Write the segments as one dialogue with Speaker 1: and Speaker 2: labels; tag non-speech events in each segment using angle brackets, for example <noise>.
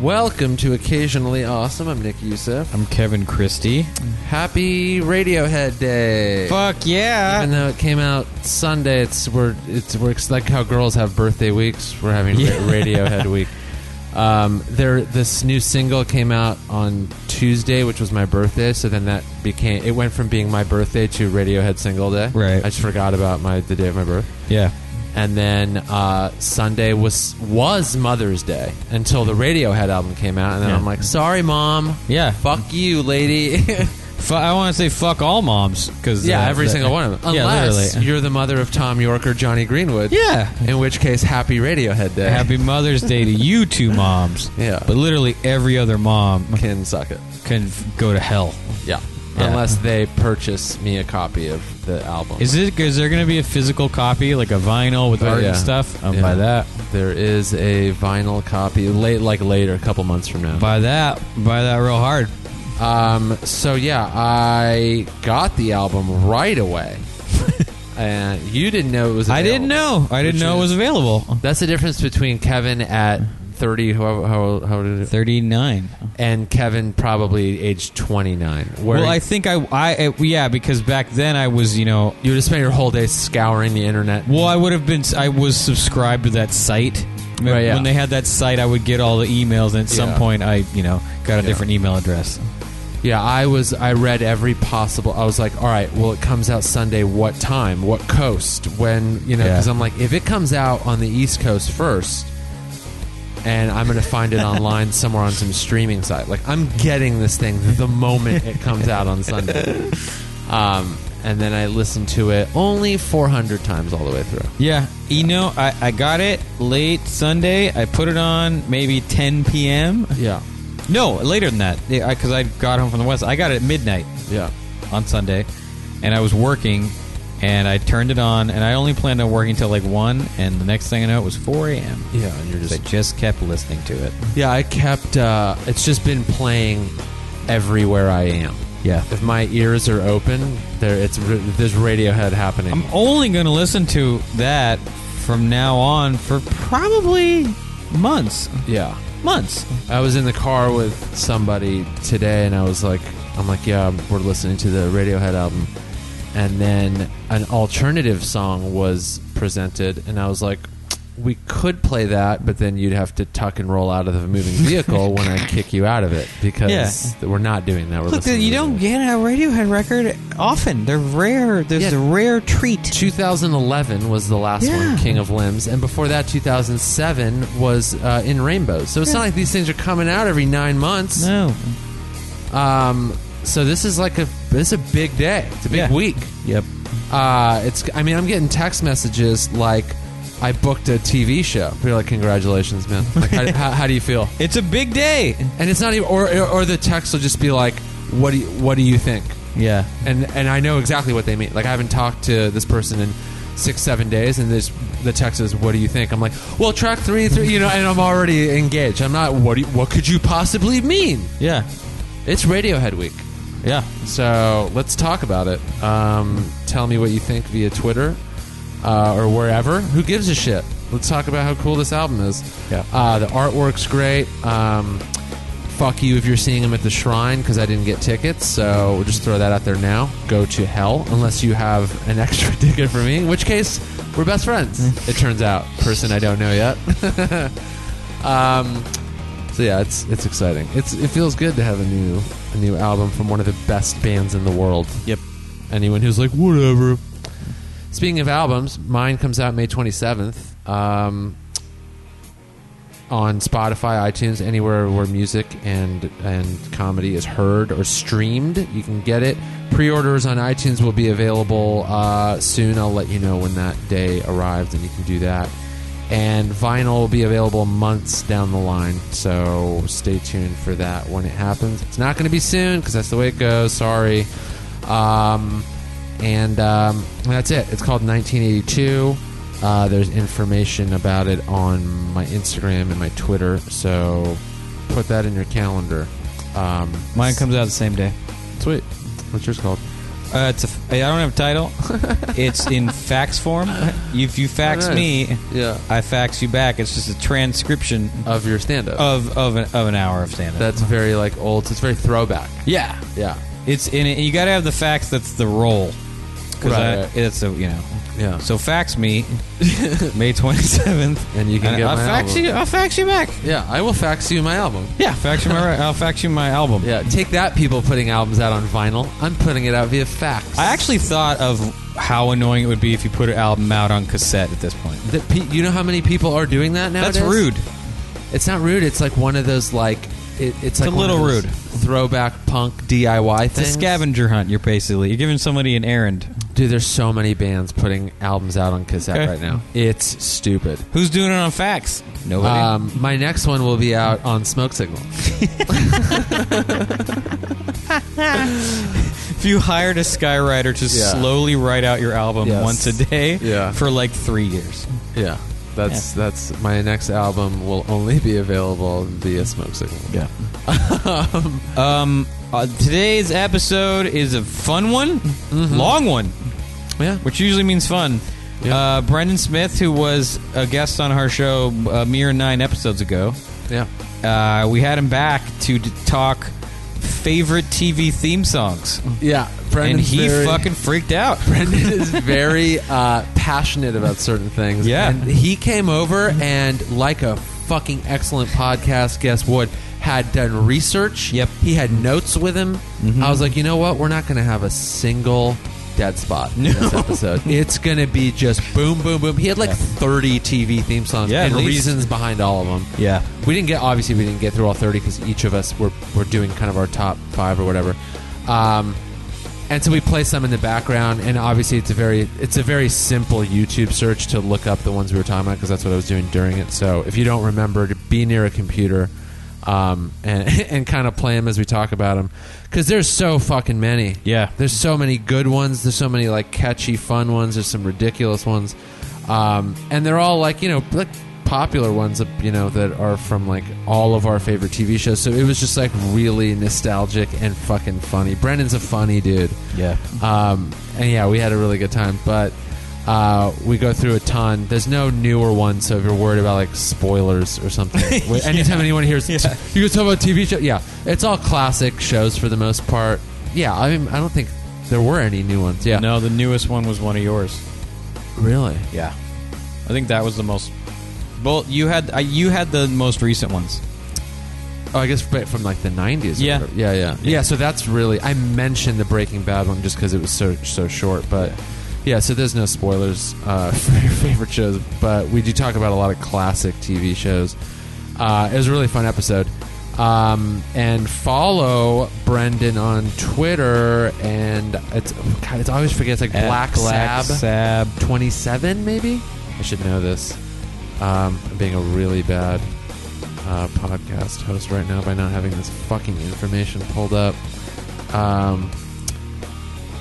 Speaker 1: Welcome to Occasionally Awesome. I'm Nick Youssef.
Speaker 2: I'm Kevin Christie.
Speaker 1: Happy Radiohead Day.
Speaker 2: Fuck yeah.
Speaker 1: Even though it came out Sunday, it's we're it's we're it's like how girls have birthday weeks. We're having Ra-
Speaker 2: Yeah.
Speaker 1: Radiohead week. Um, there, this new single came out on Tuesday, which was my birthday. So then that became it went from being my birthday to Radiohead single day.
Speaker 2: Right.
Speaker 1: I just forgot about my the day of my birth.
Speaker 2: Yeah.
Speaker 1: and then uh, Sunday was was Mother's Day until the Radiohead album came out, and then
Speaker 2: Yeah.
Speaker 1: I'm like, sorry, mom.
Speaker 2: Yeah.
Speaker 1: Fuck you, lady. <laughs>
Speaker 2: Fu- I want to say fuck all moms because
Speaker 1: yeah, every single one of them.
Speaker 2: Yeah,
Speaker 1: Unless
Speaker 2: literally.
Speaker 1: you're the mother of Tom York or Johnny Greenwood.
Speaker 2: Yeah.
Speaker 1: In which case, happy Radiohead Day.
Speaker 2: Happy Mother's Day to you two moms.
Speaker 1: Yeah.
Speaker 2: But literally every other mom
Speaker 1: <laughs> Can suck it.
Speaker 2: can f- go to hell.
Speaker 1: Yeah.
Speaker 2: Yeah.
Speaker 1: Unless they purchase me a copy of the album.
Speaker 2: Is it? Is there going to be a physical copy, like a vinyl with
Speaker 1: Oh,
Speaker 2: art
Speaker 1: yeah.
Speaker 2: and stuff? I'll
Speaker 1: Yeah.
Speaker 2: buy that.
Speaker 1: there is a vinyl copy late, like later, a couple months from now.
Speaker 2: Buy that. Buy that real hard.
Speaker 1: Um, so yeah, I got the album right
Speaker 2: <laughs>
Speaker 1: away, and you didn't know it was.
Speaker 2: I didn't know.
Speaker 1: available,
Speaker 2: I didn't
Speaker 1: which
Speaker 2: know it
Speaker 1: is-
Speaker 2: was available.
Speaker 1: That's the difference between Kevin at thirty, how how, how did it,
Speaker 2: Thirty nine.
Speaker 1: and Kevin probably age twenty nine. Where
Speaker 2: Well, I think I, I, I, yeah, because back then I was, you know,
Speaker 1: you would have spent your whole day scouring the internet.
Speaker 2: Well, I would have been. I was subscribed to that site.
Speaker 1: Right, yeah.
Speaker 2: When they had that site, I would get all the emails, and at some
Speaker 1: Yeah.
Speaker 2: point, I you know got a different email address.
Speaker 1: Yeah, I was. I read every possible. I was like, all right, well, it comes out Sunday. What time? What coast? When? You know,
Speaker 2: Yeah.
Speaker 1: because I'm like, if it comes out on the East Coast first, and I'm going to <laughs> find it online somewhere on some streaming site. Like, I'm getting this thing the moment it comes out on <laughs> Sunday. Um, and then I listened to it only 400 times all the way through.
Speaker 2: Yeah, you know, I, I got it late Sunday. I put it on maybe 10 p.m.
Speaker 1: Yeah,
Speaker 2: No, later than that, because I got home from the west. I got it at midnight
Speaker 1: yeah,
Speaker 2: on Sunday, and I was working, and I turned it on, and I only planned on working till like one, and the next thing I know, it was 4 a.m.
Speaker 1: yeah. And you're
Speaker 2: I just kept listening to it.
Speaker 1: yeah. I kept. Uh, it's just been playing everywhere I am.
Speaker 2: Yeah.
Speaker 1: if my ears are open, there it's there's Radiohead happening.
Speaker 2: I'm only going to listen to that from now on for probably months.
Speaker 1: yeah,
Speaker 2: Months.
Speaker 1: I was in the car with somebody today, and I was like, I'm like, yeah, we're listening to the Radiohead album, and then an alternative song was presented, and I was like. We could play that, but then you'd have to tuck and roll out of the
Speaker 2: <laughs>
Speaker 1: moving vehicle when I kick you out of it because we're not doing that. We're
Speaker 2: Look,
Speaker 1: listening
Speaker 2: you
Speaker 1: to
Speaker 2: don't
Speaker 1: the-
Speaker 2: get a Radiohead record often. They're rare. There's
Speaker 1: Yeah.
Speaker 2: a rare treat.
Speaker 1: 2011 was the last
Speaker 2: Yeah.
Speaker 1: one, King of Limbs, and before that, 2007 was uh, In Rainbows. So it's not like these things are coming out every nine months.
Speaker 2: No.
Speaker 1: Um, so this is like a this is a big day. It's a big
Speaker 2: Yeah.
Speaker 1: week.
Speaker 2: Yep.
Speaker 1: Uh, it's I mean I'm getting text messages like I booked a TV show. They're like, congratulations,
Speaker 2: <laughs>
Speaker 1: man. Like, how, how, how do you feel?
Speaker 2: It's a big day.
Speaker 1: And it's not even or or the text will just be like, what do you, what do you think?
Speaker 2: Yeah.
Speaker 1: and and I know exactly what they mean. Like I haven't talked to this person in six seven days, and this the text is, "What do you think?" I'm like, "Well, track three, three, you know," and I'm already engaged. I'm not. What do you, what could you possibly mean?
Speaker 2: Yeah.
Speaker 1: It's Radiohead week,
Speaker 2: Yeah.
Speaker 1: so let's talk about it. Um, tell me what you think via Twitter uh, or wherever. Who gives a shit? Let's talk about how cool this album is.
Speaker 2: Yeah.
Speaker 1: uh, the artwork's great. Um, fuck you if you're seeing him at the shrine because I didn't get tickets. So we'll just throw that out there now. Go to hell unless you have an <laughs> extra ticket for me, in which case we're best friends. it turns out, person I don't know yet. <laughs> um, so yeah, it's it's exciting. It's it feels good to have a new a new album from one of the best bands in the world.
Speaker 2: Yep.
Speaker 1: Anyone who's like whatever. Speaking of albums, mine comes out May 27th. Um, on Spotify, iTunes, anywhere where music and and comedy is heard or streamed. You can get it. Pre-orders on iTunes will be available uh, soon. I'll let you know when that day arrives, and you can do that. And vinyl will be available months down the line, so stay tuned for that when it happens. It's not going to be soon because that's the way it goes. Sorry. Um, and um, that's it. It's called 1982. Uh, there's information about it on my Instagram and my Twitter, so put that in your calendar. Um,
Speaker 2: Mine comes out the same day.
Speaker 1: sweet. What's yours called?
Speaker 2: Uh, it's a, f- I don't have a title. <laughs> it's in fax form. If you fax
Speaker 1: nice.
Speaker 2: me,
Speaker 1: Yeah.
Speaker 2: I fax you back. It's just a transcription
Speaker 1: Of your stand up.
Speaker 2: of of an, of an hour of stand-up.
Speaker 1: That's very like old. It's very throwback.
Speaker 2: yeah,
Speaker 1: Yeah.
Speaker 2: it's in it. You got to have the fax. That's the role. 'Cause
Speaker 1: Right,
Speaker 2: I-
Speaker 1: right.
Speaker 2: It's a you know.
Speaker 1: Yeah.
Speaker 2: So
Speaker 1: <laughs>
Speaker 2: fax me May twenty seventh,
Speaker 1: And you can get
Speaker 2: I'll
Speaker 1: my
Speaker 2: fax
Speaker 1: album.
Speaker 2: you. I'll fax you back.
Speaker 1: Yeah, I will fax you my album.
Speaker 2: Yeah, fax you my. I'll fax you my album.
Speaker 1: Yeah, take that, people putting albums out on vinyl. I'm putting it out via fax.
Speaker 2: I actually thought of how annoying it would be if you put an album out on cassette at this point.
Speaker 1: That pe- you know how many people are doing that now?
Speaker 2: That's rude.
Speaker 1: It's not rude. It's like one of those like it, it's, like
Speaker 2: a
Speaker 1: one
Speaker 2: little
Speaker 1: of those
Speaker 2: rude.
Speaker 1: throwback punk DIY
Speaker 2: It's a
Speaker 1: things.
Speaker 2: scavenger hunt. You're basically you're giving somebody an errand.
Speaker 1: Dude, there's so many bands putting albums out on cassette
Speaker 2: Okay.
Speaker 1: right now. It's stupid.
Speaker 2: Who's doing it on fax? Nobody.
Speaker 1: Um, my next one will be out on Smoke Signal.
Speaker 2: if you hired a skywriter to
Speaker 1: Yeah.
Speaker 2: slowly write out your album
Speaker 1: Yes.
Speaker 2: once a day
Speaker 1: Yeah.
Speaker 2: for like three years,
Speaker 1: Yeah, that's that's my next album will only be available via Smoke Signal.
Speaker 2: yeah. <laughs> um, uh, today's episode is a fun one, long one,
Speaker 1: Yeah,
Speaker 2: which usually means fun.
Speaker 1: Yeah.
Speaker 2: Uh, Brendan Smith, who was a guest on our show uh, a mere nine episodes ago,
Speaker 1: yeah.
Speaker 2: uh, we had him back to d- talk favorite TV theme songs,
Speaker 1: Yeah, Brendan.
Speaker 2: and he fucking freaked out.
Speaker 1: Brendan is very uh, passionate about certain things.
Speaker 2: Yeah.
Speaker 1: and he came over and like a fucking excellent podcast. Guess what? Had done research.
Speaker 2: Yep. Mm-hmm.
Speaker 1: He had notes with him. I was like, you know what? We're not going to have a single dead spot in
Speaker 2: <laughs>
Speaker 1: this episode. It's going to be just boom, boom, boom. He had like
Speaker 2: Yeah.
Speaker 1: 30 TV theme songs
Speaker 2: Yeah, at
Speaker 1: and
Speaker 2: least.
Speaker 1: reasons behind all of them.
Speaker 2: <laughs> Yeah.
Speaker 1: We didn't get obviously we didn't get through all thirty because each of us were were doing kind of our top five or whatever, um, and so we play some in the background. And obviously it's a very it's a very simple YouTube search to look up the ones we were talking about because that's what I was doing during it. So if you don't remember, to be near a computer. Um, and <laughs> and kind of play them as we talk about them because there's so fucking many.
Speaker 2: Yeah.
Speaker 1: There's so many good ones. There's so many like catchy, fun ones. There's some ridiculous ones, um, and they're all like you know like popular ones uh, you know that are from like all of our favorite TV shows. So it was just like really nostalgic and fucking funny. Brendan's a funny dude,
Speaker 2: Yeah.
Speaker 1: um, and yeah, we had a really good time. But uh, we go through a ton. There's no newer one, so if you're worried about like spoilers or something,
Speaker 2: <laughs>
Speaker 1: wh- anytime anyone hears
Speaker 2: Yeah.
Speaker 1: you guys talk about TV show. Yeah, it's all classic shows for the most part. Yeah, I mean, I don't think there were any new ones. Yeah,
Speaker 2: No, the newest one was one of yours.
Speaker 1: really.
Speaker 2: Yeah, I think that was the most. Well, you had uh, you had the most recent ones.
Speaker 1: Oh, I guess but from like the '90s. or
Speaker 2: Yeah.
Speaker 1: whatever. yeah, yeah, yeah. So that's really I mentioned the Breaking Bad one just because it was so so short, but. Yeah. so there's no spoilers uh, <laughs> for your favorite shows, but we do talk about a lot of classic TV shows. Uh, it was a really fun episode. Um, and follow Brendan on Twitter, and it's God, it's I always forget it's like
Speaker 2: At
Speaker 1: Black,
Speaker 2: Black
Speaker 1: Sab.
Speaker 2: Sab.
Speaker 1: 27 maybe i should know this um, i'm being a really bad uh, podcast host right now by not having this fucking information pulled up um,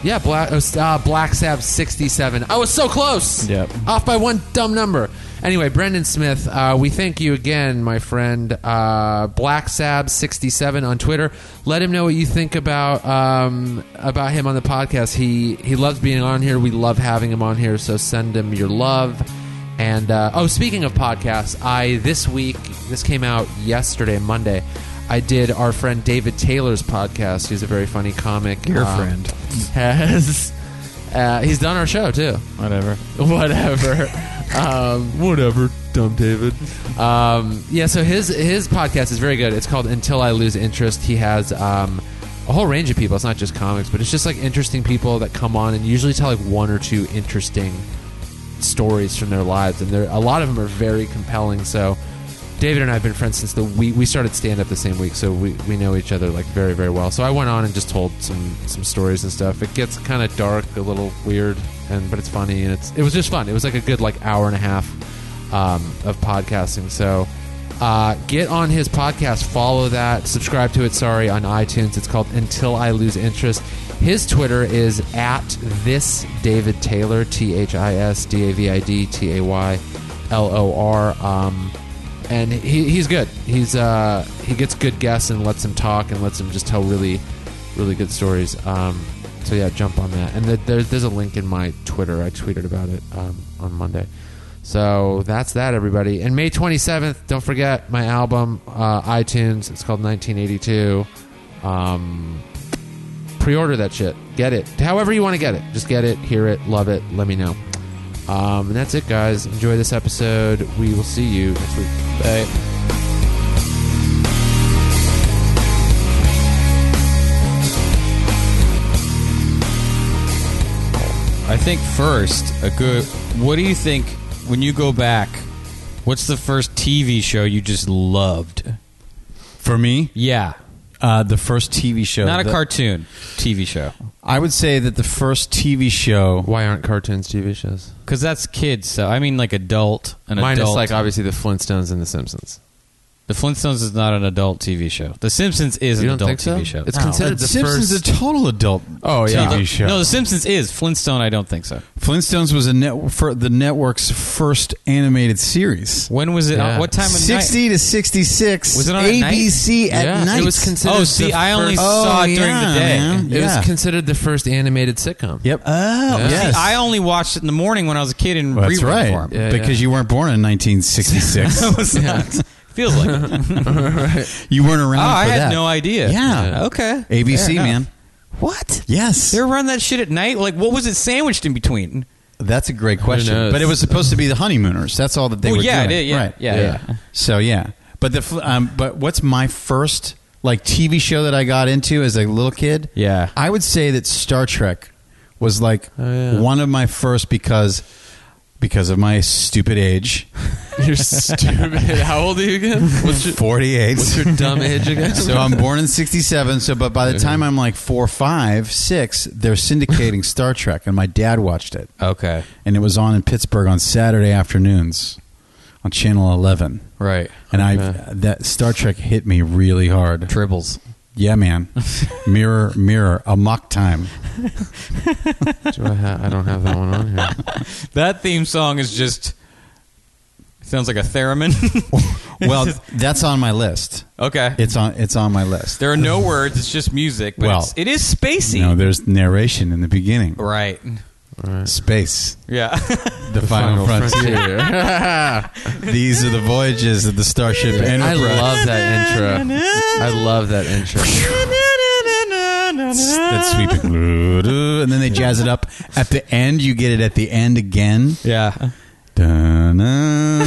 Speaker 1: yeah black, uh, black sab 67 i was so close
Speaker 2: Yep.
Speaker 1: off by one dumb number anyway brendan smith uh, we thank you again my friend uh, black sab 67 on twitter let him know what you think about um, about him on the podcast he he loves being on here we love having him on here so send him your love and uh, oh speaking of podcasts i this week this came out yesterday monday i did our friend david taylor's podcast he's a very funny comic
Speaker 2: Your friend.
Speaker 1: Um, has uh, he's done our show too <laughs>
Speaker 2: Whatever.
Speaker 1: whatever. um, whatever, dumb David. Um, yeah, so his his podcast is very good. It's called Until I Lose Interest. He has um, a whole range of people. It's not just comics, but it's just like interesting people that come on and usually tell like one or two interesting stories from their lives, and there a lot of them are very compelling. So. David and I have been friends since the we we started stand up the same week, so we, we know each other like very very well. So I went on and just told some some stories and stuff. It gets kind of dark, a little weird, and but it's funny and it's it was just fun. It was like a good like hour and a half um, of podcasting. So uh, get on his podcast, follow that, subscribe to it. Sorry on iTunes. It's called Until I Lose Interest. His Twitter is at this David Taylor T H I S D A V I D T A Y L O R. Um, and he, he's good. He's uh, he gets good guests and lets him talk and lets him just tell really really good stories. Um, so yeah, jump on that. And the, there, there's a link in my Twitter. I tweeted about it um, on Monday. So that's that, everybody. And May 27th, don't forget my album, uh, iTunes. It's called 1982. Um, pre-order that shit. Get it. However you want to get it. Just get it, hear it, love it. Let me know. Um, and that's it, guys. Enjoy this episode. We will see you next week.
Speaker 2: Bye. I think first a good. What do you think when you go back? What's the first TV show you just loved?
Speaker 3: For me,
Speaker 2: Yeah,
Speaker 3: uh, the first TV show.
Speaker 2: not a
Speaker 3: that-
Speaker 2: cartoon TV show
Speaker 3: I would say that the first TV show.
Speaker 1: Why aren't cartoons TV shows?
Speaker 2: because that's kids. So I mean, like adult. An
Speaker 1: Minus,
Speaker 2: adult.
Speaker 1: like, obviously the Flintstones and the Simpsons.
Speaker 2: the Flintstones is not an adult TV show. The Simpsons is
Speaker 1: You
Speaker 2: an
Speaker 1: don't
Speaker 2: adult
Speaker 1: think so?
Speaker 2: TV show.
Speaker 1: It's
Speaker 2: No.
Speaker 1: considered-
Speaker 3: The,
Speaker 1: Said the
Speaker 3: Simpsons
Speaker 1: first-
Speaker 3: is a total adult
Speaker 1: Oh, yeah.
Speaker 3: TV
Speaker 1: No,
Speaker 3: show.
Speaker 2: No, The Simpsons is Flintstone. I don't think so.
Speaker 3: Flintstones was a net for the network's first animated series.
Speaker 2: When was it?
Speaker 1: Yeah.
Speaker 2: What time of night?
Speaker 3: Sixty to sixty-six.
Speaker 2: Was it on at night?
Speaker 3: ABC at
Speaker 1: Yeah. It
Speaker 3: night?
Speaker 1: was considered-
Speaker 2: Oh, see,
Speaker 1: the
Speaker 2: I only
Speaker 1: first-
Speaker 2: saw
Speaker 3: Oh,
Speaker 2: it during the
Speaker 3: yeah,
Speaker 2: day.
Speaker 3: man.
Speaker 1: It
Speaker 3: Yeah.
Speaker 1: was considered the first animated sitcom.
Speaker 3: Yep. Oh,
Speaker 1: Mm, Yeah.
Speaker 3: yes.
Speaker 2: I only watched it in the morning when I was a kid in
Speaker 3: Well,
Speaker 2: rerun
Speaker 3: That's right.
Speaker 2: form.
Speaker 1: Yeah,
Speaker 3: because
Speaker 1: yeah.
Speaker 3: you weren't born in 1966.
Speaker 2: <laughs> I was not. Feels like. it.
Speaker 3: <laughs> you weren't around
Speaker 2: Oh,
Speaker 3: for
Speaker 2: I had
Speaker 3: that.
Speaker 2: no idea.
Speaker 3: Yeah.
Speaker 2: Okay. Fair
Speaker 3: ABC,
Speaker 2: enough.
Speaker 3: man.
Speaker 2: What?
Speaker 3: Yes.
Speaker 2: They were running that shit at night. Like, what was it sandwiched in between?
Speaker 3: That's a great question.
Speaker 1: knows?
Speaker 3: But it was supposed to be the honeymooners. That's all that they
Speaker 2: Well,
Speaker 3: were
Speaker 2: yeah, it
Speaker 3: doing.
Speaker 2: is. Yeah,
Speaker 3: right.
Speaker 2: yeah,
Speaker 1: Yeah. yeah.
Speaker 3: So yeah. But the fl- um, but what's my first like TV show that I got into as a little kid?
Speaker 2: Yeah.
Speaker 3: I would say that Star Trek was like
Speaker 1: Oh, yeah.
Speaker 3: one of my first because because of my stupid age.
Speaker 1: <laughs> You're stupid. How old are you again? What's your,
Speaker 3: 48.
Speaker 1: what's your dumb age <laughs> again?
Speaker 3: <laughs> so I'm born in '67. So, but by the time I'm like four, five, six, they're syndicating Star Trek, and my dad watched it,
Speaker 2: Okay.
Speaker 3: and it was on in Pittsburgh on Saturday afternoons on Channel 11.
Speaker 2: Right.
Speaker 3: And I
Speaker 1: Okay.
Speaker 3: that Star Trek hit me really hard.
Speaker 2: Tribbles.
Speaker 3: Yeah, man. mirror, mirror, a mock time.
Speaker 1: Do I, ha- I don't have that one on here.
Speaker 2: That theme song is just. Sounds like a theremin. <laughs>
Speaker 3: Well, that's on my list.
Speaker 2: okay.
Speaker 3: It's on. It's on my list.
Speaker 2: there are no words. It's just music. But
Speaker 3: Well,
Speaker 2: it's, it is spacey.
Speaker 3: No, there's narration in the beginning.
Speaker 2: right.
Speaker 1: All right.
Speaker 3: Space, <laughs>
Speaker 2: Yeah.
Speaker 3: the, final,
Speaker 2: <laughs>
Speaker 3: frontier. These are the voyages of the starship Enterprise.
Speaker 1: I love that intro. I love that intro.
Speaker 3: that
Speaker 2: <laughs>
Speaker 3: sweeping, and then they jazz it up at the end. You get it at the end again.
Speaker 2: yeah.
Speaker 3: Dun-na-na-na-na.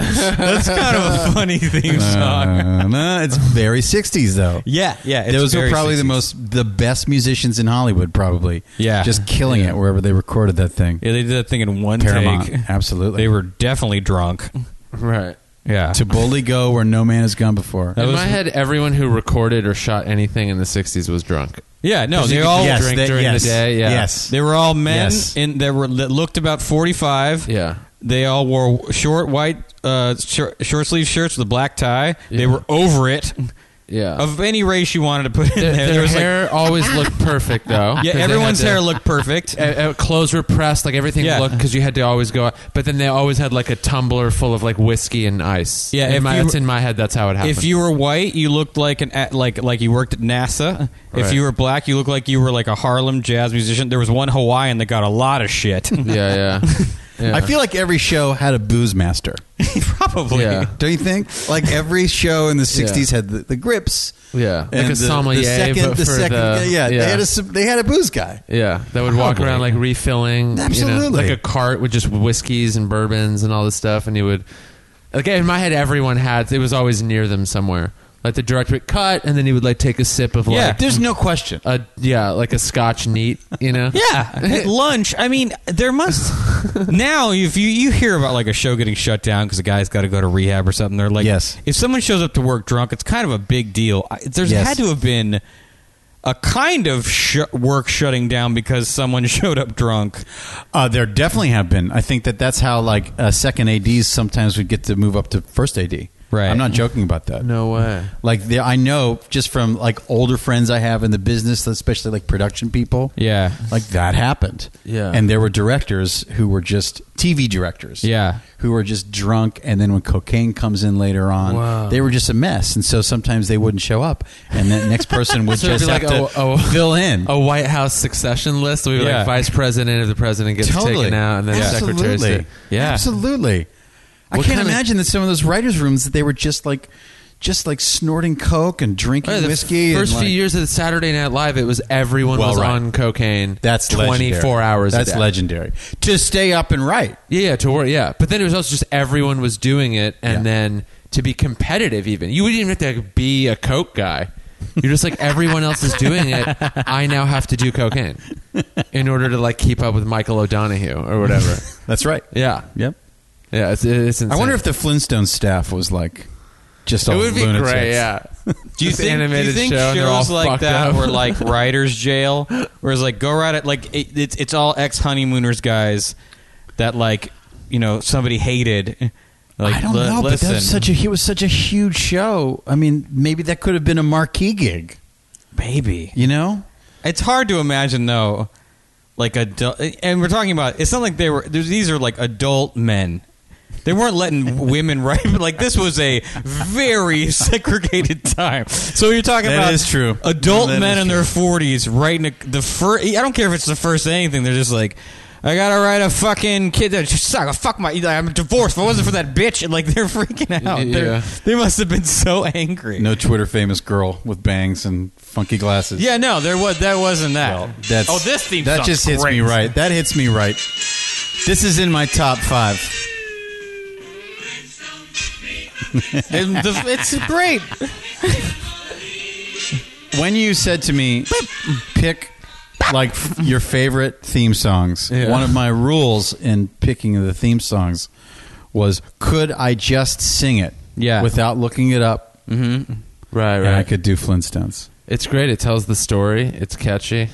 Speaker 3: <laughs>
Speaker 2: That's kind of a funny theme
Speaker 3: Uh,
Speaker 2: song.
Speaker 3: Na-na-na. It's very '60s though.
Speaker 2: Yeah, yeah. it's
Speaker 3: Those were
Speaker 2: very
Speaker 3: probably the
Speaker 2: 60s.
Speaker 3: most, the best musicians in Hollywood, probably.
Speaker 2: Yeah.
Speaker 3: just killing
Speaker 2: Yeah.
Speaker 3: it wherever they recorded that thing.
Speaker 2: Yeah, they did that thing in one
Speaker 3: Paramount,
Speaker 2: take.
Speaker 3: absolutely.
Speaker 2: They were definitely drunk.
Speaker 1: Right.
Speaker 2: Yeah.
Speaker 3: to boldly go where no man has gone before.
Speaker 2: That
Speaker 1: in
Speaker 2: was-
Speaker 1: my head, everyone who recorded or shot anything in the '60s was drunk.
Speaker 2: yeah, no, they
Speaker 3: You
Speaker 2: all
Speaker 3: could
Speaker 1: Yes.
Speaker 2: drink.
Speaker 1: drink during the day, yeah.
Speaker 3: Yes,
Speaker 2: They were all men
Speaker 3: Yes.
Speaker 2: and they were that looked about 45.
Speaker 1: Yeah.
Speaker 2: They all wore short white uh, short, short sleeve shirts with a black tie. They
Speaker 1: Yeah.
Speaker 2: were over it.
Speaker 1: Yeah.
Speaker 2: Of any race you wanted to put in
Speaker 1: their
Speaker 2: there,
Speaker 1: their
Speaker 2: there was
Speaker 1: hair always looked perfect, though.
Speaker 2: like <laughs> yeah,
Speaker 1: 'cause they
Speaker 2: everyone's
Speaker 1: had
Speaker 2: hair
Speaker 1: to-
Speaker 2: looked <laughs> perfect.
Speaker 1: uh, uh, clothes were pressed, like everything
Speaker 2: Yeah.
Speaker 1: looked because you had to always go. out. But then they always had like a tumbler full of like whiskey and ice.
Speaker 2: Yeah, if
Speaker 1: in my,
Speaker 2: you-
Speaker 1: that's in my head. That's how it happened.
Speaker 2: If you were white, you looked like an at- like like you worked at NASA. If
Speaker 1: Right.
Speaker 2: you were black, you looked like you were like a Harlem jazz musician. There was one Hawaiian that got a lot of
Speaker 1: <laughs>
Speaker 2: shit. <laughs>
Speaker 1: yeah, yeah. yeah.
Speaker 3: I feel like every show had a booze master.
Speaker 2: <laughs> Probably.
Speaker 1: Yeah.
Speaker 3: Don't you think? Like every show in the '60s had the, the grips.
Speaker 1: Yeah. Like a
Speaker 3: the,
Speaker 1: sommelier,
Speaker 3: The second,
Speaker 1: but
Speaker 3: the
Speaker 1: for
Speaker 3: second,
Speaker 1: the-
Speaker 3: yeah,
Speaker 1: yeah.
Speaker 3: They had a s- they had a booze guy.
Speaker 1: Yeah, that would walk
Speaker 3: Probably.
Speaker 1: around like refilling, You know,
Speaker 3: Absolutely.
Speaker 1: like a cart with just whiskeys and bourbons and all this stuff, and he would. Like in my head, everyone had it was always near them somewhere. Like the director would cut, and then he would like take a sip of
Speaker 2: Yeah.
Speaker 1: like
Speaker 3: There's no question.
Speaker 1: a yeah, like a Scotch neat, you know?
Speaker 2: <laughs> Yeah,
Speaker 1: <laughs>
Speaker 3: <laughs>
Speaker 2: at lunch. I mean, there must now if you you hear about like a show getting shut down because a guy's got to go to rehab or something. They're like,
Speaker 3: Yes.
Speaker 2: If someone shows up to work drunk, it's kind of a big deal. I- There's
Speaker 3: Yes.
Speaker 2: had to have been a kind of sh- work shutting down because someone <laughs> showed up drunk.
Speaker 3: Uh, there definitely have been. I think that that's how like uh, second ads sometimes would get to move up to first ad.
Speaker 2: Right.
Speaker 3: I'm not joking about that.
Speaker 1: No way.
Speaker 3: Like there, I know just from like older friends I have in the business, especially like production people.
Speaker 2: Yeah.
Speaker 3: like that happened.
Speaker 1: Yeah.
Speaker 3: and there were directors who were just TV directors.
Speaker 2: Yeah.
Speaker 3: who were just drunk, and then when cocaine comes in later on,
Speaker 1: Wow.
Speaker 3: they were just a mess, and so sometimes they wouldn't show up, and that next person would
Speaker 1: <laughs> So it'd
Speaker 3: just
Speaker 1: be
Speaker 3: have
Speaker 1: like,
Speaker 3: to
Speaker 1: oh, oh.
Speaker 3: fill in.
Speaker 1: A White House succession list. We
Speaker 2: Yeah.
Speaker 1: like vice president if the president gets taken out, and then secretary.
Speaker 3: Absolutely.
Speaker 2: Yeah.
Speaker 3: absolutely. I
Speaker 1: What
Speaker 3: can't
Speaker 1: kind of-
Speaker 3: imagine that some of those writers' rooms that they were just like, just like snorting coke and drinking
Speaker 1: the
Speaker 3: whiskey.
Speaker 1: First
Speaker 3: and like,
Speaker 1: few years of Saturday Night Live, it was everyone
Speaker 3: Well,
Speaker 1: was
Speaker 3: right.
Speaker 1: on cocaine.
Speaker 3: That's
Speaker 1: twenty four
Speaker 3: legendary.
Speaker 1: hours. a
Speaker 3: That's
Speaker 1: day.
Speaker 3: legendary. To stay up and write.
Speaker 1: Yeah, yeah, to work. Yeah, but then it was also just everyone was doing it, and
Speaker 3: Yeah.
Speaker 1: then to be competitive, even you wouldn't even have to be a coke guy. You're just like everyone else is doing it. I now have to do cocaine in order to like keep up with Michael O'Donohue or
Speaker 3: <laughs>
Speaker 1: whatever.
Speaker 3: That's right.
Speaker 1: Yeah,
Speaker 3: Yep.
Speaker 1: yeah. It's, it's insane.
Speaker 3: I wonder if the Flintstones staff was like just all
Speaker 1: it would be
Speaker 3: lunatics.
Speaker 1: great.
Speaker 2: <laughs>
Speaker 1: Yeah.
Speaker 2: Oh, Do you
Speaker 1: This
Speaker 2: think,
Speaker 1: animated
Speaker 2: do you think
Speaker 1: show and they're all
Speaker 2: shows like
Speaker 1: fucked
Speaker 2: that
Speaker 1: up? <laughs>
Speaker 2: were like writers' jail, where it's like go right at like it, it's it's all ex honeymooners guys that like you know somebody hated. Like,
Speaker 3: I don't
Speaker 2: li-
Speaker 3: know, but
Speaker 2: listen.
Speaker 3: that's such a he was such a huge show. I mean, maybe that could have been a marquee gig.
Speaker 2: baby.
Speaker 3: You know,
Speaker 2: It's hard to imagine though, like adult, and we're talking about. It's not like they were. there's- These are like adult men. They weren't letting women <laughs> write. Like this was a very <laughs> segregated time. So you're talking
Speaker 3: That
Speaker 2: about
Speaker 3: is true.
Speaker 2: Adult
Speaker 3: That
Speaker 2: men
Speaker 3: is
Speaker 2: in their 40s writing a, the first. I don't care if it's the first anything. They're just like. I gotta write a fucking kid. that- Suck, fuck my. I'm divorced. If it wasn't for that bitch, and like they're freaking out. They're-
Speaker 1: Yeah.
Speaker 2: They must have been so angry.
Speaker 3: no Twitter famous girl with bangs and funky glasses.
Speaker 2: Yeah, no, there was. That wasn't that.
Speaker 3: Well, that's
Speaker 2: oh, this theme.
Speaker 3: that
Speaker 2: song
Speaker 3: just hits me
Speaker 2: crazy.
Speaker 3: right. That hits me right. This is in my top five.
Speaker 2: And the- it's great.
Speaker 3: When you said to me, pick like f- your favorite theme songs,
Speaker 1: Yeah.
Speaker 3: one of my rules in picking the theme songs was could I just sing it
Speaker 2: Yeah.
Speaker 3: without looking it up?
Speaker 1: Right,
Speaker 3: And I
Speaker 1: right.
Speaker 3: could do Flintstones.
Speaker 1: It's great. It tells the story. It's
Speaker 2: <laughs>
Speaker 1: catchy.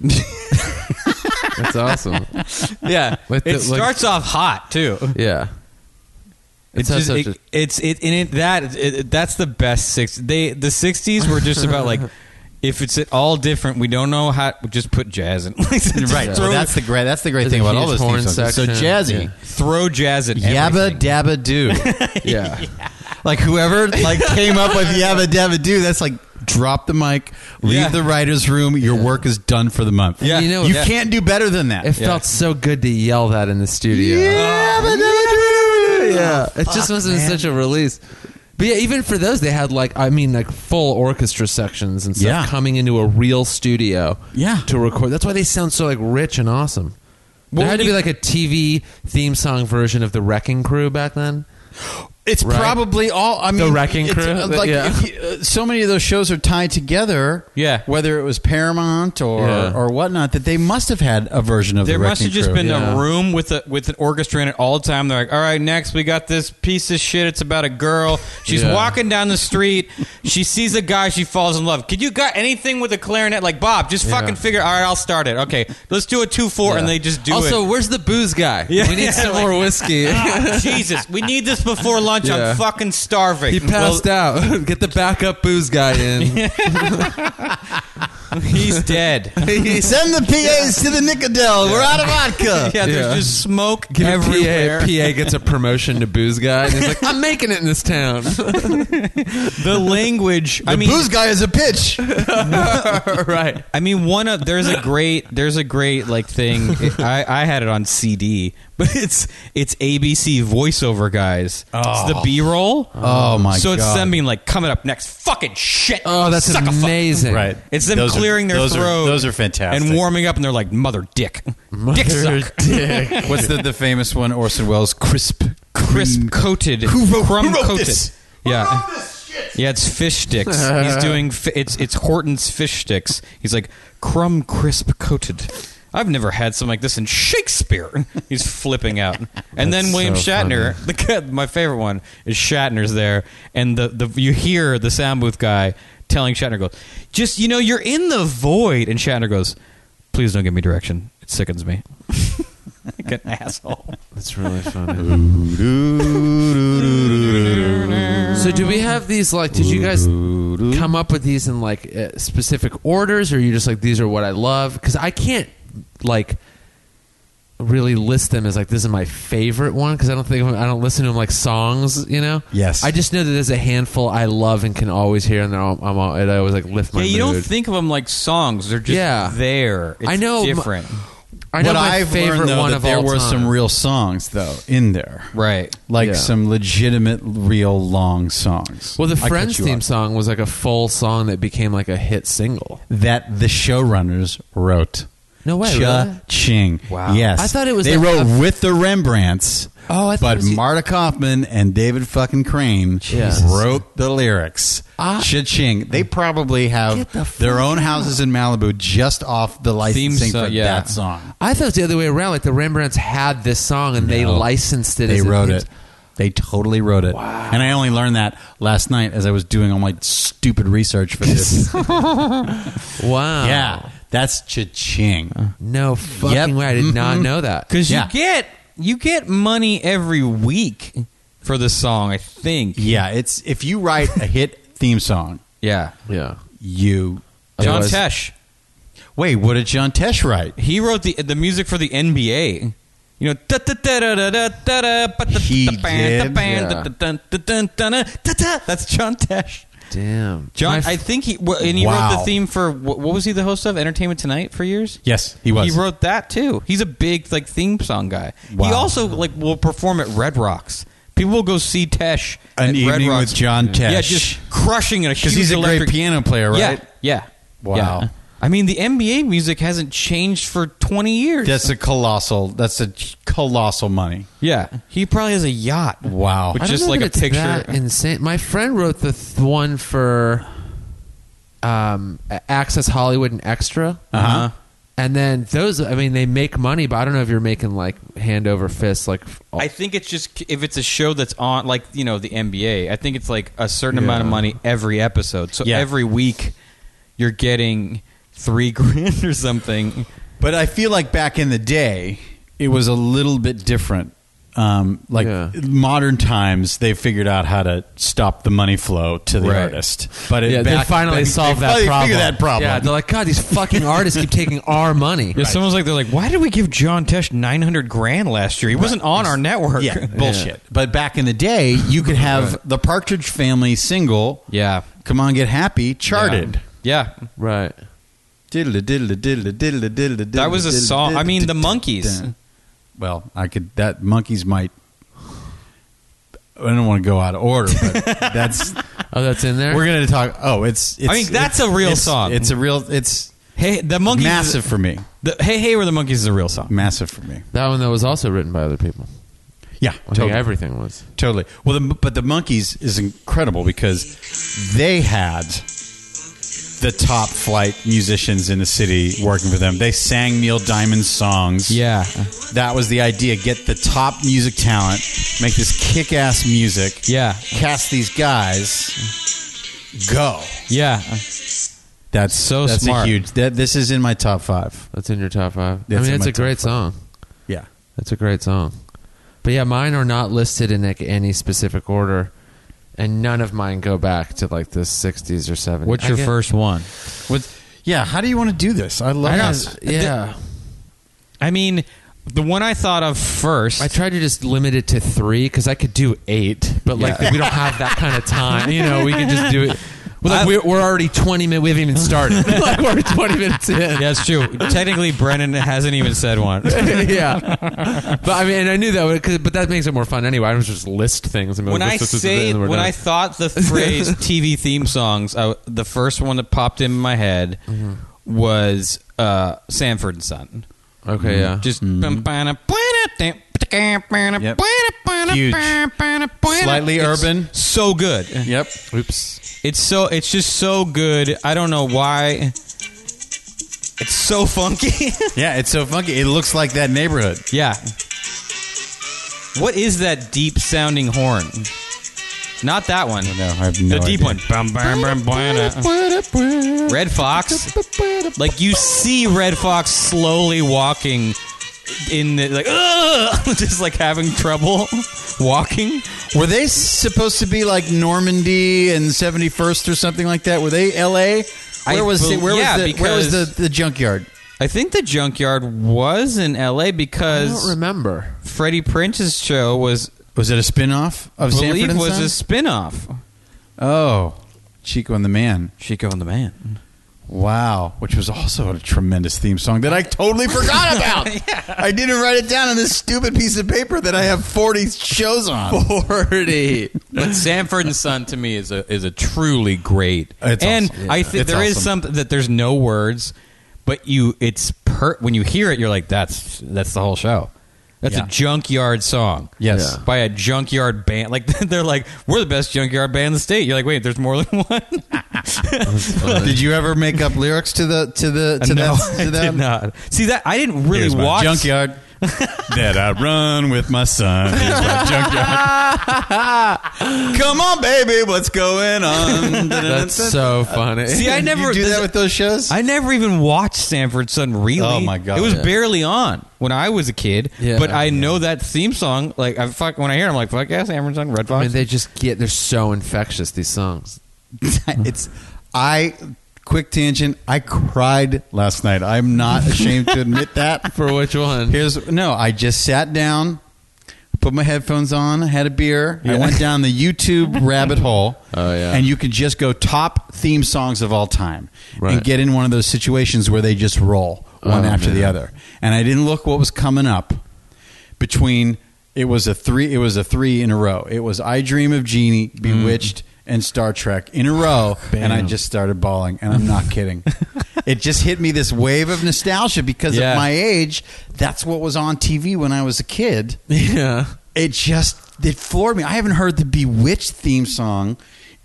Speaker 1: That's awesome.
Speaker 2: Yeah,
Speaker 1: <laughs> With
Speaker 2: it
Speaker 1: the- like-
Speaker 2: starts off hot too.
Speaker 1: Yeah.
Speaker 2: It's
Speaker 1: It's not
Speaker 2: just,
Speaker 1: such
Speaker 2: it, it's it and it that it, it- that's the best six. They the sixties were just
Speaker 1: <laughs>
Speaker 2: about like. If it's at all different, we don't know how. We just put jazz in, <laughs> right?
Speaker 3: Right.
Speaker 2: Throw,
Speaker 3: Well, that's the great. That's the great
Speaker 1: There's
Speaker 3: thing
Speaker 1: a
Speaker 3: about all
Speaker 1: huge
Speaker 3: those theme
Speaker 1: horn
Speaker 3: songs. It's So
Speaker 1: section.
Speaker 3: jazzy.
Speaker 2: throw jazz at
Speaker 3: Yabba
Speaker 2: everything.
Speaker 3: dabba
Speaker 1: <laughs>
Speaker 3: do.
Speaker 1: a
Speaker 2: <laughs>
Speaker 1: yeah.
Speaker 3: like whoever like came up with yabba dabba do. That's like drop the mic, leave
Speaker 2: Yeah.
Speaker 3: the writer's room. Your work is done for the month.
Speaker 2: Yeah.
Speaker 1: You know,
Speaker 3: you
Speaker 1: yeah.
Speaker 3: can't do better than that.
Speaker 1: It felt so good to yell that in the studio.
Speaker 3: Yabba dabba do.
Speaker 1: Yeah, it just wasn't such a release. But yeah, even for those, they had like I mean, like full orchestra sections and stuff
Speaker 3: Yeah.
Speaker 1: coming into a real studio.
Speaker 3: Yeah.
Speaker 1: to record. That's why they sound so like rich and awesome. there had to be like a TV theme song version of the Wrecking Crew back then.
Speaker 3: It's
Speaker 1: Right.
Speaker 3: probably all. I mean,
Speaker 1: The Wrecking
Speaker 3: it's,
Speaker 1: Crew?
Speaker 3: uh, Like
Speaker 1: Yeah.
Speaker 3: if you, uh, so many of those shows are tied together.
Speaker 2: Yeah.
Speaker 3: whether it was Paramount or
Speaker 1: Yeah.
Speaker 3: or whatnot, that they must have had a version of
Speaker 2: There
Speaker 3: the
Speaker 2: must
Speaker 3: Wrecking
Speaker 2: have just
Speaker 3: Crew.
Speaker 2: been
Speaker 1: Yeah.
Speaker 2: a room with a with an orchestra in it all the time. They're like, "All right, next we got this piece of shit. It's about a girl. She's
Speaker 1: Yeah.
Speaker 2: walking down the street. she sees a guy. She falls in love. Could you got anything with a clarinet? Like Bob, just
Speaker 1: Yeah.
Speaker 2: fucking figure. All right, I'll start it. Okay, let's do a two four, and
Speaker 1: Yeah.
Speaker 2: they just do
Speaker 1: also,
Speaker 2: it.
Speaker 1: where's the booze guy?
Speaker 2: Yeah.
Speaker 1: we need some more whiskey.
Speaker 2: Ah, <laughs> Jesus, we need this before lunch.
Speaker 1: Yeah.
Speaker 2: I'm fucking starving.
Speaker 1: He passed out. <laughs> Get the backup booze guy in.
Speaker 2: out. He's
Speaker 1: <laughs>
Speaker 2: dead.
Speaker 3: Send the PAs to the Nicodel. We're out of vodka.
Speaker 2: <laughs> yeah, there's
Speaker 1: Yeah.
Speaker 2: just smoke
Speaker 1: Give it
Speaker 2: everywhere.
Speaker 1: PA, PA gets a promotion to booze guy, and he's like, "I'm making it in this town."
Speaker 2: <laughs> The language. I mean,
Speaker 3: guy is
Speaker 2: <laughs>
Speaker 3: a pitch.
Speaker 2: right. I mean, one of there's a great there's a great like thing. I I had it on CD, but <laughs> it's it's ABC voiceover guys. It's the B roll.
Speaker 3: Oh, my
Speaker 2: So it's
Speaker 3: God.
Speaker 2: them being like coming up next. Fucking shit.
Speaker 1: Oh, that's
Speaker 2: Suck a fuck-
Speaker 1: amazing!
Speaker 3: Right.
Speaker 2: It's them
Speaker 3: Those are-
Speaker 2: clearing their
Speaker 3: those are-
Speaker 2: throat.
Speaker 3: those are fantastic.
Speaker 2: And warming up, and they're like, "Mother dick, dick suck,
Speaker 3: What's the, the famous one? Orson Welles, crisp,
Speaker 2: crisp coated, who
Speaker 3: wrote- who
Speaker 2: crumb
Speaker 3: wrote
Speaker 2: coated."
Speaker 3: this?
Speaker 2: Yeah, yeah, it's fish sticks. He's doing fi- it's it's Horton's fish sticks. He's like crumb crisp coated. I've never had something like this in Shakespeare. <laughs> He's flipping out. And then
Speaker 1: That's
Speaker 2: William
Speaker 1: so
Speaker 2: Shatner, <laughs> the guy- my favorite one is Shatner's there, and the, the you hear the sound booth guy telling Shatner goes, "Just you know, you're in the void," <laughs> and Shatner goes, "Please don't give me direction. It sickens me." like an asshole.
Speaker 1: That's really
Speaker 3: <laughs>
Speaker 1: funny. so do we have these like? Did you guys come up with these in like uh, specific orders, or you just like these are what I love? Because I can't like really list them as like this is my favorite one because I don't think I don't listen to them like songs. You know?
Speaker 3: Yes.
Speaker 1: I just know that there's a handful I love and can always hear, and they're all, I'm all, it always like lift my.
Speaker 2: Yeah, you don't
Speaker 1: mood.
Speaker 2: think of them like songs. They're just
Speaker 1: Yeah.
Speaker 2: there. It's
Speaker 1: I know m-
Speaker 2: different.
Speaker 1: I know
Speaker 3: But
Speaker 1: my
Speaker 3: I've
Speaker 1: favorite
Speaker 3: learned though
Speaker 1: one
Speaker 3: that
Speaker 1: of
Speaker 3: there
Speaker 1: all
Speaker 3: were
Speaker 1: time.
Speaker 3: some real songs though in there,
Speaker 2: right.
Speaker 3: like
Speaker 1: Yeah.
Speaker 3: some legitimate, real long songs.
Speaker 1: Well, the
Speaker 3: I cut
Speaker 1: Friends
Speaker 3: you
Speaker 1: theme
Speaker 3: off.
Speaker 1: song was like a full song that became like a hit single.
Speaker 3: that the showrunners wrote.
Speaker 1: No way, really?
Speaker 3: Cha-ching.
Speaker 2: Wow.
Speaker 3: Yes.
Speaker 1: I thought it was
Speaker 3: They
Speaker 1: like
Speaker 3: wrote
Speaker 1: a-
Speaker 3: with the Rembrandts.
Speaker 1: Oh, I thought it
Speaker 3: But
Speaker 1: was-
Speaker 3: Marta Kaufman and David fucking Crane
Speaker 1: Jesus.
Speaker 3: wrote the lyrics.
Speaker 1: Ah.
Speaker 3: Cha-ching. They probably have
Speaker 1: Get the
Speaker 3: their
Speaker 1: fuck
Speaker 3: own houses in Malibu just off the licensing
Speaker 2: song,
Speaker 3: for
Speaker 2: yeah.
Speaker 3: that song.
Speaker 1: I thought it was the other way around. Like the Rembrandts had this song and they
Speaker 3: No.
Speaker 1: licensed it.
Speaker 3: They
Speaker 1: as a
Speaker 3: wrote
Speaker 1: theme
Speaker 3: it.
Speaker 1: song.
Speaker 3: They totally wrote it.
Speaker 1: Wow.
Speaker 3: And I only learned that last night as I was doing all my stupid research
Speaker 1: <laughs>
Speaker 3: for this.
Speaker 1: Wow.
Speaker 3: yeah. That's cha-ching.
Speaker 1: No fucking
Speaker 3: Yep.
Speaker 1: way. I did not
Speaker 3: Mhm.
Speaker 1: know that.
Speaker 2: Because
Speaker 3: Yeah.
Speaker 2: you get you get money every week for the song. I think.
Speaker 3: Yeah, it's if you write a hit theme song,
Speaker 2: Yeah.
Speaker 1: Yeah.
Speaker 3: you
Speaker 2: John
Speaker 1: Otherwise-
Speaker 2: Tesh.
Speaker 3: Wait, what did John Tesh write?
Speaker 2: He wrote the the music for the NBA. You know, da da da da da da da da. ba- da-
Speaker 3: He
Speaker 2: da- ban- da-
Speaker 3: did?
Speaker 2: ban- da-
Speaker 1: Yeah.
Speaker 2: da- dun- da- dun- dun- dun- da- da. That's John Tesh.
Speaker 1: Damn.
Speaker 2: John,
Speaker 1: My
Speaker 2: I
Speaker 1: f-
Speaker 2: think he well, and he wrote
Speaker 3: Wow.
Speaker 2: the theme for wh- what was he the host of Entertainment Tonight for years?
Speaker 3: Yes, he was.
Speaker 2: He wrote that too. He's a big like theme song guy. He
Speaker 3: Wow.
Speaker 2: also like will perform at Red Rocks. People will go see Tesh
Speaker 3: An
Speaker 2: at Red
Speaker 3: Evening
Speaker 2: Rocks.
Speaker 3: with John Tesh.
Speaker 2: Yeah, just crushing it.
Speaker 3: because he's a great piano player, right?
Speaker 2: Yeah, yeah.
Speaker 3: Wow.
Speaker 2: Yeah. I mean, the NBA music hasn't changed for twenty years.
Speaker 3: That's a colossal. That's a colossal money.
Speaker 2: yeah, he probably has a yacht.
Speaker 3: Wow.
Speaker 2: Which-
Speaker 1: I don't
Speaker 2: just
Speaker 1: know
Speaker 2: like
Speaker 1: that
Speaker 2: a
Speaker 1: it's
Speaker 2: picture.
Speaker 1: that insane. My friend wrote the th- one for um, A- Access Hollywood and Extra.
Speaker 3: Uh-huh.
Speaker 1: And then those, I mean, they make money, but I don't know if you're making like hand over fist, like f-
Speaker 2: I think it's just if it's a show that's on, like you know, the NBA. I think it's like a certain amount of
Speaker 1: Yeah.
Speaker 2: money every episode. So
Speaker 3: Yeah.
Speaker 2: every week, you're getting three <laughs> grand or something.
Speaker 3: But I feel like back in the day, it was a little bit different. Um, like
Speaker 1: Yeah.
Speaker 3: modern times, they figured out how to stop the money flow to the
Speaker 2: Right.
Speaker 3: artist. But it
Speaker 1: yeah, they
Speaker 3: back
Speaker 1: finally
Speaker 3: then-
Speaker 1: solved
Speaker 3: they
Speaker 1: that
Speaker 3: finally
Speaker 1: problem.
Speaker 3: figured that problem.
Speaker 1: Yeah, they're like, God, these fucking artists keep taking our money.
Speaker 2: Yeah, someone's like, they're like, why did we give John Tesh nine hundred grand last year? He wasn't on our network. <laughs>
Speaker 3: Yeah, bullshit. But back in the day, you could have the Partridge Family single,
Speaker 2: Yeah.
Speaker 3: "Come On Get Happy," charted.
Speaker 2: Yeah.
Speaker 1: Right.
Speaker 3: Diddle diddle diddle diddle diddle.
Speaker 2: That was a
Speaker 3: diddle,
Speaker 2: song- I
Speaker 3: diddle,
Speaker 2: mean, the
Speaker 3: diddle,
Speaker 2: Monkees.
Speaker 3: diddle. Well, I could. That monkeys might. I don't want to go out of order,
Speaker 2: <laughs>
Speaker 3: but that's
Speaker 1: Oh, that's in there.
Speaker 3: we're going to talk. Oh, it's. it's
Speaker 2: I mean, that's
Speaker 3: it's-
Speaker 2: a real
Speaker 3: it's-
Speaker 2: song.
Speaker 3: It's a real. It's
Speaker 2: Hey, the monkeys.
Speaker 3: massive for me.
Speaker 2: The, hey, hey, where the monkeys is a real song.
Speaker 3: Massive for me.
Speaker 1: that one that was also written by other people.
Speaker 3: Yeah,
Speaker 1: I
Speaker 3: totally.
Speaker 1: think everything was.
Speaker 3: Totally. Well, the, but the monkeys is incredible because they had the top flight musicians in the city working for them. They sang Neil Diamond's songs.
Speaker 2: Yeah.
Speaker 3: That was the idea. Get the top music talent, make this kick ass music.
Speaker 2: Yeah.
Speaker 3: Cast these guys. Go.
Speaker 2: Yeah.
Speaker 3: That's
Speaker 2: So
Speaker 3: that's
Speaker 2: smart.
Speaker 3: A huge. That, this is in my top five.
Speaker 1: That's in your top five.
Speaker 3: That's
Speaker 1: I mean,
Speaker 3: in
Speaker 1: it's
Speaker 3: my
Speaker 1: a great song.
Speaker 3: Yeah.
Speaker 1: That's a great song. But yeah, mine are not listed in like any specific order, and none of mine go back to like the '60s or '70s. I get-
Speaker 2: first one?
Speaker 3: With yeah, how do you want to do this? I love
Speaker 1: I
Speaker 3: this.
Speaker 1: don't, yeah,
Speaker 2: I mean, the one I thought of first.
Speaker 1: I tried to just limit it to three because I could do eight, but like we don't have that kind of time. You know, we can just do it. Well, like,
Speaker 2: I-
Speaker 1: we're, we're already twenty minutes. We haven't even started. <laughs> like we're twenty minutes in.
Speaker 2: yeah, it's <laughs> true. Technically, Brennan hasn't even said one.
Speaker 1: <laughs>
Speaker 2: <laughs>
Speaker 1: yeah, but I mean, I knew that. Would, 'cause- but that makes it more fun anyway. I was just list things. And be like,
Speaker 2: When I
Speaker 1: Oh, this, this, this, this,
Speaker 2: say
Speaker 1: and we're
Speaker 2: when
Speaker 1: done.
Speaker 2: I thought the phrase TV theme songs, I, the first one that popped in my head was uh, Sanford and Son.
Speaker 1: okay, yeah,
Speaker 2: Just huge,
Speaker 3: Slightly urban.
Speaker 2: So good.
Speaker 3: Yep.
Speaker 1: oops,
Speaker 2: It's so it's just so good. I don't know why. It's so funky. <laughs>
Speaker 3: Yeah, it's so funky. It looks like that neighborhood.
Speaker 2: yeah. What is that deep sounding horn? Not that one.
Speaker 3: No, I have no
Speaker 2: the deep
Speaker 3: idea.
Speaker 2: one. Bum, bum, bum, bum. Red Fox. Like you see Red Fox slowly walking in the like "Ugh," just like <laughs> having trouble <laughs> walking.
Speaker 3: Were they supposed to be like Normandy and 71st or something like that? Were they L.A.? Where
Speaker 2: I
Speaker 3: was
Speaker 2: bel-
Speaker 3: the, where
Speaker 2: yeah,
Speaker 3: was the, where was
Speaker 2: because-
Speaker 3: the, the junkyard?
Speaker 2: I think the junkyard was in L.A.
Speaker 1: I
Speaker 2: because
Speaker 1: don't remember.
Speaker 2: Freddie Prince's show was
Speaker 3: Was it a spin-off of Sanford
Speaker 2: believe
Speaker 3: and
Speaker 2: was
Speaker 3: Son?
Speaker 2: a spin-off.
Speaker 3: Oh, Chico and the Man.
Speaker 2: Chico and the Man.
Speaker 3: Wow, which was also a tremendous theme song that I totally
Speaker 2: <laughs>
Speaker 3: forgot about. I didn't write it down on this stupid piece of paper that I have 40 shows on.
Speaker 2: <laughs> Forty. but Sanford and Son to me is a is a truly great.
Speaker 3: It's
Speaker 2: and
Speaker 3: awesome.
Speaker 2: I
Speaker 3: Yeah.
Speaker 2: think
Speaker 3: It's
Speaker 2: there is
Speaker 3: awesome.
Speaker 2: something that there's no words, but you it's per when you hear it you're like that's that's the whole show. That's
Speaker 3: Yeah.
Speaker 2: a junkyard song.
Speaker 3: Yes. Yeah.
Speaker 2: By a junkyard band. Like <laughs> they're like we're the best junkyard band in the state. You're like wait, there's more than <laughs> one.
Speaker 3: Did you ever make up lyrics to the to the to
Speaker 2: Uh, no,
Speaker 3: that?
Speaker 2: <laughs>
Speaker 3: To
Speaker 2: I did not. See that I didn't really
Speaker 3: Here's my
Speaker 2: watch
Speaker 3: junkyard that I run with my son. Here's my junkyard. <laughs> Come on, baby, what's going on?
Speaker 1: That's so funny.
Speaker 2: See, I never
Speaker 3: you do that with those shows.
Speaker 2: I never even watched Sanford Son really.
Speaker 3: Oh, my God.
Speaker 2: It was
Speaker 3: Yeah.
Speaker 2: barely on when I was a kid.
Speaker 1: Yeah.
Speaker 2: but I know that theme song. Like I fuck when I hear, it, I'm like fuck yeah, Sanford Son, Red
Speaker 1: I
Speaker 2: Fox.
Speaker 1: mean, they just get they're so infectious. These songs.
Speaker 3: <laughs> it's I. Quick tangent. I cried last night. I'm not ashamed to admit that.
Speaker 1: For which one?
Speaker 3: Here's no. I just sat down, put my headphones on, had a beer. I
Speaker 2: Yeah.
Speaker 3: went down the YouTube rabbit hole.
Speaker 1: Oh, yeah.
Speaker 3: And you could just go top theme songs of all time
Speaker 1: Right.
Speaker 3: and get in one of those situations where they just roll one
Speaker 1: Oh,
Speaker 3: after the
Speaker 1: man.
Speaker 3: other. And I didn't look what was coming up between. It was a three. It was a three in a row. It was I Dream of Jeannie, Bewitched, and Star Trek in a row, and I just started bawling. And I'm not kidding. it just hit me this wave of nostalgia because
Speaker 2: Yeah.
Speaker 3: at my age, that's what was on TV when I was a kid.
Speaker 1: yeah.
Speaker 3: It just it floored me. I haven't heard the Bewitched theme song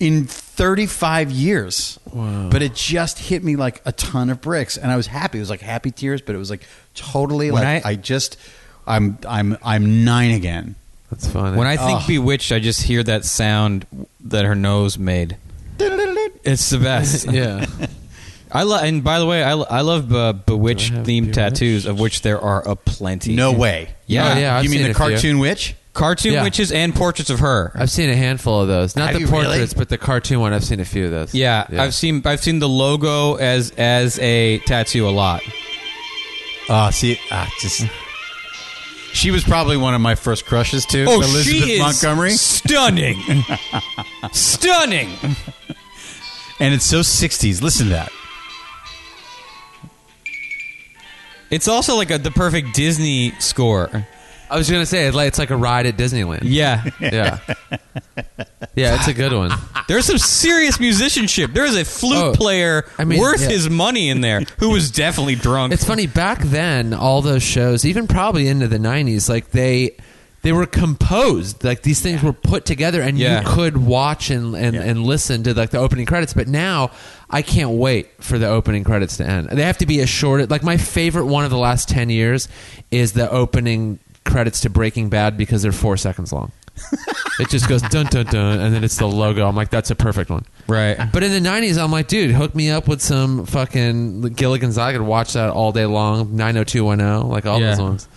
Speaker 3: in 35 years.
Speaker 1: Wow.
Speaker 3: But it just hit me like a ton of bricks and I was happy. It was like happy tears, but it was like totally
Speaker 2: When
Speaker 3: like
Speaker 2: I-
Speaker 3: I, just I'm I'm I'm 9 again.
Speaker 1: That's funny.
Speaker 2: when I <laughs> think
Speaker 3: Oh.
Speaker 2: Bewitched, I just hear that sound that her nose made. It's the best.
Speaker 1: <laughs> yeah.
Speaker 2: I love. And by the way, I, lo- I love uh, Bewitched
Speaker 1: Do I have
Speaker 2: themed
Speaker 1: Bewitched?
Speaker 2: tattoos, of which there are a plenty.
Speaker 3: No way. Uh,
Speaker 2: Yeah.
Speaker 1: Oh, yeah, I've
Speaker 3: you mean
Speaker 1: seen
Speaker 3: the
Speaker 1: a few.
Speaker 3: cartoon witch?
Speaker 2: Cartoon
Speaker 1: Yeah.
Speaker 2: witches and portraits of her.
Speaker 1: I've seen a handful of those. Not
Speaker 3: Have
Speaker 1: the
Speaker 3: you really?
Speaker 1: portraits, but the cartoon one. I've seen a few of those.
Speaker 2: Yeah, I've seen I've seen the logo as as a tattoo a lot.
Speaker 3: Ah, see, ah, just She was probably one of my first crushes too. Elizabeth Montgomery.
Speaker 2: Oh,
Speaker 3: <laughs>
Speaker 2: stunning, stunning.
Speaker 3: And it's so 60s. Listen to that.
Speaker 2: It's also like a, the perfect Disney score.
Speaker 1: I was gonna say it's like, it's like a ride at Disneyland.
Speaker 3: <laughs>
Speaker 2: Yeah,
Speaker 1: Yeah. yeah, it's a good <laughs> one.
Speaker 2: there's some serious musicianship. There is a flute
Speaker 1: Oh,
Speaker 2: player
Speaker 1: I mean,
Speaker 2: worth
Speaker 1: yeah.
Speaker 2: his money in there who
Speaker 1: <laughs>
Speaker 2: was definitely drunk.
Speaker 1: It's funny back then, all those shows, even probably into the '90s, like they they were composed. Like these things were put together, and
Speaker 2: Yeah.
Speaker 1: you could watch and and, and listen to like the opening credits. But now, I can't wait for the opening credits to end. They have to be a short. Like my favorite one of the last ten years is the opening credits to Breaking Bad because they're four seconds long. it just goes dun dun dun, and then it's the logo. I'm like, that's a perfect one. <laughs>
Speaker 2: right?
Speaker 1: But in the '90s, I'm like, dude, hook me up with some fucking Gilligan's. I could watch that all day long. 90210, like all
Speaker 2: Yeah.
Speaker 1: those ones.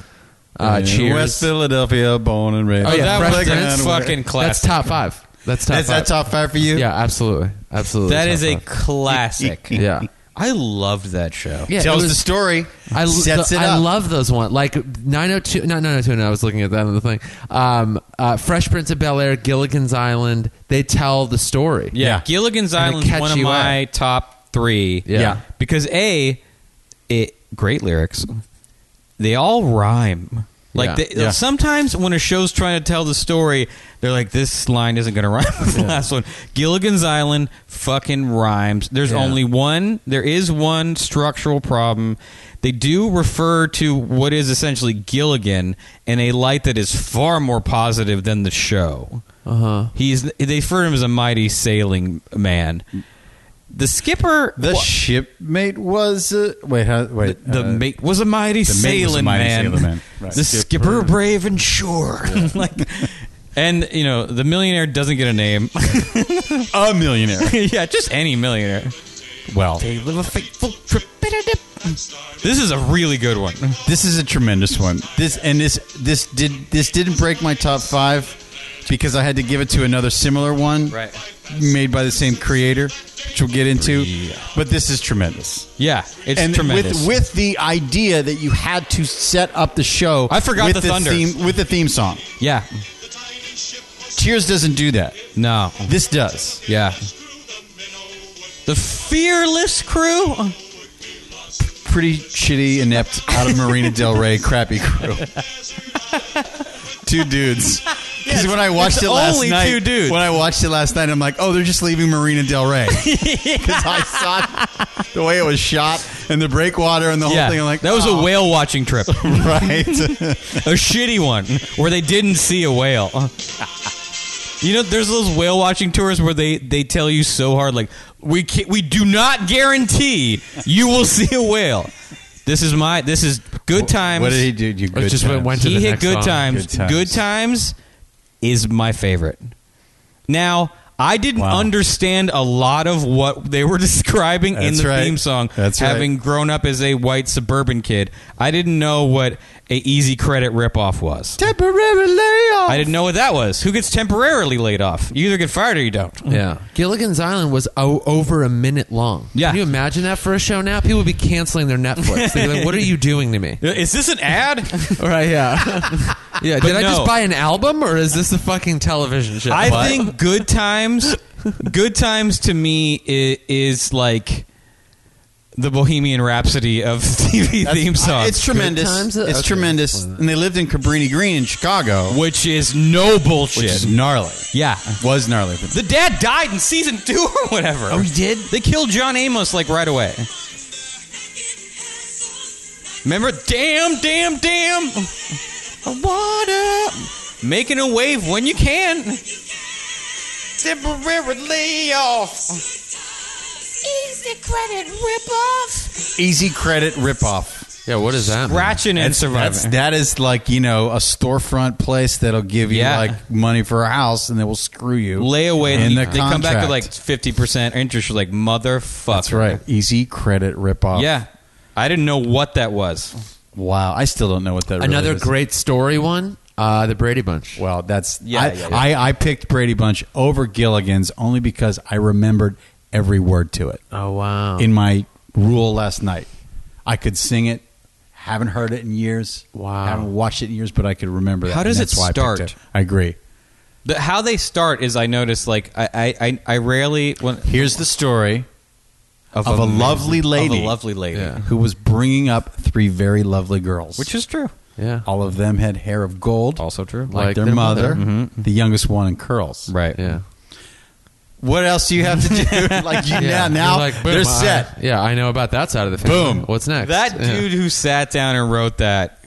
Speaker 1: Uh,
Speaker 3: In
Speaker 1: Cheers.
Speaker 3: West Philadelphia, born and raised.
Speaker 1: Oh,
Speaker 2: Oh,
Speaker 1: yeah,
Speaker 2: that
Speaker 1: Fresh
Speaker 2: was
Speaker 1: Prince.
Speaker 2: that's fucking
Speaker 1: That's
Speaker 2: classic.
Speaker 1: top five. That's top.
Speaker 3: Is
Speaker 1: five.
Speaker 3: that top five for you?
Speaker 1: Yeah, absolutely, absolutely.
Speaker 2: That
Speaker 1: top
Speaker 2: is a
Speaker 1: five.
Speaker 2: classic.
Speaker 3: <laughs>
Speaker 1: Yeah.
Speaker 2: I loved that show.
Speaker 1: Yeah, it
Speaker 3: Tells the
Speaker 1: was-
Speaker 3: story.
Speaker 1: I,
Speaker 3: sets
Speaker 1: the-
Speaker 3: it
Speaker 1: I
Speaker 3: up.
Speaker 1: love those ones. Like 902, not 902, no, I was looking at that on the thing. Um, uh, Fresh Prince of Bel Air, Gilligan's Island, they tell the story.
Speaker 2: Yeah.
Speaker 3: Yeah.
Speaker 2: Gilligan's
Speaker 1: And they
Speaker 2: Island is
Speaker 1: catch
Speaker 2: one of
Speaker 1: you
Speaker 2: my top three.
Speaker 1: Yeah. Yeah.
Speaker 2: Because A, it great lyrics. They all rhyme. Like
Speaker 1: Yeah.
Speaker 2: they, sometimes when a show's trying to tell the story, they're like, "This line isn't going to <laughs> rhyme with the last one." Gilligan's Island fucking rhymes. There's
Speaker 1: Yeah.
Speaker 2: only one. There is one structural problem. They do refer to what is essentially Gilligan in a light that is far more positive than the show.
Speaker 1: Uh-huh.
Speaker 2: He's they refer to him as a mighty sailing man. The skipper,
Speaker 3: The
Speaker 2: wa-
Speaker 3: shipmate was. Uh, wait, how,
Speaker 2: the,
Speaker 3: wait.
Speaker 2: the
Speaker 3: uh,
Speaker 2: mate was a mighty
Speaker 3: the mate was a
Speaker 2: sailing
Speaker 3: mighty
Speaker 2: man.
Speaker 3: sailing man. Right.
Speaker 2: The skipper, brave and sure. <laughs> like, and you know, the millionaire doesn't get a name. <laughs>
Speaker 3: a millionaire.
Speaker 2: yeah, just any millionaire.
Speaker 3: well,
Speaker 2: They live a fateful trip. This is a really good one.
Speaker 3: This is a tremendous one. This and this this did this didn't break my top five because I had to give it to another similar one,
Speaker 2: Right.
Speaker 3: Made by the same creator, which we'll get into. But this is tremendous.
Speaker 2: Yeah, it's
Speaker 3: and
Speaker 2: tremendous.
Speaker 3: with with the idea that you had to set up the show.
Speaker 2: I forgot
Speaker 3: with
Speaker 2: the thunder.
Speaker 3: theme with the theme song.
Speaker 2: yeah,
Speaker 3: Tears doesn't do that.
Speaker 2: no,
Speaker 3: This does.
Speaker 2: yeah. The fearless crew.
Speaker 3: Pretty shitty, inept, out of Marina Del Rey, crappy crew. two dudes. Because when I watched
Speaker 2: it's
Speaker 3: it last
Speaker 2: only
Speaker 3: night,
Speaker 2: two dudes.
Speaker 3: when I watched it last night, I'm like, oh, they're just leaving Marina Del
Speaker 2: <laughs>
Speaker 3: Rey because I saw the way it was shot and the breakwater and the whole
Speaker 2: Yeah,
Speaker 3: thing. I'm like,
Speaker 2: that was
Speaker 3: oh,
Speaker 2: a whale watching <laughs> trip, a
Speaker 3: <laughs> right?
Speaker 2: shitty one where they didn't see a whale. You know, there's those whale watching tours where they they tell you so hard, like we can, we do not guarantee you will <laughs> see a whale. This is my this is good times.
Speaker 3: what did he do? You good
Speaker 1: just
Speaker 3: times.
Speaker 1: went- went to
Speaker 2: he
Speaker 1: the
Speaker 2: hit
Speaker 1: next
Speaker 2: good
Speaker 1: song.
Speaker 2: times.
Speaker 3: Good Times.
Speaker 2: good times is my favorite now i didn't
Speaker 3: Wow.
Speaker 2: understand a lot of what they were <laughs> describing in
Speaker 3: That's
Speaker 2: the
Speaker 3: right.
Speaker 2: theme song
Speaker 3: That's right.
Speaker 2: having grown up as a white suburban kid i didn't know what a easy credit ripoff was
Speaker 3: temporary layoff.
Speaker 2: i didn't know what that was who gets temporarily laid off you either get fired or you don't
Speaker 1: Yeah. Mm. Gilligan's Island was o- over a minute long.
Speaker 2: Yeah.
Speaker 1: Can you imagine that for a show now? People would be canceling their Netflix. They'd be like, what are you doing to
Speaker 3: <laughs>
Speaker 1: me?
Speaker 2: is this an ad <laughs>
Speaker 1: Right, yeah. <laughs> yeah. Did I
Speaker 2: no.
Speaker 1: just buy an album or is this a fucking television show?
Speaker 2: I think Good
Speaker 3: <laughs>
Speaker 2: Times, Good Times to me is, is like the Bohemian Rhapsody of <laughs> TV theme songs,
Speaker 3: It's tremendous.
Speaker 1: times?
Speaker 3: it's
Speaker 1: Okay.
Speaker 3: tremendous. And they lived in Cabrini Green in Chicago,
Speaker 2: which is no bullshit.
Speaker 3: which is gnarly.
Speaker 2: yeah,
Speaker 3: Was gnarly.
Speaker 2: the dad died in season two <laughs> or whatever.
Speaker 1: Oh, he did?
Speaker 2: They killed John Amos like right away. Remember, damn, damn, damn, I wanna making a wave when you can. Temporarily off.
Speaker 4: Easy credit ripoff.
Speaker 3: Easy credit ripoff.
Speaker 1: Yeah, what is that? mean?
Speaker 2: Ratchet and
Speaker 3: That's
Speaker 2: Survivor.
Speaker 3: that is like you know a storefront place that'll give you
Speaker 2: Yeah.
Speaker 3: like money for a house and they will screw you.
Speaker 2: Lay away.
Speaker 3: in
Speaker 2: and
Speaker 3: the
Speaker 2: they come back to
Speaker 3: contract.
Speaker 2: like fifty percent interest. You're like motherfucker.
Speaker 3: That's right. Easy credit ripoff.
Speaker 2: Yeah, I didn't know what that was.
Speaker 3: Wow. I still don't know what that. really
Speaker 1: Another
Speaker 3: is.
Speaker 1: great story one uh, The Brady Bunch.
Speaker 3: Well, that's
Speaker 2: Yeah,
Speaker 3: I,
Speaker 2: yeah, yeah.
Speaker 3: I I picked Brady Bunch over Gilligan's only because I remembered every word to it.
Speaker 1: Oh, wow.
Speaker 3: in my rule last night. I could sing it. Haven't heard it in years.
Speaker 1: Wow.
Speaker 3: Haven't watched it in years, but I could remember.
Speaker 2: How
Speaker 3: that,
Speaker 2: does
Speaker 3: and that's
Speaker 2: it
Speaker 3: why I picked
Speaker 2: start?
Speaker 3: it. I agree.
Speaker 2: The, how they start is I noticed like I I, I, I rarely when,
Speaker 3: Here's the story of, a,
Speaker 2: man-
Speaker 3: lovely lady,
Speaker 2: of a lovely lady,
Speaker 1: Yeah.
Speaker 3: who was bringing up three very lovely girls,
Speaker 2: which is true.
Speaker 1: yeah.
Speaker 3: all of them had hair of gold,
Speaker 2: Also true.
Speaker 3: like,
Speaker 1: Like
Speaker 3: their,
Speaker 1: their
Speaker 3: mother.
Speaker 1: mother.
Speaker 3: The youngest one in curls.
Speaker 2: Mm-hmm. Right.
Speaker 1: Yeah.
Speaker 3: What else do you have to
Speaker 2: <laughs>
Speaker 3: do? <laughs> like you,
Speaker 1: Yeah.
Speaker 3: now, now
Speaker 1: You're like, boom,
Speaker 3: they're
Speaker 1: I-
Speaker 3: set.
Speaker 1: yeah, I know about that side of the family.
Speaker 3: Boom.
Speaker 1: What's next?
Speaker 2: That
Speaker 1: Yeah.
Speaker 2: dude who sat down and wrote that.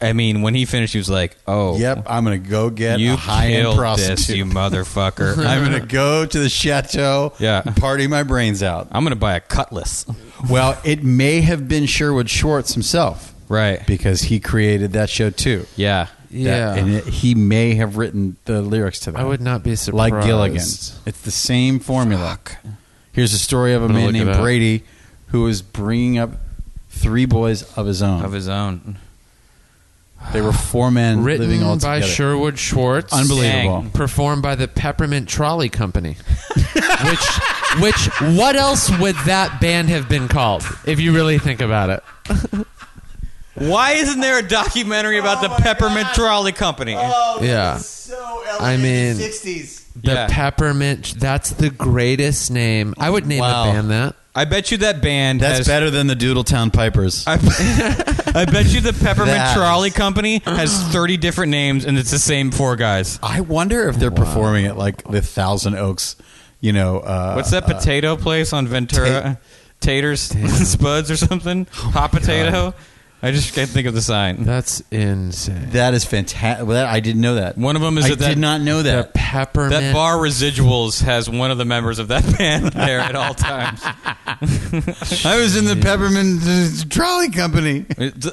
Speaker 2: I mean, when he finished, he was like, "Oh,
Speaker 3: Yep, I'm gonna go get
Speaker 2: you
Speaker 3: a high end
Speaker 2: killed
Speaker 3: prostitute. <laughs>
Speaker 2: this, you motherfucker."
Speaker 3: I'm
Speaker 2: I'm,
Speaker 3: gonna go to the chateau.
Speaker 2: Yeah.
Speaker 3: and party my brains out.
Speaker 2: I'm gonna buy a cutlass.
Speaker 3: Well, it may have been Sherwood Schwartz himself
Speaker 2: Right.
Speaker 3: because he created that show too.
Speaker 2: Yeah.
Speaker 1: Yeah.
Speaker 3: That- and it, he may have written the lyrics to that.
Speaker 1: I would not be
Speaker 3: like
Speaker 1: surprised.
Speaker 3: Gilligan. It's the same formula. Here's a story of a
Speaker 1: I'm gonna
Speaker 3: man
Speaker 1: look it
Speaker 3: named
Speaker 1: up.
Speaker 3: Brady who was bringing up three boys of his own.
Speaker 2: Of his own.
Speaker 3: they were four men living all
Speaker 1: Written by
Speaker 3: together.
Speaker 1: Sherwood Schwartz.
Speaker 3: Unbelievable.
Speaker 2: Dang.
Speaker 1: Performed by the Peppermint Trolley Company. which, which, what else would that band have been called if you really think about it?
Speaker 2: Why isn't there a documentary about the Peppermint Trolley Company?
Speaker 1: Oh. yeah.
Speaker 3: So
Speaker 1: I mean, the
Speaker 2: Yeah.
Speaker 1: Peppermint. That's the greatest name. I would name
Speaker 3: Wow.
Speaker 1: a band that.
Speaker 2: I bet you that band
Speaker 3: that's
Speaker 2: has.
Speaker 3: better than the Doodletown Pipers.
Speaker 2: I, I bet you the Peppermint
Speaker 3: <laughs> That-
Speaker 2: Trolley Company has
Speaker 3: <clears throat>
Speaker 2: 30 different names and it's the same four guys.
Speaker 3: I wonder if they're performing at like the Thousand Oaks, you know. Uh,
Speaker 2: What's that potato place on Ventura? Taters, <laughs> Spuds, or something?
Speaker 3: Oh
Speaker 2: Hot potato? I just can't think of the sign.
Speaker 1: That's insane.
Speaker 3: That is fantastic. Well, that, I didn't know that.
Speaker 2: One of them is
Speaker 3: I
Speaker 2: that-
Speaker 3: did not know
Speaker 1: The
Speaker 3: that.
Speaker 1: Peppermint.
Speaker 2: That bar Residuals has one of the members of that <laughs> band there at all
Speaker 3: <laughs>
Speaker 2: times.
Speaker 3: I was in the Peppermint uh, Trolley Company.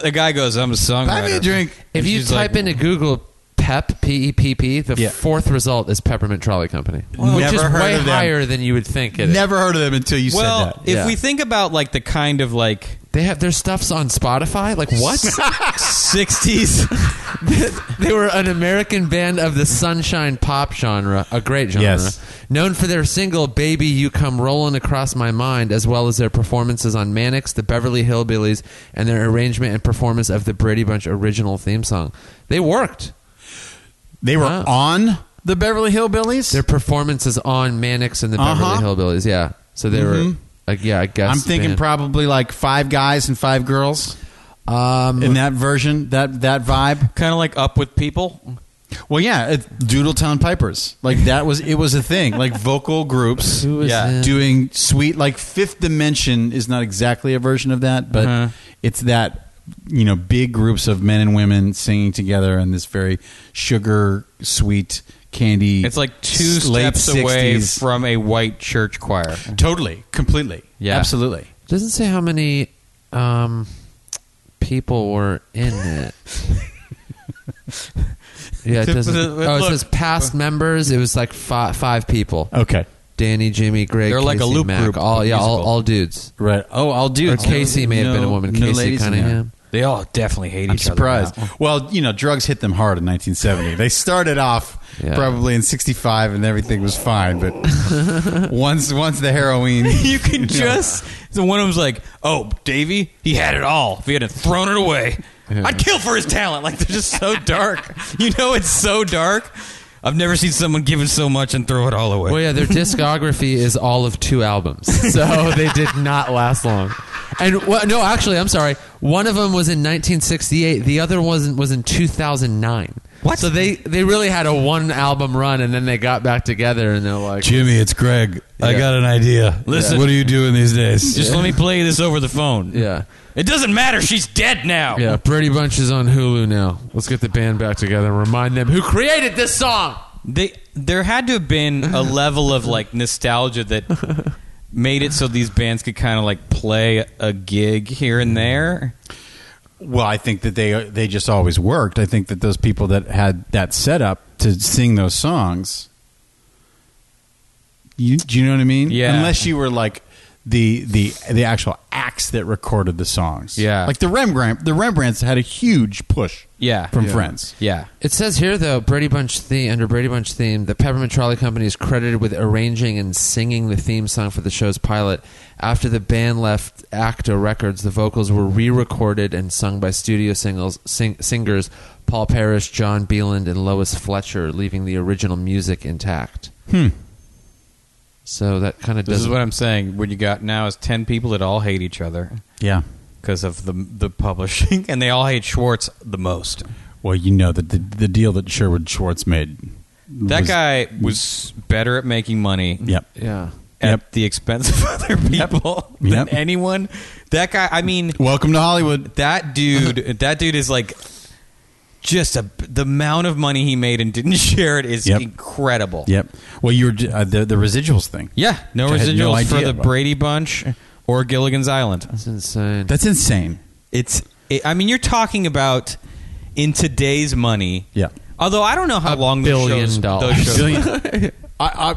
Speaker 2: A guy goes, "I'm a songwriter."
Speaker 3: Buy me a drink.
Speaker 1: If you
Speaker 2: She's
Speaker 1: type
Speaker 2: like-
Speaker 1: into Google Pep P E P P, the
Speaker 3: Yeah.
Speaker 1: fourth result is Peppermint Trolley Company,
Speaker 3: Well,
Speaker 1: which is
Speaker 3: never heard
Speaker 1: way
Speaker 3: of them.
Speaker 1: higher than you would think it is.
Speaker 3: Never heard of them until you
Speaker 2: well,
Speaker 3: said that.
Speaker 2: if
Speaker 1: Yeah.
Speaker 3: <laughs>
Speaker 2: we think about like the kind of like
Speaker 1: They have their stuff's on Spotify. Like what?
Speaker 2: <laughs> 60s.
Speaker 1: they were an American band of the sunshine pop genre, a great genre,
Speaker 3: Yes.
Speaker 1: known for their single "Baby You Come Rolling Across My Mind," as well as their performances on Mannix, the Beverly Hillbillies, and their arrangement and performance of the Brady Bunch original theme song. They worked.
Speaker 3: They were
Speaker 1: Wow.
Speaker 3: on the Beverly Hillbillies.
Speaker 1: Their performances on Mannix and the Beverly
Speaker 3: Uh-huh. Mm-hmm.
Speaker 1: Hillbillies. Yeah, so they were like, yeah, I guess.
Speaker 3: I'm thinking
Speaker 1: band.
Speaker 3: probably like five guys and five girls
Speaker 1: um,
Speaker 3: in that version, that that vibe.
Speaker 2: kind of like up with people.
Speaker 3: Well, yeah, it, Doodletown Pipers, like that was it was a thing, like vocal groups,
Speaker 1: Who was
Speaker 3: yeah,
Speaker 1: that?
Speaker 3: doing sweet like Fifth Dimension is not exactly a version of that, but
Speaker 2: Uh-huh.
Speaker 3: it's that you know big groups of men and women singing together in this very sugar sweet candy.
Speaker 2: It's like two
Speaker 3: s- late
Speaker 2: steps away
Speaker 3: 60s.
Speaker 2: from a white church choir.
Speaker 3: totally, completely,
Speaker 2: Yeah.
Speaker 3: absolutely.
Speaker 1: doesn't say how many um, people were in
Speaker 2: <laughs>
Speaker 1: it. yeah, it doesn't. Oh, it
Speaker 2: Look. Oh.
Speaker 1: says past members. It was like five, five people:
Speaker 3: Okay,
Speaker 1: Danny, Jimmy, Greg.
Speaker 2: They're like a
Speaker 1: Casey,
Speaker 2: loop
Speaker 1: Mac,
Speaker 2: group,
Speaker 1: All yeah, all,
Speaker 2: musical.
Speaker 1: all dudes.
Speaker 3: right. Oh, I'll do.
Speaker 1: Or Casey may have been a woman. Casey Cunningham.
Speaker 2: They all definitely hate
Speaker 3: I'm
Speaker 2: each other.
Speaker 3: surprised.
Speaker 2: <laughs>
Speaker 3: Well, you know, drugs hit them hard in 1970. They started off
Speaker 1: Yeah.
Speaker 3: probably in '65, and everything was fine. But once, once the heroin,
Speaker 2: You can just. So one of them's like, "Oh, Davey, he had it all. If he hadn't thrown it away, I'd kill for his talent." Like they're just so dark. <laughs> you know, it's so dark. I've never seen someone give it so much and throw it all away.
Speaker 1: Well, yeah, their discography is all of two albums, so they did not last long. And well, no, actually, I'm sorry. One of them was in 1968. The other wasn't was in 2009.
Speaker 2: What?
Speaker 1: So they they really had a one album run, and then they got back together, and they're like,
Speaker 5: Jimmy, it's Greg. I
Speaker 1: Yeah.
Speaker 5: got an idea.
Speaker 2: Listen.
Speaker 5: what are you doing these days?
Speaker 2: Just let me play this over the phone.
Speaker 1: yeah,
Speaker 2: It doesn't matter. She's dead now.
Speaker 1: yeah. Brady Bunch is on Hulu now. Let's get the band back together and remind them who created this song.
Speaker 2: They there had to have been <laughs> a level of like nostalgia that made it so these bands could kind of like play a gig here and there.
Speaker 3: well, I think that they they just always worked. I think that those people that had that setup to sing those songs, you do you know what I mean?
Speaker 2: Yeah.
Speaker 3: Unless you were like the the the actual acts that recorded the songs.
Speaker 2: Yeah.
Speaker 3: Like the Rembrandt, the Rembrandts had a huge push.
Speaker 2: Yeah.
Speaker 3: From
Speaker 2: Yeah.
Speaker 3: Friends.
Speaker 2: Yeah.
Speaker 1: It says here though, Brady Bunch theme under Brady Bunch theme, the Peppermint Trolley Company is credited with arranging and singing the theme song for the show's pilot. After the band left Acta Records, the vocals were re-recorded and sung by studio singles, sing, singers Paul Parrish, John Beeland, and Lois Fletcher, leaving the original music intact. Hmm. So that kind of
Speaker 2: This
Speaker 1: does.
Speaker 2: is what I'm saying. What you got now is ten people that all hate each other
Speaker 3: Yeah.
Speaker 2: because of the the publishing, <laughs> and they all hate Schwartz the most.
Speaker 3: Well, you know that the, the deal that Sherwood Schwartz made.
Speaker 2: That
Speaker 3: was-
Speaker 2: guy was better at making money
Speaker 3: Yep.
Speaker 1: yeah.
Speaker 2: at
Speaker 3: Yep.
Speaker 2: the expense of <laughs> other people than
Speaker 3: Yep.
Speaker 2: anyone. That guy. I mean,
Speaker 3: Welcome to Hollywood. <laughs>
Speaker 2: that dude. that dude is like just a the amount of money he made and didn't <laughs> share it is
Speaker 3: Yep.
Speaker 2: incredible.
Speaker 3: Yep. Well, you were j- uh, the the residuals thing.
Speaker 2: Yeah. No
Speaker 3: Which I had
Speaker 2: residuals
Speaker 3: no
Speaker 2: for
Speaker 3: idea
Speaker 2: the
Speaker 3: about.
Speaker 2: Brady Bunch or Gilligan's Island.
Speaker 1: That's insane.
Speaker 3: That's insane.
Speaker 2: It's. It, I mean, you're talking about in today's money.
Speaker 3: Yeah.
Speaker 2: Although I don't know how long
Speaker 1: billion
Speaker 2: those shows,
Speaker 1: dollars.
Speaker 2: Those shows <laughs>
Speaker 3: Billion. I, I,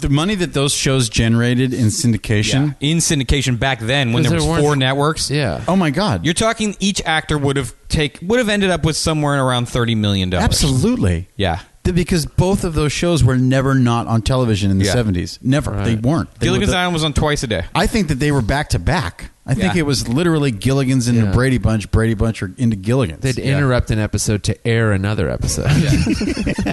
Speaker 3: the money that those shows generated in syndication.
Speaker 2: in syndication back then when there
Speaker 1: Because
Speaker 2: was
Speaker 1: there weren't-
Speaker 2: four networks.
Speaker 1: yeah.
Speaker 3: Oh my God!
Speaker 2: You're talking each actor would have take would have ended up with somewhere in around thirty million dollars.
Speaker 3: absolutely.
Speaker 2: Yeah.
Speaker 3: Th- Because both of those shows were never not on television in the
Speaker 2: Yeah.
Speaker 3: seventies. Never. They weren't. They were
Speaker 2: Gilligan's
Speaker 3: the-
Speaker 2: Island was on twice a day.
Speaker 3: I think that they were back to back. I think
Speaker 2: Yeah.
Speaker 3: it was literally Gilligan's into
Speaker 1: Yeah.
Speaker 3: Brady Bunch, Brady Bunch or into Gilligan's.
Speaker 1: They'd interrupt an episode to air another
Speaker 2: <laughs>
Speaker 1: episode.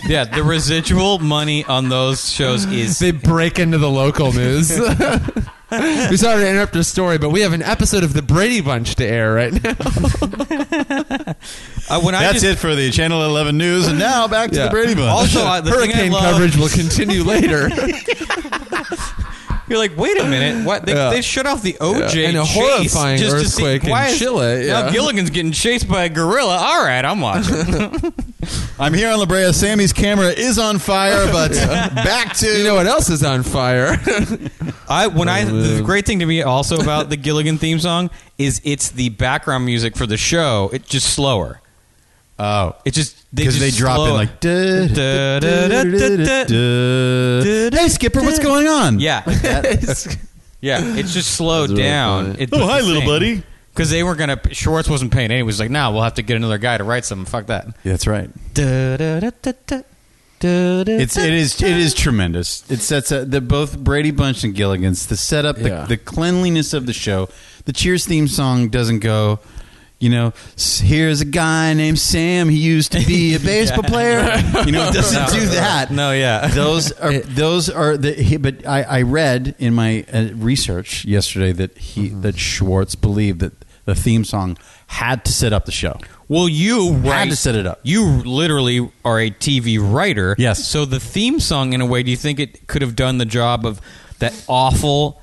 Speaker 2: yeah, the residual money on those shows is
Speaker 1: they break into the local news.
Speaker 2: <laughs>
Speaker 1: we sorry to interrupt your story, but we have an episode of the Brady Bunch to air right now.
Speaker 2: uh, when I
Speaker 3: That's
Speaker 2: just,
Speaker 3: it for the Channel Eleven news, and now back to the Brady Bunch.
Speaker 2: Also, I, the thing I
Speaker 1: Hurricane
Speaker 2: love-
Speaker 1: coverage will
Speaker 2: <laughs>
Speaker 1: continue later.
Speaker 2: You're like, wait a minute, what? They,
Speaker 1: Yeah.
Speaker 2: they shut off the OJ
Speaker 1: Yeah. And a
Speaker 2: chase
Speaker 1: horrifying
Speaker 2: just to see-
Speaker 1: earthquake in
Speaker 2: why is-
Speaker 1: Chile,
Speaker 2: Now
Speaker 1: yeah.
Speaker 2: Gilligan's getting chased by a gorilla. All right, I'm watching.
Speaker 3: <laughs> I'm here on La Brea. Sammy's camera is on
Speaker 2: <laughs>
Speaker 3: fire, but back to
Speaker 1: you know what else is on fire?
Speaker 2: I when I the
Speaker 1: man.
Speaker 2: great thing to me also about the Gilligan theme song is it's the background music for the show. It's just slower.
Speaker 3: oh,
Speaker 2: It just they
Speaker 3: because
Speaker 2: just
Speaker 3: they drop
Speaker 2: slow
Speaker 3: in
Speaker 2: it.
Speaker 3: like. duh,
Speaker 2: Da,
Speaker 3: duh,
Speaker 2: da, da,
Speaker 3: duh,
Speaker 2: da, da.
Speaker 3: duh, duh, duh. Hey, Skipper, what's going
Speaker 1: <laughs>
Speaker 3: on?
Speaker 2: yeah, yeah. It's just slowed
Speaker 1: That's really
Speaker 2: down.
Speaker 1: funny.
Speaker 2: It does the same. because they weren't gonna. Schwartz wasn't paying. And he was like, "Nah, we'll have to get another guy to write something. Fuck that."
Speaker 3: That's right.
Speaker 2: It's
Speaker 3: It's it is it is tremendous. It sets up the both Brady Bunch and Gilligan's the setup, the,
Speaker 1: Yeah.
Speaker 3: the cleanliness of the show. The Cheers theme song doesn't go, you know. "S- Here's a guy named Sam. He used to
Speaker 2: <laughs>
Speaker 3: be a baseball player. You know, it doesn't do that.
Speaker 2: No, yeah.
Speaker 3: those are those are the. He, but I, I read in my uh, research yesterday that he
Speaker 2: Mm-hmm.
Speaker 3: that Schwartz believed that the theme song had to set up the show.
Speaker 2: Well, you write,
Speaker 3: to set it up.
Speaker 2: You literally are a TV writer.
Speaker 3: Yes.
Speaker 2: So the theme song, in a way, do you think it could have done the job of that awful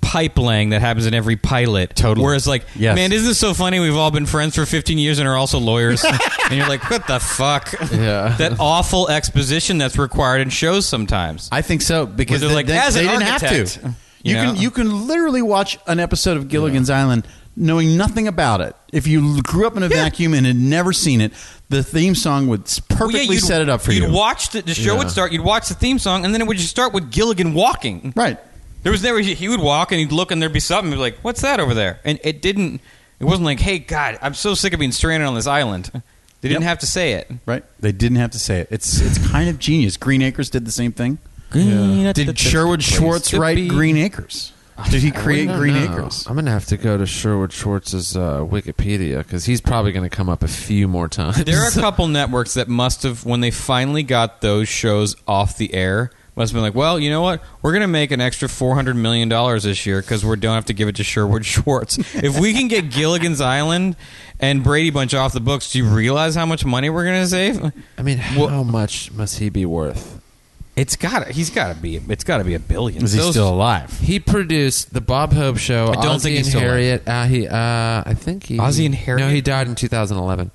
Speaker 2: pipelaying that happens in every pilot?
Speaker 3: Totally.
Speaker 2: Whereas, like,
Speaker 3: Yes.
Speaker 2: man, isn't this so funny? We've all been friends for 15 years and are also
Speaker 3: <laughs>
Speaker 2: lawyers, and you're like, what the fuck?
Speaker 1: Yeah.
Speaker 2: that awful exposition that's required in shows sometimes.
Speaker 3: I think so because
Speaker 2: they're
Speaker 3: they,
Speaker 2: like,
Speaker 3: they-
Speaker 2: "As an
Speaker 3: they didn't
Speaker 2: architect,"
Speaker 3: have to.
Speaker 2: you
Speaker 3: You
Speaker 2: know?
Speaker 3: can you can literally watch an episode of Gilligan's Island knowing nothing about it. If you l- grew up in a vacuum and had never seen it, the theme song would s-
Speaker 2: Well, yeah,
Speaker 3: perfectly
Speaker 2: you'd-
Speaker 3: set it up for
Speaker 2: You'd
Speaker 3: you.
Speaker 2: watch the, the show
Speaker 1: Yeah.
Speaker 2: would start. You'd watch the theme song, and then it would just start with Gilligan walking.
Speaker 3: right.
Speaker 2: There was never he would walk and he'd look and there'd be something. He'd be like, "What's that over there?" And it didn't. It wasn't like, "Hey, God, I'm so sick of being stranded on this island." They didn't
Speaker 3: Yep.
Speaker 2: have to say it.
Speaker 3: Right. They didn't have to say it. It's it's kind of genius. Green Acres did the same thing. Did Sherwood Schwartz
Speaker 2: to
Speaker 3: write
Speaker 2: be.
Speaker 3: Green Acres? Did he create
Speaker 1: I don't
Speaker 3: Green
Speaker 1: know.
Speaker 3: Acres?
Speaker 1: I'm gonna have to go to Sherwood Schwartz's uh, Wikipedia because he's probably gonna come up a few more times.
Speaker 2: There
Speaker 3: <laughs>
Speaker 2: are a couple networks that must have, when they finally got those shows off the air, must have been like, "Well, you know what? We're going to make an extra four hundred million dollars this year because we don't have to give it to Sherwood <laughs> Schwartz. if we can get Gilligan's Island and Brady Bunch off the books, do you realize how much money we're going to save?"
Speaker 1: I mean, how much must he be worth?
Speaker 2: It's got. to He's got to be. It's got to be a billion.
Speaker 3: Is he
Speaker 2: Those-
Speaker 3: still alive?
Speaker 1: He produced the Bob Hope Show.
Speaker 2: I don't
Speaker 1: Ozzy
Speaker 2: think he's
Speaker 1: and
Speaker 2: still alive.
Speaker 1: Harriet. Uh, he, uh, I think he.
Speaker 2: Ozzy and Harriet?
Speaker 1: No, he died in 2011.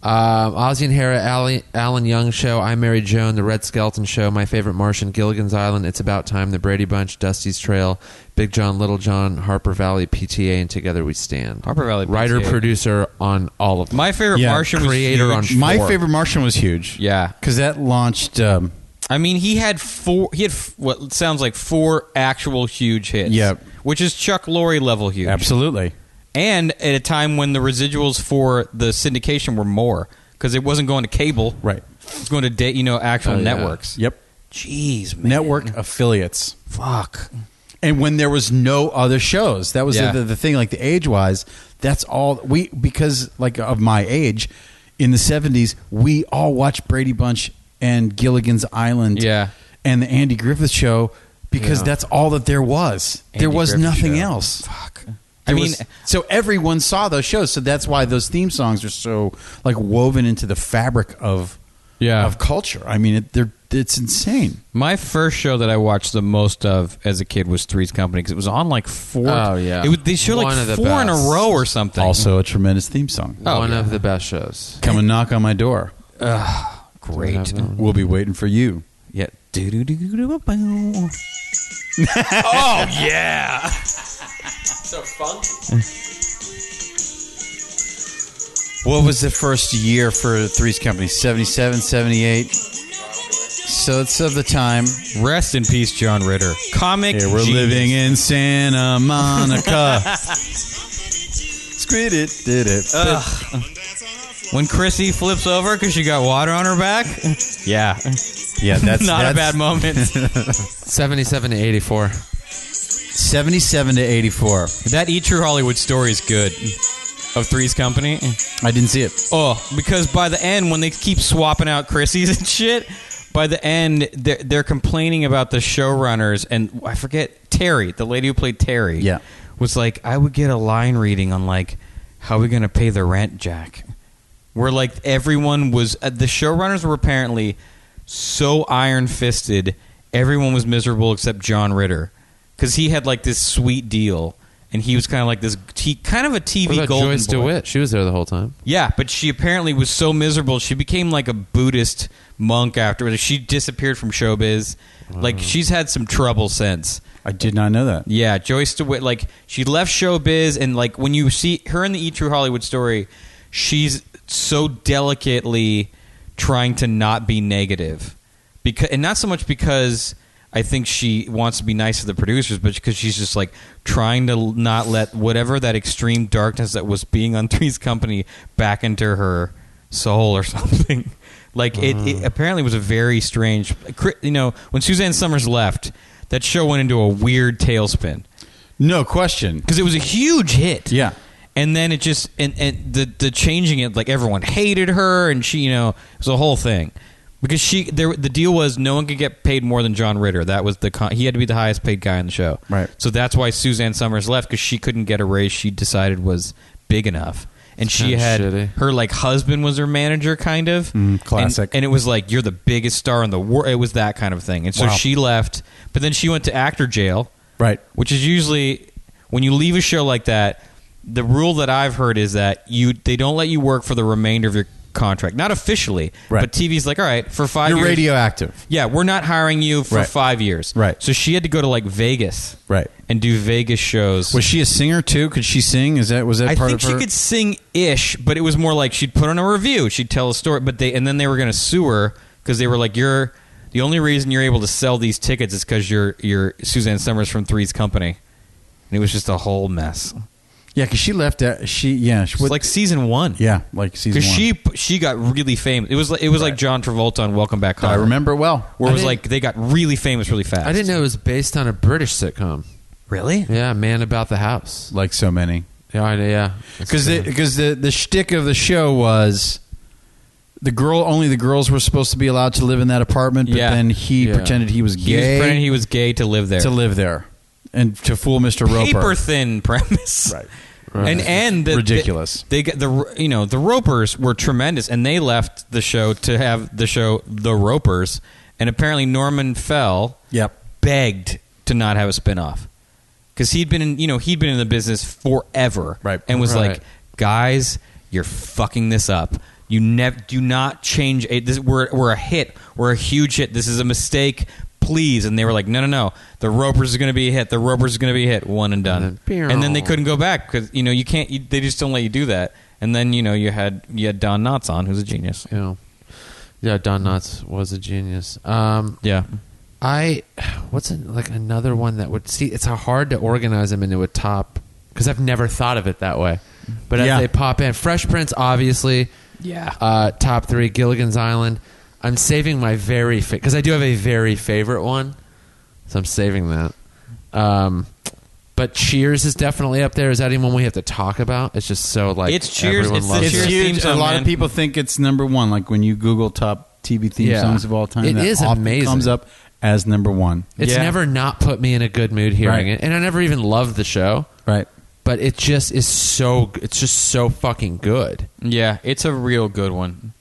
Speaker 1: Um, Ozzy and Harriet, Ali, Alan Young Show, I Married Joan, The Red Skeleton Show, My Favorite Martian, Gilligan's Island, It's About Time, The Brady Bunch, Dusty's Trail, Big John, Little John, Harper Valley, PTA, and Together We Stand.
Speaker 2: Harper Valley
Speaker 1: Writer,
Speaker 2: PTA.
Speaker 1: producer on all of them.
Speaker 2: My favorite
Speaker 3: Yeah,
Speaker 2: Martian was
Speaker 1: creator
Speaker 2: huge.
Speaker 1: on
Speaker 3: My
Speaker 1: Four.
Speaker 3: favorite Martian was huge.
Speaker 2: Yeah.
Speaker 3: because that launched. Um,
Speaker 2: I mean, he had four. He had f- what sounds like four actual huge hits.
Speaker 3: Yep.
Speaker 2: Which is Chuck Lorre level huge.
Speaker 3: absolutely.
Speaker 2: And at a time when the residuals for the syndication were more because it wasn't going to cable.
Speaker 3: Right.
Speaker 2: It's going to da- you know actual
Speaker 1: Oh, yeah.
Speaker 2: networks.
Speaker 3: Yep.
Speaker 2: Jeez, man.
Speaker 3: Network affiliates.
Speaker 2: Fuck.
Speaker 3: and when there was no other shows that was
Speaker 2: Yeah.
Speaker 3: the, the thing like the age wise that's all we because like of my age in the 70s we all watched brady bunch and gilligan's island
Speaker 2: Yeah.
Speaker 3: and the andy griffith show because
Speaker 1: Yeah.
Speaker 3: that's all that there was there
Speaker 2: Andy
Speaker 3: was
Speaker 2: Griffith
Speaker 3: nothing
Speaker 2: Show.
Speaker 3: else
Speaker 2: Fuck. I
Speaker 3: There
Speaker 2: mean,
Speaker 3: was- so everyone saw those shows so that's why those theme songs are so like woven into the fabric of
Speaker 2: Yeah.
Speaker 3: of culture i mean it, they're, it's insane
Speaker 2: My first show that I watched the most of as a kid was Three's Company because it was on like four.
Speaker 1: Oh, yeah.
Speaker 2: it was, they showed
Speaker 1: One
Speaker 2: like
Speaker 1: of the
Speaker 2: four in a
Speaker 1: best.
Speaker 2: row or something.
Speaker 3: also a tremendous theme song
Speaker 2: Oh,
Speaker 1: One
Speaker 2: yeah.
Speaker 1: of the best shows.
Speaker 3: come and knock on my door
Speaker 2: great.
Speaker 3: We'll be waiting for you.
Speaker 2: Yeah. Do-do-do-do-do-ba-bow.
Speaker 3: What was the first year for Three's Company? 77, 78. So it's of the time.
Speaker 2: Rest in peace, John Ritter. Comic.
Speaker 3: Hey, we're
Speaker 2: genius.
Speaker 3: living in Santa Monica. <laughs> Squid it, did it.
Speaker 2: When Chrissy flips over because she got water on her back. Yeah.
Speaker 3: <laughs> yeah,
Speaker 2: <laughs>
Speaker 3: that's
Speaker 2: Not a bad
Speaker 3: that's
Speaker 2: moment.
Speaker 3: <laughs>
Speaker 1: 77 to 84.
Speaker 3: 77 to 84.
Speaker 2: that E True Hollywood story is good. Of Three's Company.
Speaker 3: I didn't see it.
Speaker 2: Oh, because by the end, when they keep swapping out Chrissy's and shit, by the end, they're, they're complaining about the showrunners. And I forget, Terry, the lady who played Terry,
Speaker 3: Yeah.
Speaker 2: was like, I would get a line reading on, like, how are we going to pay the rent, Jack? Where, like, everyone was, uh, the showrunners were apparently so iron fisted, everyone was miserable except John Ritter. Because he had, like, this sweet deal. And he was kind of like this, he kind of a TV
Speaker 1: What about
Speaker 2: golden
Speaker 1: Joyce
Speaker 2: boy.
Speaker 1: DeWitt? She was there the whole time.
Speaker 2: Yeah, but she apparently was so miserable. She became like a Buddhist monk afterwards. She disappeared from showbiz. Like she's had some trouble since.
Speaker 3: I did not know that.
Speaker 2: Yeah, Joyce DeWitt. Like she left showbiz, and like when you see her in the E True Hollywood story, she's so delicately trying to not be negative, because and not so much because I think she wants to be nice to the producers, but because she's just like trying to l- not let whatever that extreme darkness that was being on <laughs> Three's Company back into her soul or <laughs> something. Like it, it apparently was a very strange. cri- You know, when Suzanne Summers left, that show went into a weird tailspin
Speaker 3: No question.
Speaker 2: because it was a huge hit.
Speaker 3: Yeah.
Speaker 2: And then it just and, and the the changing it like everyone hated her and she you know it was a whole thing because she there the deal was no one could get paid more than John Ritter that was the con- he had to be the highest paid guy on the show
Speaker 3: Right.
Speaker 2: so that's why Suzanne Summers left because she couldn't get a raise she decided was big enough and
Speaker 1: It's
Speaker 2: she
Speaker 1: kinda
Speaker 2: had
Speaker 1: shitty.
Speaker 2: her like husband was her manager kind of And-
Speaker 3: Mm-hmm. classic.
Speaker 2: and, it was like you're the biggest star in the world it was that kind of thing and so
Speaker 3: Wow.
Speaker 2: she left but then she went to actor jail
Speaker 3: Right.
Speaker 2: which is usually when you leave a show like that the rule that i've heard is that you they don't let you work for the remainder of your contract not officially
Speaker 3: Right.
Speaker 2: but tv's like all right for 5
Speaker 3: You're
Speaker 2: years
Speaker 3: radioactive.
Speaker 2: yeah we're not hiring you for
Speaker 3: Right.
Speaker 2: 5 years
Speaker 3: Right.
Speaker 2: so she had to go to like vegas
Speaker 3: Right.
Speaker 2: and do vegas shows
Speaker 3: Was she a singer too? Could she sing? Is that was that
Speaker 2: I
Speaker 3: part
Speaker 2: think
Speaker 3: of
Speaker 2: she
Speaker 3: her?
Speaker 2: could sing ish, but it was more like she'd put on a review, she'd tell a story, but they and then they were going to sue her because they were like, "You're the only reason you're able to sell these tickets is because you're you're Suzanne Summers from Three's Company," and it was just a whole mess.
Speaker 3: yeah, because she left. That, she yeah. She
Speaker 2: It was like season one,
Speaker 3: yeah, like season
Speaker 2: because
Speaker 3: one.
Speaker 2: she she got really famous. It was like, it was like John Travolta on Welcome Back Home.
Speaker 3: I remember it well.
Speaker 2: where
Speaker 1: I
Speaker 2: it was
Speaker 1: didn't-
Speaker 2: like they got really famous really fast.
Speaker 1: I didn't know it was based on a British sitcom.
Speaker 2: really.
Speaker 1: Yeah, Man About the House.
Speaker 3: Like so many.
Speaker 1: Yeah, I- yeah.
Speaker 3: because because the the shtick of the show was the girl only the girls were supposed to be allowed to live in that apartment, but
Speaker 2: Yeah.
Speaker 3: then he
Speaker 1: Yeah.
Speaker 3: pretended he was
Speaker 2: He was
Speaker 3: gay
Speaker 2: pretending he was gay to live there.
Speaker 3: to live there and to fool Mr.
Speaker 2: paper
Speaker 3: Roper.
Speaker 2: thin premise,
Speaker 3: Right.
Speaker 1: Right.
Speaker 2: And and the,
Speaker 3: Ridiculous.
Speaker 2: They, got the you know the Ropers were tremendous, and they left the show to have the show The Ropers, and apparently Norman Fell
Speaker 3: Yep.
Speaker 2: begged to not have a spinoff because he'd been in you know he'd been in the business forever,
Speaker 3: Right.
Speaker 2: And was
Speaker 1: Right.
Speaker 2: like, guys, you're fucking this up. You never do not change. A, this we're we're a hit. We're a huge hit. This is a mistake. Please, and they were like, no, no, no. The Ropers are going to be a hit. The Ropers are going to be a hit. One and done.
Speaker 1: And then-
Speaker 2: and then they couldn't go back because you know you can't. You, they just don't let you do that. And then you know you had you had Don Knotts on, who's a genius.
Speaker 1: you know, yeah, Don Knotts was a genius. Um,
Speaker 2: Yeah,
Speaker 1: I what's an, like another one that would see? It's hard to organize them into a top because I've never thought of it that way. But
Speaker 3: Yeah.
Speaker 1: as they pop in, Fresh Prince, obviously,
Speaker 2: Yeah.
Speaker 1: uh, top three. Gilligan's Island. I'm saving my very because I do have a very favorite one, so I'm saving that. Um, but Cheers is definitely up there. Is that even one we have to talk about? It's just so like
Speaker 2: It's Cheers,
Speaker 1: everyone
Speaker 2: it's the
Speaker 1: loves
Speaker 2: Cheers
Speaker 3: It's
Speaker 1: it.
Speaker 2: theme
Speaker 3: huge. A
Speaker 2: song,
Speaker 3: lot
Speaker 2: man.
Speaker 3: of people think it's number one. Like when you Google top TV theme
Speaker 1: Yeah.
Speaker 3: songs of all time,
Speaker 1: It
Speaker 3: it is
Speaker 1: is amazing.
Speaker 3: Comes up as number one.
Speaker 1: It's
Speaker 2: Yeah.
Speaker 1: never not put me in a good mood hearing
Speaker 3: Right.
Speaker 1: it, and I never even loved the show,
Speaker 3: Right.
Speaker 1: but it just is so. It's just so fucking good.
Speaker 2: yeah. It's a real good one.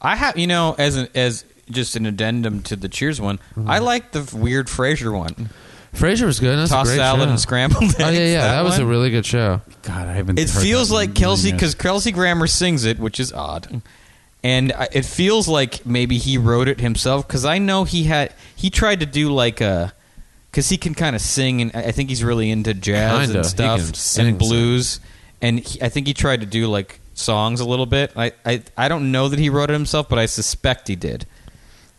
Speaker 2: I have you know as an as just an addendum to the Cheers one. I like the weird Frasier one.
Speaker 1: Frasier was good. Mm-hmm. That's
Speaker 2: Tossed
Speaker 1: a great
Speaker 2: salad
Speaker 1: show.
Speaker 2: and scrambled eggs.
Speaker 1: Oh yeah, yeah, that, was a
Speaker 2: one.
Speaker 1: really good show.
Speaker 3: God, I haven't.
Speaker 2: It
Speaker 3: heard
Speaker 2: feels
Speaker 3: that in
Speaker 2: like
Speaker 3: many
Speaker 2: Kelsey
Speaker 3: years.
Speaker 2: because Kelsey Grammer sings it, which is odd, and I- it feels like maybe he wrote it himself because I know he had he tried to do like a because he can kind of sing and I I think he's really into jazz
Speaker 1: Kinda.
Speaker 2: and
Speaker 1: He
Speaker 2: stuff
Speaker 1: can sing,
Speaker 2: and blues and he, I think he tried to do like songs a little bit. I, I I don't know that he wrote it himself, but I suspect he did.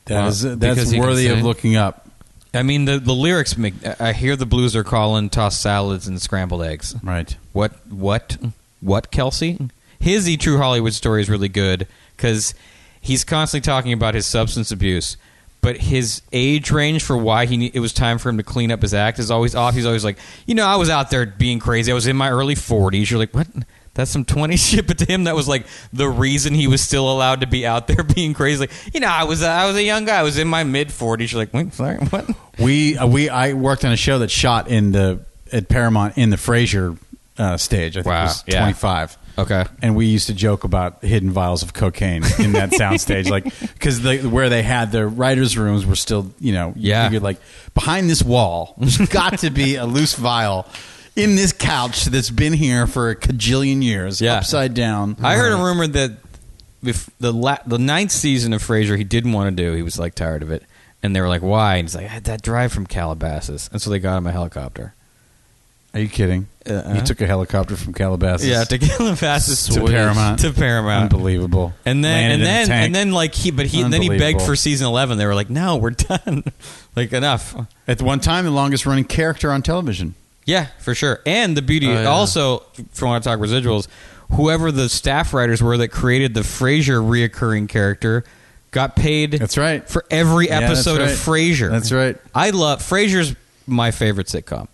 Speaker 3: that is,
Speaker 1: because
Speaker 3: that's
Speaker 1: he can
Speaker 3: worthy of
Speaker 1: sing.
Speaker 3: looking up.
Speaker 2: I mean the the lyrics make I I hear the blues are calling tossed salads and scrambled eggs.
Speaker 3: Right.
Speaker 2: What? What? What? Kelsey? His E True Hollywood story is really good because he's constantly talking about his substance abuse, but his age range for why he ne- it was time for him to clean up his act is always off. He's always like, you know, I was out there being crazy. I was in my early forties. You're like, what? That's some 20 shit, <laughs> but to him that was like the reason he was still allowed to be out there <laughs> being crazy. Like, you know, I was I was a young guy. I was in my mid 40s. You're like, wait, sorry, what?
Speaker 3: We uh, we I worked on a show that shot in the at Paramount in the Frasier uh, stage. I think
Speaker 2: Wow,
Speaker 3: it was
Speaker 2: yeah.
Speaker 3: 25.
Speaker 2: Okay.
Speaker 3: And we used to joke about hidden vials of cocaine in that
Speaker 2: <laughs>
Speaker 3: soundstage, like because where they had the writers' rooms were still, you know, you
Speaker 2: Yeah.
Speaker 3: figured, like behind this wall, there's got to be a loose vial in this couch that's been here for a cajillion years,
Speaker 2: Yeah.
Speaker 3: upside down.
Speaker 2: I heard a rumor that if the la- the ninth season of Frasier, he didn't want to do. He was like tired of it, and they were like, "Why?" And he's like, "I had that drive from Calabasas," and so they got him a helicopter.
Speaker 3: Are you kidding?
Speaker 2: Uh-uh.
Speaker 3: You took a helicopter from Calabasas.
Speaker 2: Yeah, to kill him fast
Speaker 3: to Paramount.
Speaker 2: To Paramount.
Speaker 3: Unbelievable.
Speaker 2: And then and
Speaker 3: Landed in a
Speaker 2: then
Speaker 3: tank.
Speaker 2: and then like he but he and then he begged
Speaker 3: Unbelievable.
Speaker 2: for season 11. They were like, "No, we're <laughs> done. like enough."
Speaker 3: at one time the longest running character on television.
Speaker 2: Yeah, for sure. And the beauty
Speaker 1: Oh, yeah.
Speaker 2: also from want to talk residuals, whoever the staff writers were that created the Frasier reoccurring character got paid
Speaker 3: That's right.
Speaker 2: for every
Speaker 3: Yeah, that's
Speaker 2: episode
Speaker 3: right.
Speaker 2: of Frasier.
Speaker 3: That's right.
Speaker 2: I love Frasier's my favorite sitcom.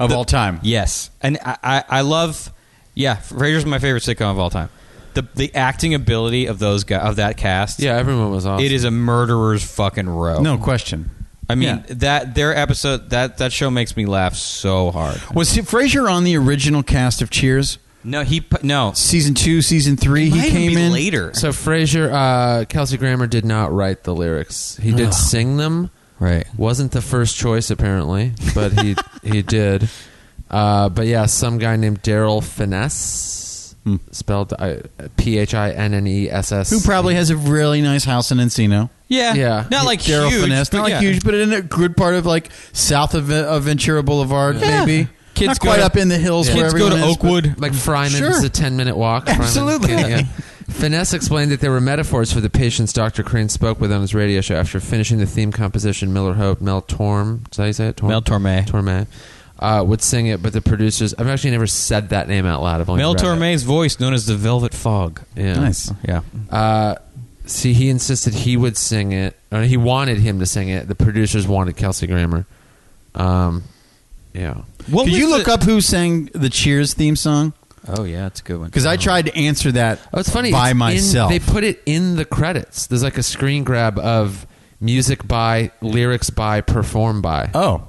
Speaker 3: Of all time.
Speaker 2: Yes, and I, I, I love. Yeah, Frasier's my favorite sitcom of all time. The the acting ability of those guys, of that cast.
Speaker 1: Yeah, everyone was awesome.
Speaker 2: it is a murderer's fucking row.
Speaker 3: No question.
Speaker 2: I mean
Speaker 3: Yeah.
Speaker 2: that their episode that that show makes me laugh so hard.
Speaker 3: Was Frasier on the original cast of Cheers?
Speaker 2: No, he pu- no.
Speaker 3: Season two, season three, he,
Speaker 2: Might even
Speaker 3: came
Speaker 2: be
Speaker 3: in
Speaker 2: later.
Speaker 1: So Frasier, uh, Kelsey Grammer did not write the lyrics. He did sing them.
Speaker 2: right.
Speaker 1: Wasn't the first choice apparently, but
Speaker 2: <laughs>
Speaker 1: he he did. Uh, but yeah, some guy named Daryl Finesse,
Speaker 2: Hmm.
Speaker 1: spelled uh, P H I N N E S S.
Speaker 3: who probably has a really nice house in Encino.
Speaker 2: Yeah.
Speaker 1: Yeah.
Speaker 2: Not like
Speaker 3: Daryl
Speaker 2: huge.
Speaker 3: Finesse,
Speaker 2: but
Speaker 3: not like
Speaker 2: yeah.
Speaker 3: huge, but in a good part of like south of, uh, of Ventura Boulevard, maybe.
Speaker 2: Kids
Speaker 3: not
Speaker 2: go
Speaker 3: quite
Speaker 2: to-
Speaker 3: up in the hills.
Speaker 2: Kids
Speaker 3: where
Speaker 2: go
Speaker 3: everyone
Speaker 2: to
Speaker 3: is, but-
Speaker 2: Oakwood.
Speaker 1: like Fryman's
Speaker 3: Sure.
Speaker 1: a ten minute walk. Fryman
Speaker 3: Absolutely.
Speaker 1: Canyon,
Speaker 3: <laughs>
Speaker 1: yeah. Finesse explained that there were metaphors for the patients Dr. Crane spoke with on his radio show after finishing the theme composition. Miller Hope, Mel Torm, is that how you say it? Torm?
Speaker 2: Mel Torme.
Speaker 1: Torme uh, would sing it, but the producers. I've actually never said that name out loud. I've only
Speaker 2: Mel
Speaker 1: read it.
Speaker 2: Torme's voice, known as the Velvet Fog.
Speaker 1: Yeah.
Speaker 3: Nice.
Speaker 2: Yeah.
Speaker 1: Uh, see, he insisted he would sing it. Or he wanted him to sing it. The producers wanted Kelsey Grammer. Um, yeah.
Speaker 2: What
Speaker 3: Could
Speaker 2: was
Speaker 3: you
Speaker 2: the-
Speaker 3: look up who sang the Cheers theme song?
Speaker 2: Oh yeah, it's a good one.
Speaker 3: Because I tried to answer that
Speaker 1: Oh, it's funny.
Speaker 3: by
Speaker 1: It's in-
Speaker 3: myself.
Speaker 1: they put it in the credits. There's like a screen grab of music by, lyrics by, perform by.
Speaker 3: oh,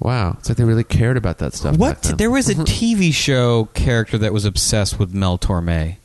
Speaker 1: Wow. It's like they really cared about that stuff.
Speaker 2: What?
Speaker 1: back then. Mm-hmm.
Speaker 2: There was a <laughs> TV show character that was obsessed with Mel Torme.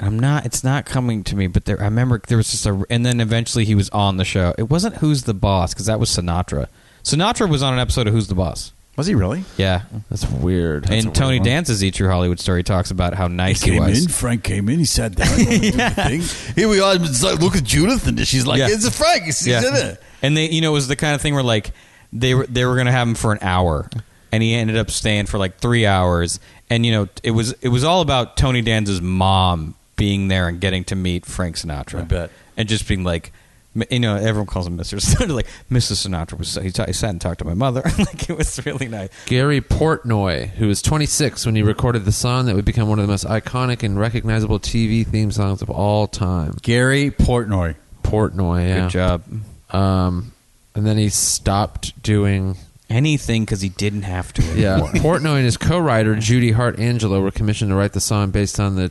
Speaker 2: I'm not. It's not coming to me, but there. I remember there was just a. And then eventually he was on the show. It wasn't Who's the Boss because that was Sinatra. Sinatra was on an episode of Who's the Boss.
Speaker 3: was he really?
Speaker 2: Yeah,
Speaker 1: That's weird. That's a
Speaker 2: and Tony
Speaker 1: weird one.
Speaker 2: Danza's E True Hollywood Story talks about how nice he, was.
Speaker 3: Frank came in. He sat down. <laughs> Here we are. Look at Judith, and she's like,
Speaker 2: Yeah. "It's
Speaker 3: a Frank. He's
Speaker 2: And they, you know, it was the kind of thing where like they were they were going to have him for an hour, and he ended up staying for like three hours. And you know, it was it was all about Tony Danza's mom being there and getting to meet Frank Sinatra.
Speaker 3: I bet.
Speaker 2: And just being like. m- You know, everyone calls him Mister. <laughs> Sinatra. like Mrs. Sinatra was. So, he, ta- he sat and talked to my mother. <laughs> like it was really nice.
Speaker 1: Gary Portnoy, who was 26 when he recorded the song that would become one of the most iconic and recognizable TV theme songs of all time.
Speaker 3: Gary Portnoy.
Speaker 1: Portnoy, yeah.
Speaker 2: Good job.
Speaker 1: Um, and then he stopped doing.
Speaker 2: Anything because he didn't have to.
Speaker 1: Yeah,
Speaker 2: anymore.
Speaker 1: Portnoy and his co-writer Judy Hart Angelo were commissioned to write the song based on the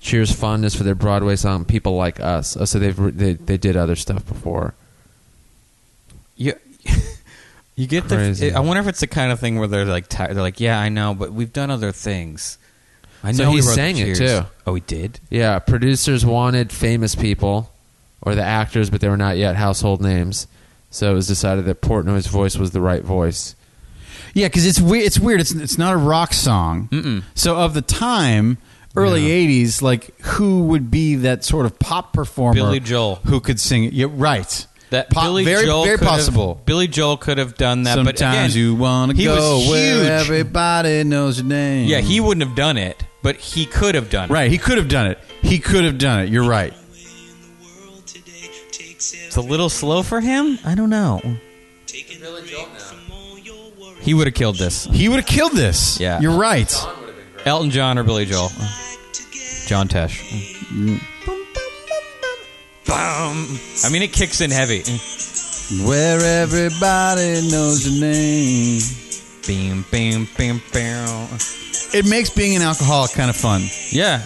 Speaker 1: Cheers' fondness for their Broadway song "People Like Us." Oh, so they've re- they they did other stuff before.
Speaker 2: You, <laughs> you get
Speaker 1: Crazy.
Speaker 2: the. I wonder if it's the kind of thing where they're like, tired. they're like, yeah, I know, but we've done other things. I
Speaker 1: So
Speaker 2: know
Speaker 1: he
Speaker 2: wrote the
Speaker 1: sang it,
Speaker 2: Cheers."
Speaker 1: too.
Speaker 2: Oh, he did.
Speaker 1: Yeah, producers wanted famous people or the actors, but they were not yet household names. So it was decided that Portnoy's voice was the right voice.
Speaker 3: Yeah, because it's weird. It's weird. It's it's not a rock song. So of the time, early '80s, like who would be that sort of pop performer?
Speaker 2: Billy Joel.
Speaker 3: who could sing it? Yeah, right.
Speaker 2: That
Speaker 3: Pop-
Speaker 2: Billy
Speaker 3: very
Speaker 2: Joel
Speaker 3: very
Speaker 2: could have-
Speaker 3: possible.
Speaker 2: Billy Joel could have done that.
Speaker 3: Sometimes
Speaker 2: but again,
Speaker 3: you want to
Speaker 2: he
Speaker 3: go
Speaker 2: was
Speaker 3: where
Speaker 2: huge.
Speaker 3: everybody knows your name.
Speaker 2: Yeah, he wouldn't have done it, but he could have done it.
Speaker 3: right. He could have done it. He could have done it. You're right.
Speaker 2: It's a little slow for him. I don't know. He would have killed this.
Speaker 3: He would have killed this.
Speaker 2: Yeah.
Speaker 3: You're right.
Speaker 2: Elton John or Billy Joel. John Tesh. Bum. I mean, it kicks in heavy.
Speaker 3: Where everybody knows your name.
Speaker 2: Bam, bam, bam, bam.
Speaker 3: It makes being an alcoholic kind of fun.
Speaker 2: Yeah.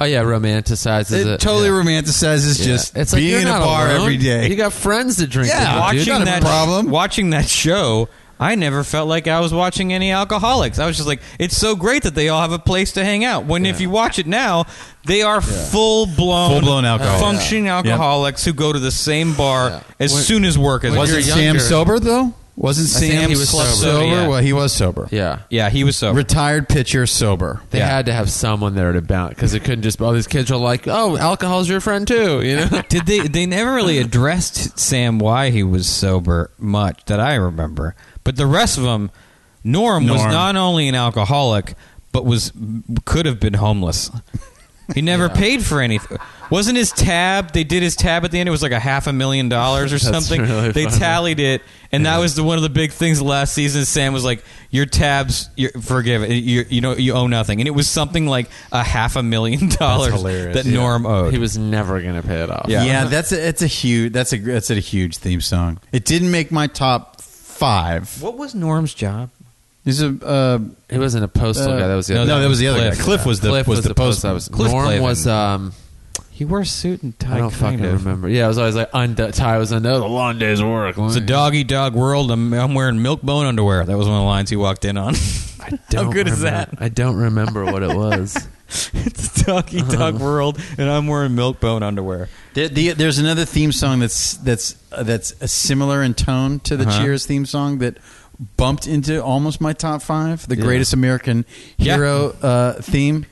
Speaker 1: Oh yeah, romanticizes
Speaker 3: It,
Speaker 1: it.
Speaker 3: totally
Speaker 1: yeah.
Speaker 3: romanticizes
Speaker 1: Yeah.
Speaker 3: just
Speaker 1: it's like
Speaker 3: being
Speaker 1: you're
Speaker 3: in a
Speaker 1: not
Speaker 3: bar
Speaker 1: alone.
Speaker 3: every day.
Speaker 1: You got friends to drink.
Speaker 3: Yeah,
Speaker 1: with, dude.
Speaker 2: watching
Speaker 3: not a
Speaker 2: that
Speaker 3: problem.
Speaker 2: watching that show, I never felt like I was watching any alcoholics. I was just like, it's so great that they all have a place to hang out. When if you watch it now, they are full blown,
Speaker 3: Full-blown alcoholics.
Speaker 2: functioning alcoholics who go to the same bar as
Speaker 1: When-
Speaker 2: soon as work is.
Speaker 1: when
Speaker 2: over.
Speaker 1: you're
Speaker 3: Wasn't
Speaker 1: young-
Speaker 3: Sam
Speaker 1: younger-
Speaker 3: sober though? Wasn't
Speaker 1: I think
Speaker 3: Sam
Speaker 1: he was
Speaker 3: sober?
Speaker 1: sober,
Speaker 2: yeah.
Speaker 3: Well, he was sober.
Speaker 1: Yeah.
Speaker 2: Yeah, he was so.
Speaker 3: Retired pitcher, sober.
Speaker 1: They
Speaker 2: Yeah.
Speaker 1: had to have someone there to bounce because it couldn't just. All these kids are like, "Oh, alcohol's your friend too," you
Speaker 3: <laughs>
Speaker 1: know.
Speaker 2: Did they? They never really addressed Sam why he was sober much that I remember, but the rest of them Norm, was
Speaker 5: Norm.
Speaker 2: not only an alcoholic, but was could have been homeless. He never paid for anything. Wasn't his tab? They did his tab at the end. It was like a half a million dollars or
Speaker 1: That's
Speaker 2: something.
Speaker 1: really
Speaker 2: they
Speaker 1: funny.
Speaker 2: tallied it, and that was the one of the big things last season. Sam was like, "Your tabs, you're, forgive it. You, you know, you owe nothing." And it was something like a half a million <laughs> dollars
Speaker 3: hilarious,
Speaker 2: that
Speaker 3: yeah.
Speaker 2: Norm owed.
Speaker 1: He was never going to pay it off.
Speaker 3: Yeah, that's a, it's a huge that's a that's a huge theme song. It didn't make my top five.
Speaker 2: what was Norm's job?
Speaker 3: Is a uh,
Speaker 1: He wasn't a postal
Speaker 3: Uh,
Speaker 1: guy. That was the
Speaker 3: no,
Speaker 1: other
Speaker 3: that
Speaker 1: guy.
Speaker 3: was the other
Speaker 2: Cliff.
Speaker 3: guy. Cliff was the
Speaker 1: Cliff
Speaker 3: was, the, post.
Speaker 1: I was,
Speaker 2: Cliff
Speaker 1: Norm
Speaker 2: Clavin.
Speaker 1: was. Um,
Speaker 2: He wore a suit and tie.
Speaker 1: I don't
Speaker 2: kind
Speaker 1: fucking
Speaker 2: of.
Speaker 1: remember. Yeah, I was always like, undo- Ty was under the long day's work.
Speaker 2: It's a dog eat dog world. I'm, I'm wearing milk bone underwear. That was one of the lines he walked in on. <laughs>
Speaker 1: I don't
Speaker 2: good is
Speaker 1: remember-
Speaker 2: that?
Speaker 1: I don't remember what it was.
Speaker 3: <laughs>
Speaker 2: <laughs> it's a dog eat dog world, and I'm wearing milk bone underwear.
Speaker 3: There, the, there's another theme song that's that's uh, that's uh, similar in tone to the
Speaker 2: Uh-huh.
Speaker 3: Cheers theme song that bumped into almost my top five. The
Speaker 1: Yeah.
Speaker 3: Greatest American
Speaker 2: Yeah.
Speaker 3: Hero uh, theme.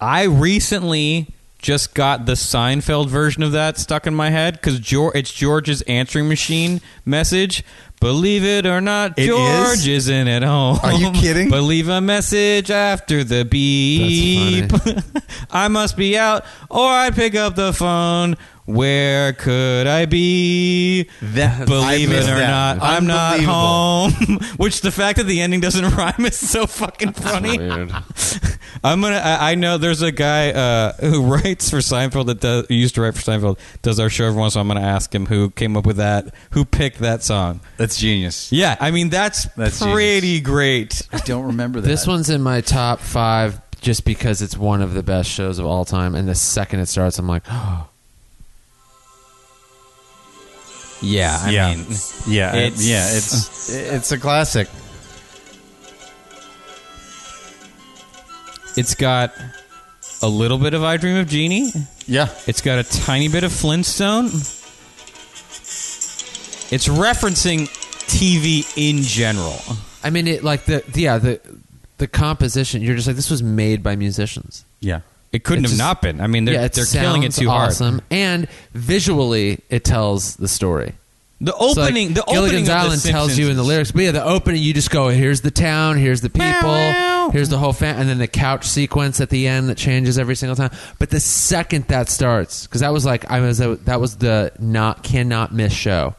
Speaker 2: I recently just got the Seinfeld version of that stuck in my head because it's George's answering machine message. Believe it or not,
Speaker 3: It
Speaker 2: George
Speaker 3: is?
Speaker 2: isn't at home.
Speaker 3: Are you
Speaker 2: <laughs>
Speaker 3: kidding?
Speaker 2: Believe a message after the beep. <laughs> I must be out, or I pick up the phone. Where could I be?
Speaker 3: That-
Speaker 2: Believe
Speaker 3: I
Speaker 2: it
Speaker 3: missed
Speaker 2: or
Speaker 3: that.
Speaker 2: not, I'm not
Speaker 3: Unbelievable.
Speaker 2: home. <laughs> Which the fact that the ending doesn't <laughs> rhyme is so fucking funny.
Speaker 1: Weird.
Speaker 2: <laughs> I'm gonna. I, I know there's a guy uh, who <laughs> writes for Seinfeld that does, who used to write for Seinfeld. Does our show every once? in a while. I'm gonna ask him who came up with that. Who picked that song?
Speaker 3: That's genius.
Speaker 2: Yeah, I mean that's,
Speaker 3: That's
Speaker 2: pretty great.
Speaker 3: I don't remember that.
Speaker 1: This one's in my top five just because it's one of the best shows of all time. And the second it starts, I'm like, <gasps> oh,
Speaker 2: Yeah, I
Speaker 5: Yeah.
Speaker 2: mean
Speaker 3: yeah, it-
Speaker 2: It's-
Speaker 3: yeah, it's it's a classic.
Speaker 2: it's got a little bit of I Dream of Jeannie.
Speaker 3: Yeah,
Speaker 2: It's got a tiny bit of Flintstone. It's referencing TV in general.
Speaker 1: I mean, it like the yeah the the composition. You're just like, this was made by musicians.
Speaker 3: yeah.
Speaker 2: It couldn't
Speaker 1: It
Speaker 2: have
Speaker 1: just-
Speaker 2: not been. I mean, they're,
Speaker 1: yeah, it
Speaker 2: they're killing it
Speaker 1: sounds
Speaker 2: too hard.
Speaker 1: awesome. And visually, it tells the story.
Speaker 2: The
Speaker 1: So, like,
Speaker 2: opening, the opening
Speaker 1: Gilligan's
Speaker 2: of The
Speaker 1: Island tells you in the
Speaker 2: Simpsons-
Speaker 1: lyrics, but yeah, the opening you just go, here's the town, here's the
Speaker 2: Meow, meow.
Speaker 1: people, here's the whole fan, and then the couch sequence at the end that changes every single time. But the second that starts, because that was like I was that was the not cannot miss show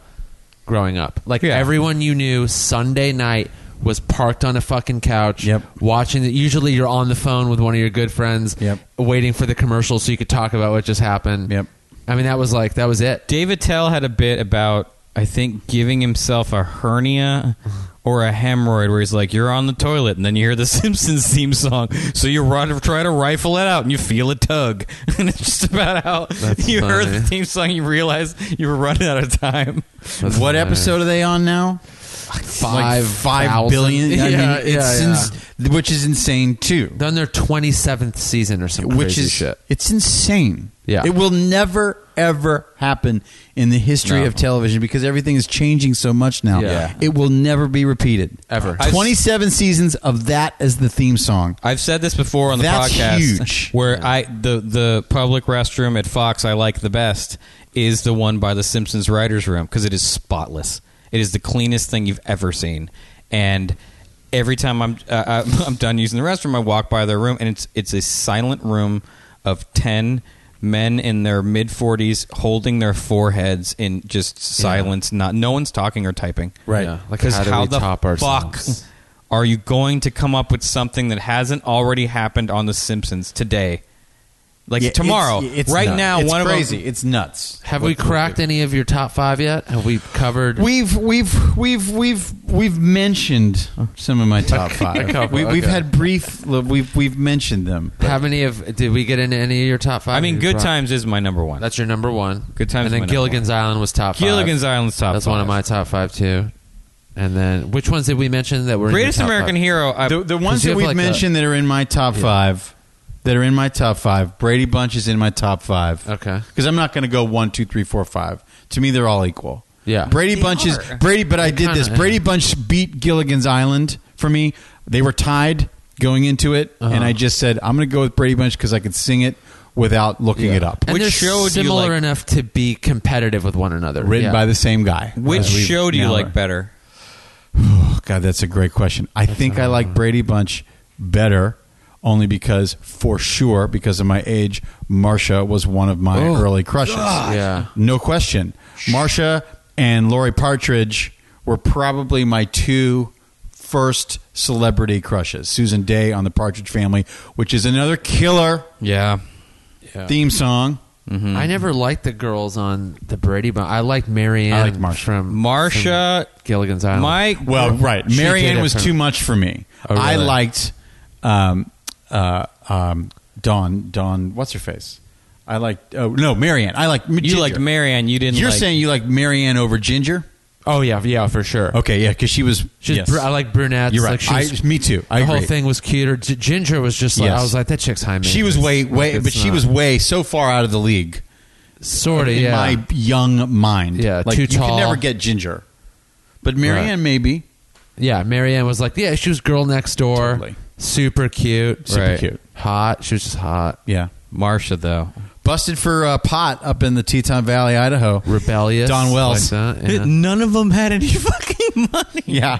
Speaker 1: growing up. Like
Speaker 2: Yeah.
Speaker 1: everyone you knew Sunday night was parked on a fucking couch,
Speaker 3: Yep.
Speaker 1: watching. The, usually you're on the phone with one of your good friends,
Speaker 3: Yep.
Speaker 1: waiting for the commercial so you could talk about what just happened.
Speaker 3: Yep.
Speaker 1: I mean that was like that was it.
Speaker 2: David Tell had a bit about I think giving himself a hernia or a hemorrhoid where he's like, You're on the toilet and then you hear the <laughs> Simpsons theme song, so you run, try to rifle it out and you feel a tug. <laughs> and it's just about how
Speaker 1: That's
Speaker 2: you heard
Speaker 1: funny.
Speaker 2: the theme song, you realize you were running out of time.
Speaker 1: That's
Speaker 3: what
Speaker 1: hilarious.
Speaker 3: episode are they on now?
Speaker 1: Five
Speaker 3: like five
Speaker 1: thousand?
Speaker 3: billion. I mean,
Speaker 1: Yeah,
Speaker 3: it's
Speaker 1: yeah,
Speaker 3: ins- which is insane too.
Speaker 1: They're on their twenty seventh season or some
Speaker 3: which
Speaker 1: crazy
Speaker 3: is
Speaker 1: shit.
Speaker 3: it's insane.
Speaker 1: Yeah.
Speaker 3: it will never ever happen in the history
Speaker 1: No.
Speaker 3: of television because everything is changing so much now.
Speaker 1: Yeah. Yeah.
Speaker 3: it will never be repeated
Speaker 1: Ever.
Speaker 2: I've-
Speaker 3: Twenty-seven seasons of that as the theme song.
Speaker 2: I've said this before on the
Speaker 3: That's
Speaker 2: podcast.
Speaker 3: huge.
Speaker 2: Where I the the public restroom at Fox I like the best is the one by the Simpsons writers room because it is spotless. It is the cleanest thing you've ever seen, and every time I'm uh, <laughs> I- I'm done using the restroom, I walk by their room, and it's it's a silent room of ten men in their mid 40s holding their foreheads in just silence not no one's talking or typing
Speaker 3: Right.
Speaker 1: Yeah, like,
Speaker 2: because
Speaker 1: how
Speaker 2: how,
Speaker 1: do we
Speaker 2: the
Speaker 1: top
Speaker 2: fuck
Speaker 1: ourselves?
Speaker 2: are you going to come up with something that hasn't already happened on The Simpsons today? Like
Speaker 3: Yeah, it's-
Speaker 2: tomorrow,
Speaker 3: it's
Speaker 2: right
Speaker 3: nuts.
Speaker 2: now,
Speaker 3: it's
Speaker 2: one
Speaker 3: crazy.
Speaker 2: of them.
Speaker 3: It's nuts.
Speaker 1: Have we cracked any of your top five yet? Have we covered?
Speaker 3: We've we've we've we've we've mentioned some of my top five.
Speaker 1: couple,
Speaker 3: we, we've
Speaker 1: okay.
Speaker 3: had brief. We've we've mentioned them.
Speaker 1: have any of? Did we get into any of your top five?
Speaker 2: I mean,
Speaker 1: You
Speaker 2: Good
Speaker 1: brought-
Speaker 2: Times is my number one.
Speaker 1: That's your number one.
Speaker 2: Good Times is
Speaker 1: And then
Speaker 2: my number
Speaker 1: Gilligan's Island was top. five.
Speaker 2: Gilligan's Island's top.
Speaker 1: That's one of
Speaker 2: five.
Speaker 1: my top five too. And then which ones did we mention that were in your
Speaker 2: greatest
Speaker 1: top
Speaker 2: American
Speaker 1: five?
Speaker 2: hero. I,
Speaker 3: the, the ones
Speaker 1: you
Speaker 3: that
Speaker 1: have,
Speaker 3: we've
Speaker 1: like, a-
Speaker 3: mentioned that are in my top five, that are in my top five. Brady Bunch is in my top five.
Speaker 1: Okay.
Speaker 3: because I'm not going to go one, two, three, four, five. To me, they're all equal.
Speaker 1: Yeah.
Speaker 3: Brady Bunch is
Speaker 2: are.
Speaker 3: Brady, but I did
Speaker 1: kinda
Speaker 3: this.
Speaker 1: are.
Speaker 3: Brady Bunch beat Gilligan's Island for me. They were tied going into it,
Speaker 1: Uh-huh.
Speaker 3: and I just said I'm going to go with Brady Bunch because I could sing it without looking it up.
Speaker 1: And
Speaker 2: Which
Speaker 1: they're
Speaker 2: show do you
Speaker 1: similar
Speaker 2: like?
Speaker 1: enough to be competitive with one another.
Speaker 3: Written
Speaker 1: Yeah.
Speaker 3: by the same guy.
Speaker 2: which
Speaker 3: as we've
Speaker 2: show do you
Speaker 3: now-
Speaker 2: like better?
Speaker 3: God, that's a great question. I think I like Brady Bunch better, only because, for sure, because of my age, Marsha was one of my early crushes.
Speaker 1: Oh, Yeah.
Speaker 3: No question. Marsha and Lori Partridge were probably my two first celebrity crushes. Susan Day on the Partridge Family, which is another killer
Speaker 2: Yeah.
Speaker 1: Yeah.
Speaker 3: theme song. Mm-hmm.
Speaker 1: I never liked the girls on the Brady Bunch. I liked Marianne
Speaker 3: I like Marsha.
Speaker 1: from
Speaker 2: Marsha,
Speaker 1: from Gilligan's Island.
Speaker 2: my
Speaker 3: Well, right.
Speaker 1: She did
Speaker 3: Marianne
Speaker 1: it
Speaker 3: was
Speaker 1: for-
Speaker 3: too much for me.
Speaker 1: Oh, really?
Speaker 3: I liked um, uh, um, Dawn. Dawn, what's her face? I liked. Oh no, Marianne. I like.
Speaker 2: you liked Marianne. You didn't.
Speaker 3: You're
Speaker 2: like,
Speaker 3: saying you like Marianne over Ginger?
Speaker 1: oh yeah, yeah, for sure.
Speaker 3: Okay, yeah, because she was.
Speaker 1: She's
Speaker 3: yes.
Speaker 1: br- I like brunettes.
Speaker 3: You're right.
Speaker 1: Like she was-
Speaker 3: I- me too. I
Speaker 1: the whole
Speaker 3: agree.
Speaker 1: thing was cuter. G- Ginger was just like
Speaker 3: Yes.
Speaker 1: I was like that chick's high.
Speaker 3: She was
Speaker 1: maintenance.
Speaker 3: way, way,
Speaker 1: Like,
Speaker 3: but
Speaker 1: it's
Speaker 3: she
Speaker 1: not-
Speaker 3: was way so far out of the league
Speaker 1: sort of
Speaker 3: in
Speaker 1: yeah.
Speaker 3: my young mind.
Speaker 1: Yeah,
Speaker 3: like
Speaker 1: too
Speaker 3: you
Speaker 1: tall.
Speaker 3: could never get Ginger, but Marianne
Speaker 1: Right.
Speaker 3: maybe.
Speaker 1: Yeah, Marianne was like, yeah, she was girl next door,
Speaker 3: Totally.
Speaker 1: super cute,
Speaker 3: Super
Speaker 2: Right.
Speaker 3: cute.
Speaker 1: hot. She was just hot,
Speaker 3: Yeah,
Speaker 2: Marsha though.
Speaker 3: busted for uh, pot up in the Teton Valley, Idaho.
Speaker 1: rebellious.
Speaker 3: Don Wells.
Speaker 1: like that, yeah.
Speaker 2: None of them had any <laughs> fucking money.
Speaker 3: Yeah.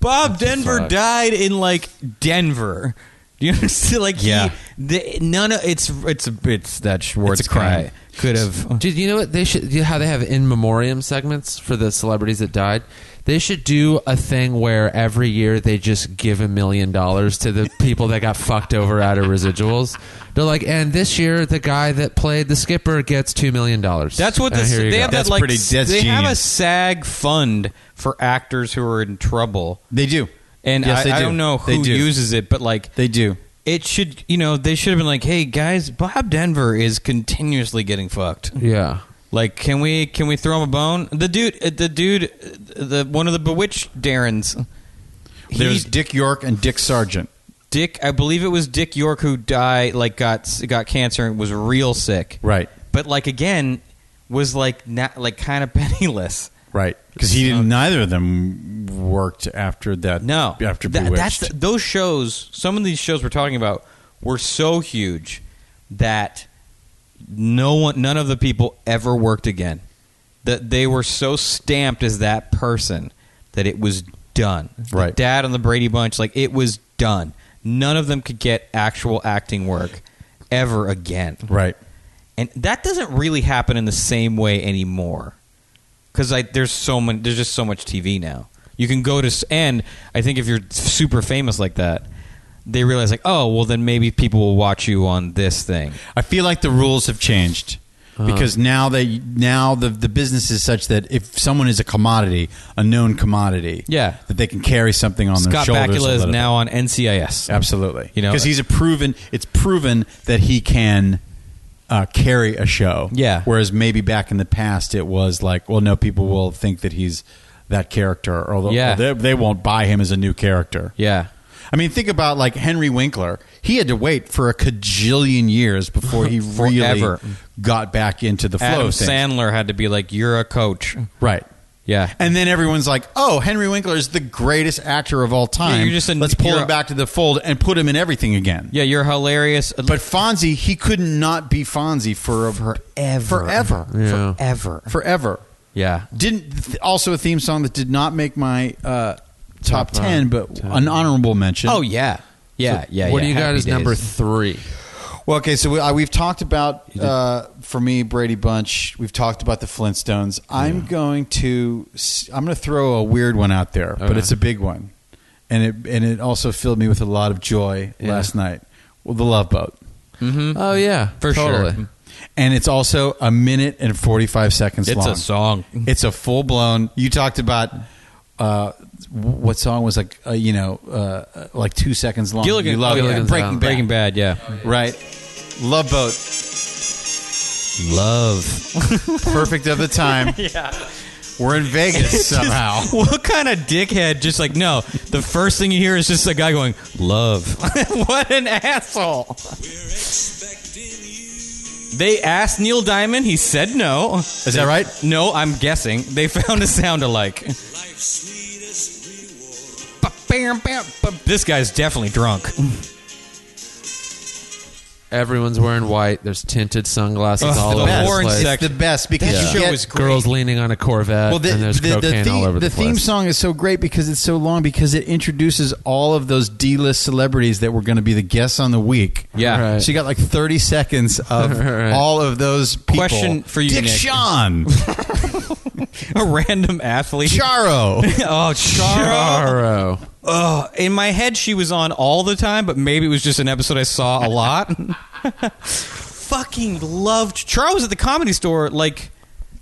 Speaker 2: Bob Denver
Speaker 1: sucks.
Speaker 2: died in like Denver. Do you <laughs> understand? Like
Speaker 3: Yeah.
Speaker 2: he, the, none of it's it's it's that Schwartz
Speaker 3: It's a crime.
Speaker 2: guy could
Speaker 3: <laughs>
Speaker 2: have.
Speaker 1: Dude, you know what they should? You know how they have in memoriam segments for the celebrities that died? They should do a thing where every year they just give a million dollars to the people that got fucked over out of residuals. They're like, and this year the guy that played the skipper gets two million dollars.
Speaker 2: That's
Speaker 3: Uh,
Speaker 2: what this, they have.
Speaker 3: That's
Speaker 2: that, like,
Speaker 3: pretty- that's
Speaker 2: they have a
Speaker 3: genius.
Speaker 2: SAG fund for actors who are in trouble,
Speaker 3: They do.
Speaker 2: and
Speaker 3: Yes,
Speaker 2: I,
Speaker 3: they
Speaker 2: I
Speaker 3: do.
Speaker 2: don't know
Speaker 3: They
Speaker 2: who
Speaker 3: do.
Speaker 2: uses it, but like
Speaker 3: They do.
Speaker 2: it should. You know, they should have been like, "Hey guys, Bob Denver is continuously getting fucked."
Speaker 1: yeah.
Speaker 2: Like, can we can we throw him a bone? The dude, uh, the dude, uh, the one of the bewitched Darrens. He-
Speaker 3: There's Dick York and Dick Sargent.
Speaker 2: Dick. I believe it was Dick York who died. Like, got got cancer and was real sick.
Speaker 3: Right.
Speaker 2: But like again, was like not like kind of <laughs> penniless.
Speaker 3: Right. Because he didn't. Neither of them worked after that.
Speaker 2: No,
Speaker 3: After
Speaker 2: Tha-
Speaker 3: Bewitched.
Speaker 2: that's the- those shows. Some of these shows we're talking about were so huge that no one, none of the people ever worked again. That they were so stamped as that person that it was done. The
Speaker 3: Right.
Speaker 2: dad on the Brady Bunch, like it was done. None of them could get actual acting work ever again.
Speaker 3: right.
Speaker 2: And that doesn't really happen in the same way anymore. Because like, there's so many, there's just so much TV now. You can go to, s- and I think if you're super famous like that, they realize like, oh, well, then maybe people will watch you on this thing.
Speaker 3: I feel like the rules have changed
Speaker 2: Uh-huh.
Speaker 3: because now they now the the business is such that if someone is a commodity, a known commodity,
Speaker 2: Yeah.
Speaker 3: that they can carry something on
Speaker 2: Scott
Speaker 3: their shoulders. a
Speaker 2: Bakula is
Speaker 3: little bit.
Speaker 2: now on NCIS.
Speaker 3: absolutely,
Speaker 2: You know- uh,
Speaker 3: because he's a proven. It's proven that he can. Uh, carry a show,
Speaker 2: Yeah.
Speaker 3: Whereas maybe back in the past, it was like, well, no, people will think that he's that character, or they'll-
Speaker 2: Yeah.
Speaker 3: they, they won't buy him as a new character.
Speaker 2: Yeah.
Speaker 3: I mean, think about like Henry Winkler. He had to wait for a cajillion years before he really
Speaker 2: <laughs> Forever.
Speaker 3: got back into the flow.
Speaker 2: Adam
Speaker 3: of things.
Speaker 2: Sandler had to be like, you're a coach.
Speaker 3: right?
Speaker 2: Yeah.
Speaker 3: And then everyone's like, "Oh, Henry Winkler is the greatest actor of all time."
Speaker 2: you're just a-
Speaker 3: Let's pull
Speaker 2: you're
Speaker 3: him
Speaker 2: a-
Speaker 3: back to the fold and put him in everything again.
Speaker 2: yeah, you're hilarious.
Speaker 3: But Fonzie, he could not be Fonzie for forever, forever,
Speaker 1: Yeah.
Speaker 2: Forever.
Speaker 3: forever.
Speaker 2: Yeah.
Speaker 3: Didn't th- also a theme song that did not make my uh,
Speaker 1: Top
Speaker 3: top, ten, but an honorable mention.
Speaker 2: Oh, yeah. Yeah. yeah.
Speaker 1: What
Speaker 2: yeah.
Speaker 1: do you got
Speaker 2: Happy
Speaker 1: as number
Speaker 2: days.
Speaker 1: three?
Speaker 3: Well, okay, so we, uh, we've talked about, uh, for me, Brady Bunch. We've talked about the Flintstones. I'm going to, s- I'm going to throw a weird one out there, but
Speaker 1: Okay.
Speaker 3: it's a big one, and it and it also filled me with a lot of joy
Speaker 1: Yeah.
Speaker 3: last night. Well, the Love Boat,
Speaker 1: Oh yeah,
Speaker 2: Mm-hmm. For sure.
Speaker 1: totally.
Speaker 3: and it's also a minute and 45 seconds
Speaker 2: It's
Speaker 3: long.
Speaker 2: a song.
Speaker 3: It's a full blown. You talked about. Uh, what song was like? Uh, you know, uh, like two seconds long.
Speaker 2: Gilligan,
Speaker 3: you love
Speaker 2: oh, yeah,
Speaker 1: Gilligan's
Speaker 3: Breaking
Speaker 1: Island.
Speaker 3: Bad.
Speaker 2: Breaking Bad, yeah.
Speaker 3: right? Love Boat.
Speaker 2: Love.
Speaker 3: perfect of the
Speaker 2: <laughs>
Speaker 3: time. yeah. We're in Vegas somehow.
Speaker 2: what kind of dickhead just like no, the first thing you hear is just a guy going, Love. <laughs> what an asshole. They asked Neil Diamond, he said no.
Speaker 3: Is that right?
Speaker 2: No, I'm guessing. They found a sound alike. Ba- bam, bam, ba- This guy's definitely drunk.
Speaker 1: Everyone's wearing white. There's tinted sunglasses
Speaker 2: It's
Speaker 1: all
Speaker 2: the
Speaker 1: over
Speaker 2: horn
Speaker 1: the place.
Speaker 2: section.
Speaker 3: It's the best because
Speaker 2: That
Speaker 3: you
Speaker 2: show
Speaker 3: get,
Speaker 2: is great.
Speaker 1: Girls leaning on a Corvette,
Speaker 3: Well, the,
Speaker 1: and there's
Speaker 3: the, the
Speaker 1: cocaine
Speaker 3: theme,
Speaker 1: all over the,
Speaker 3: the theme
Speaker 1: place.
Speaker 3: song is so great because it's so long because it introduces all of those D-list celebrities that were going to be the guests on the week.
Speaker 2: Yeah.
Speaker 1: Right.
Speaker 3: so you got like thirty seconds of
Speaker 1: <laughs> Right.
Speaker 3: all of those people.
Speaker 2: Question for you,
Speaker 3: Dick
Speaker 2: Nick. <laughs>
Speaker 3: Shawn,
Speaker 2: a random athlete.
Speaker 3: Charo.
Speaker 1: <laughs>
Speaker 2: Oh, Charo.
Speaker 1: Charo.
Speaker 2: Ugh, Uh, in my head, she was on all the time, but maybe it was just an episode I saw a lot. <laughs> Fucking loved. Charo was at the comedy store like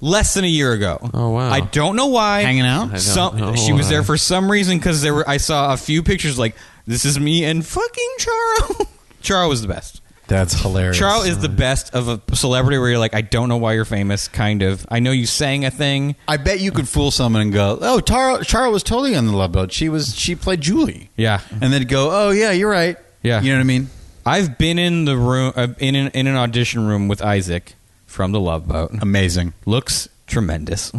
Speaker 2: less than a year ago.
Speaker 1: Oh, wow.
Speaker 2: I don't know why.
Speaker 3: Hanging out?
Speaker 1: I don't
Speaker 2: Some,
Speaker 1: know
Speaker 2: she was
Speaker 1: why.
Speaker 2: there for some reason because there were. I saw a few pictures like this is me and fucking <laughs> Charo. Charo was the best.
Speaker 3: That's hilarious.
Speaker 2: Charo is the best of a celebrity where you're like, I don't know why you're famous. Kind of. I know you sang a thing.
Speaker 3: I bet you could fool someone and go, "Oh, Taro, Charo was totally on the love boat. She was. She played Julie."
Speaker 2: Yeah.
Speaker 3: and then go, "Oh yeah, you're right."
Speaker 2: Yeah.
Speaker 3: you know what I mean.
Speaker 2: I've been in the room uh, in an, in an audition room with Isaac from the Love Boat.
Speaker 3: Amazing.
Speaker 2: Looks tremendous,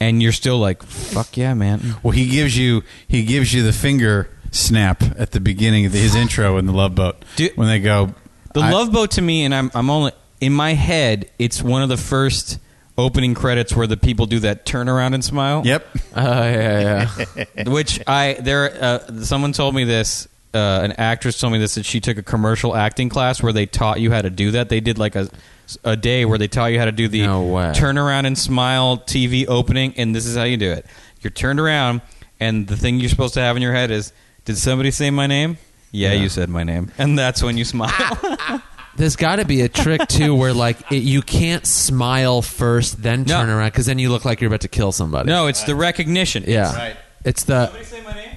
Speaker 2: and you're still like, "Fuck yeah, man!"
Speaker 3: Well, he gives you he gives you the finger snap at the beginning of his intro in the Love Boat
Speaker 2: Do-
Speaker 3: when they go
Speaker 2: The
Speaker 3: I-
Speaker 2: Love Boat to me, and I'm I'm only in my head. It's one of the first opening credits where the people do that turnaround and smile.
Speaker 3: Yep,
Speaker 1: Oh yeah, yeah.
Speaker 2: which I there uh, someone told me this. Uh, an actress told me this that she took a commercial acting class where they taught you how to do that. They did like a a day where they taught you how to do the
Speaker 1: No way.
Speaker 2: turn around and smile TV opening, and this is how you do it. You're turned around, and the thing you're supposed to have in your head is, "Did somebody say my name?" Yeah, you said my name, and that's when you smile.
Speaker 1: <laughs> There's got to be a trick too, where like it, you can't smile first, then
Speaker 2: No.
Speaker 1: turn around, because then you look like you're about to kill somebody.
Speaker 2: <laughs> <laughs> no, it's the recognition.
Speaker 1: yeah,
Speaker 3: Right.
Speaker 1: it's the
Speaker 2: Somebody say my name.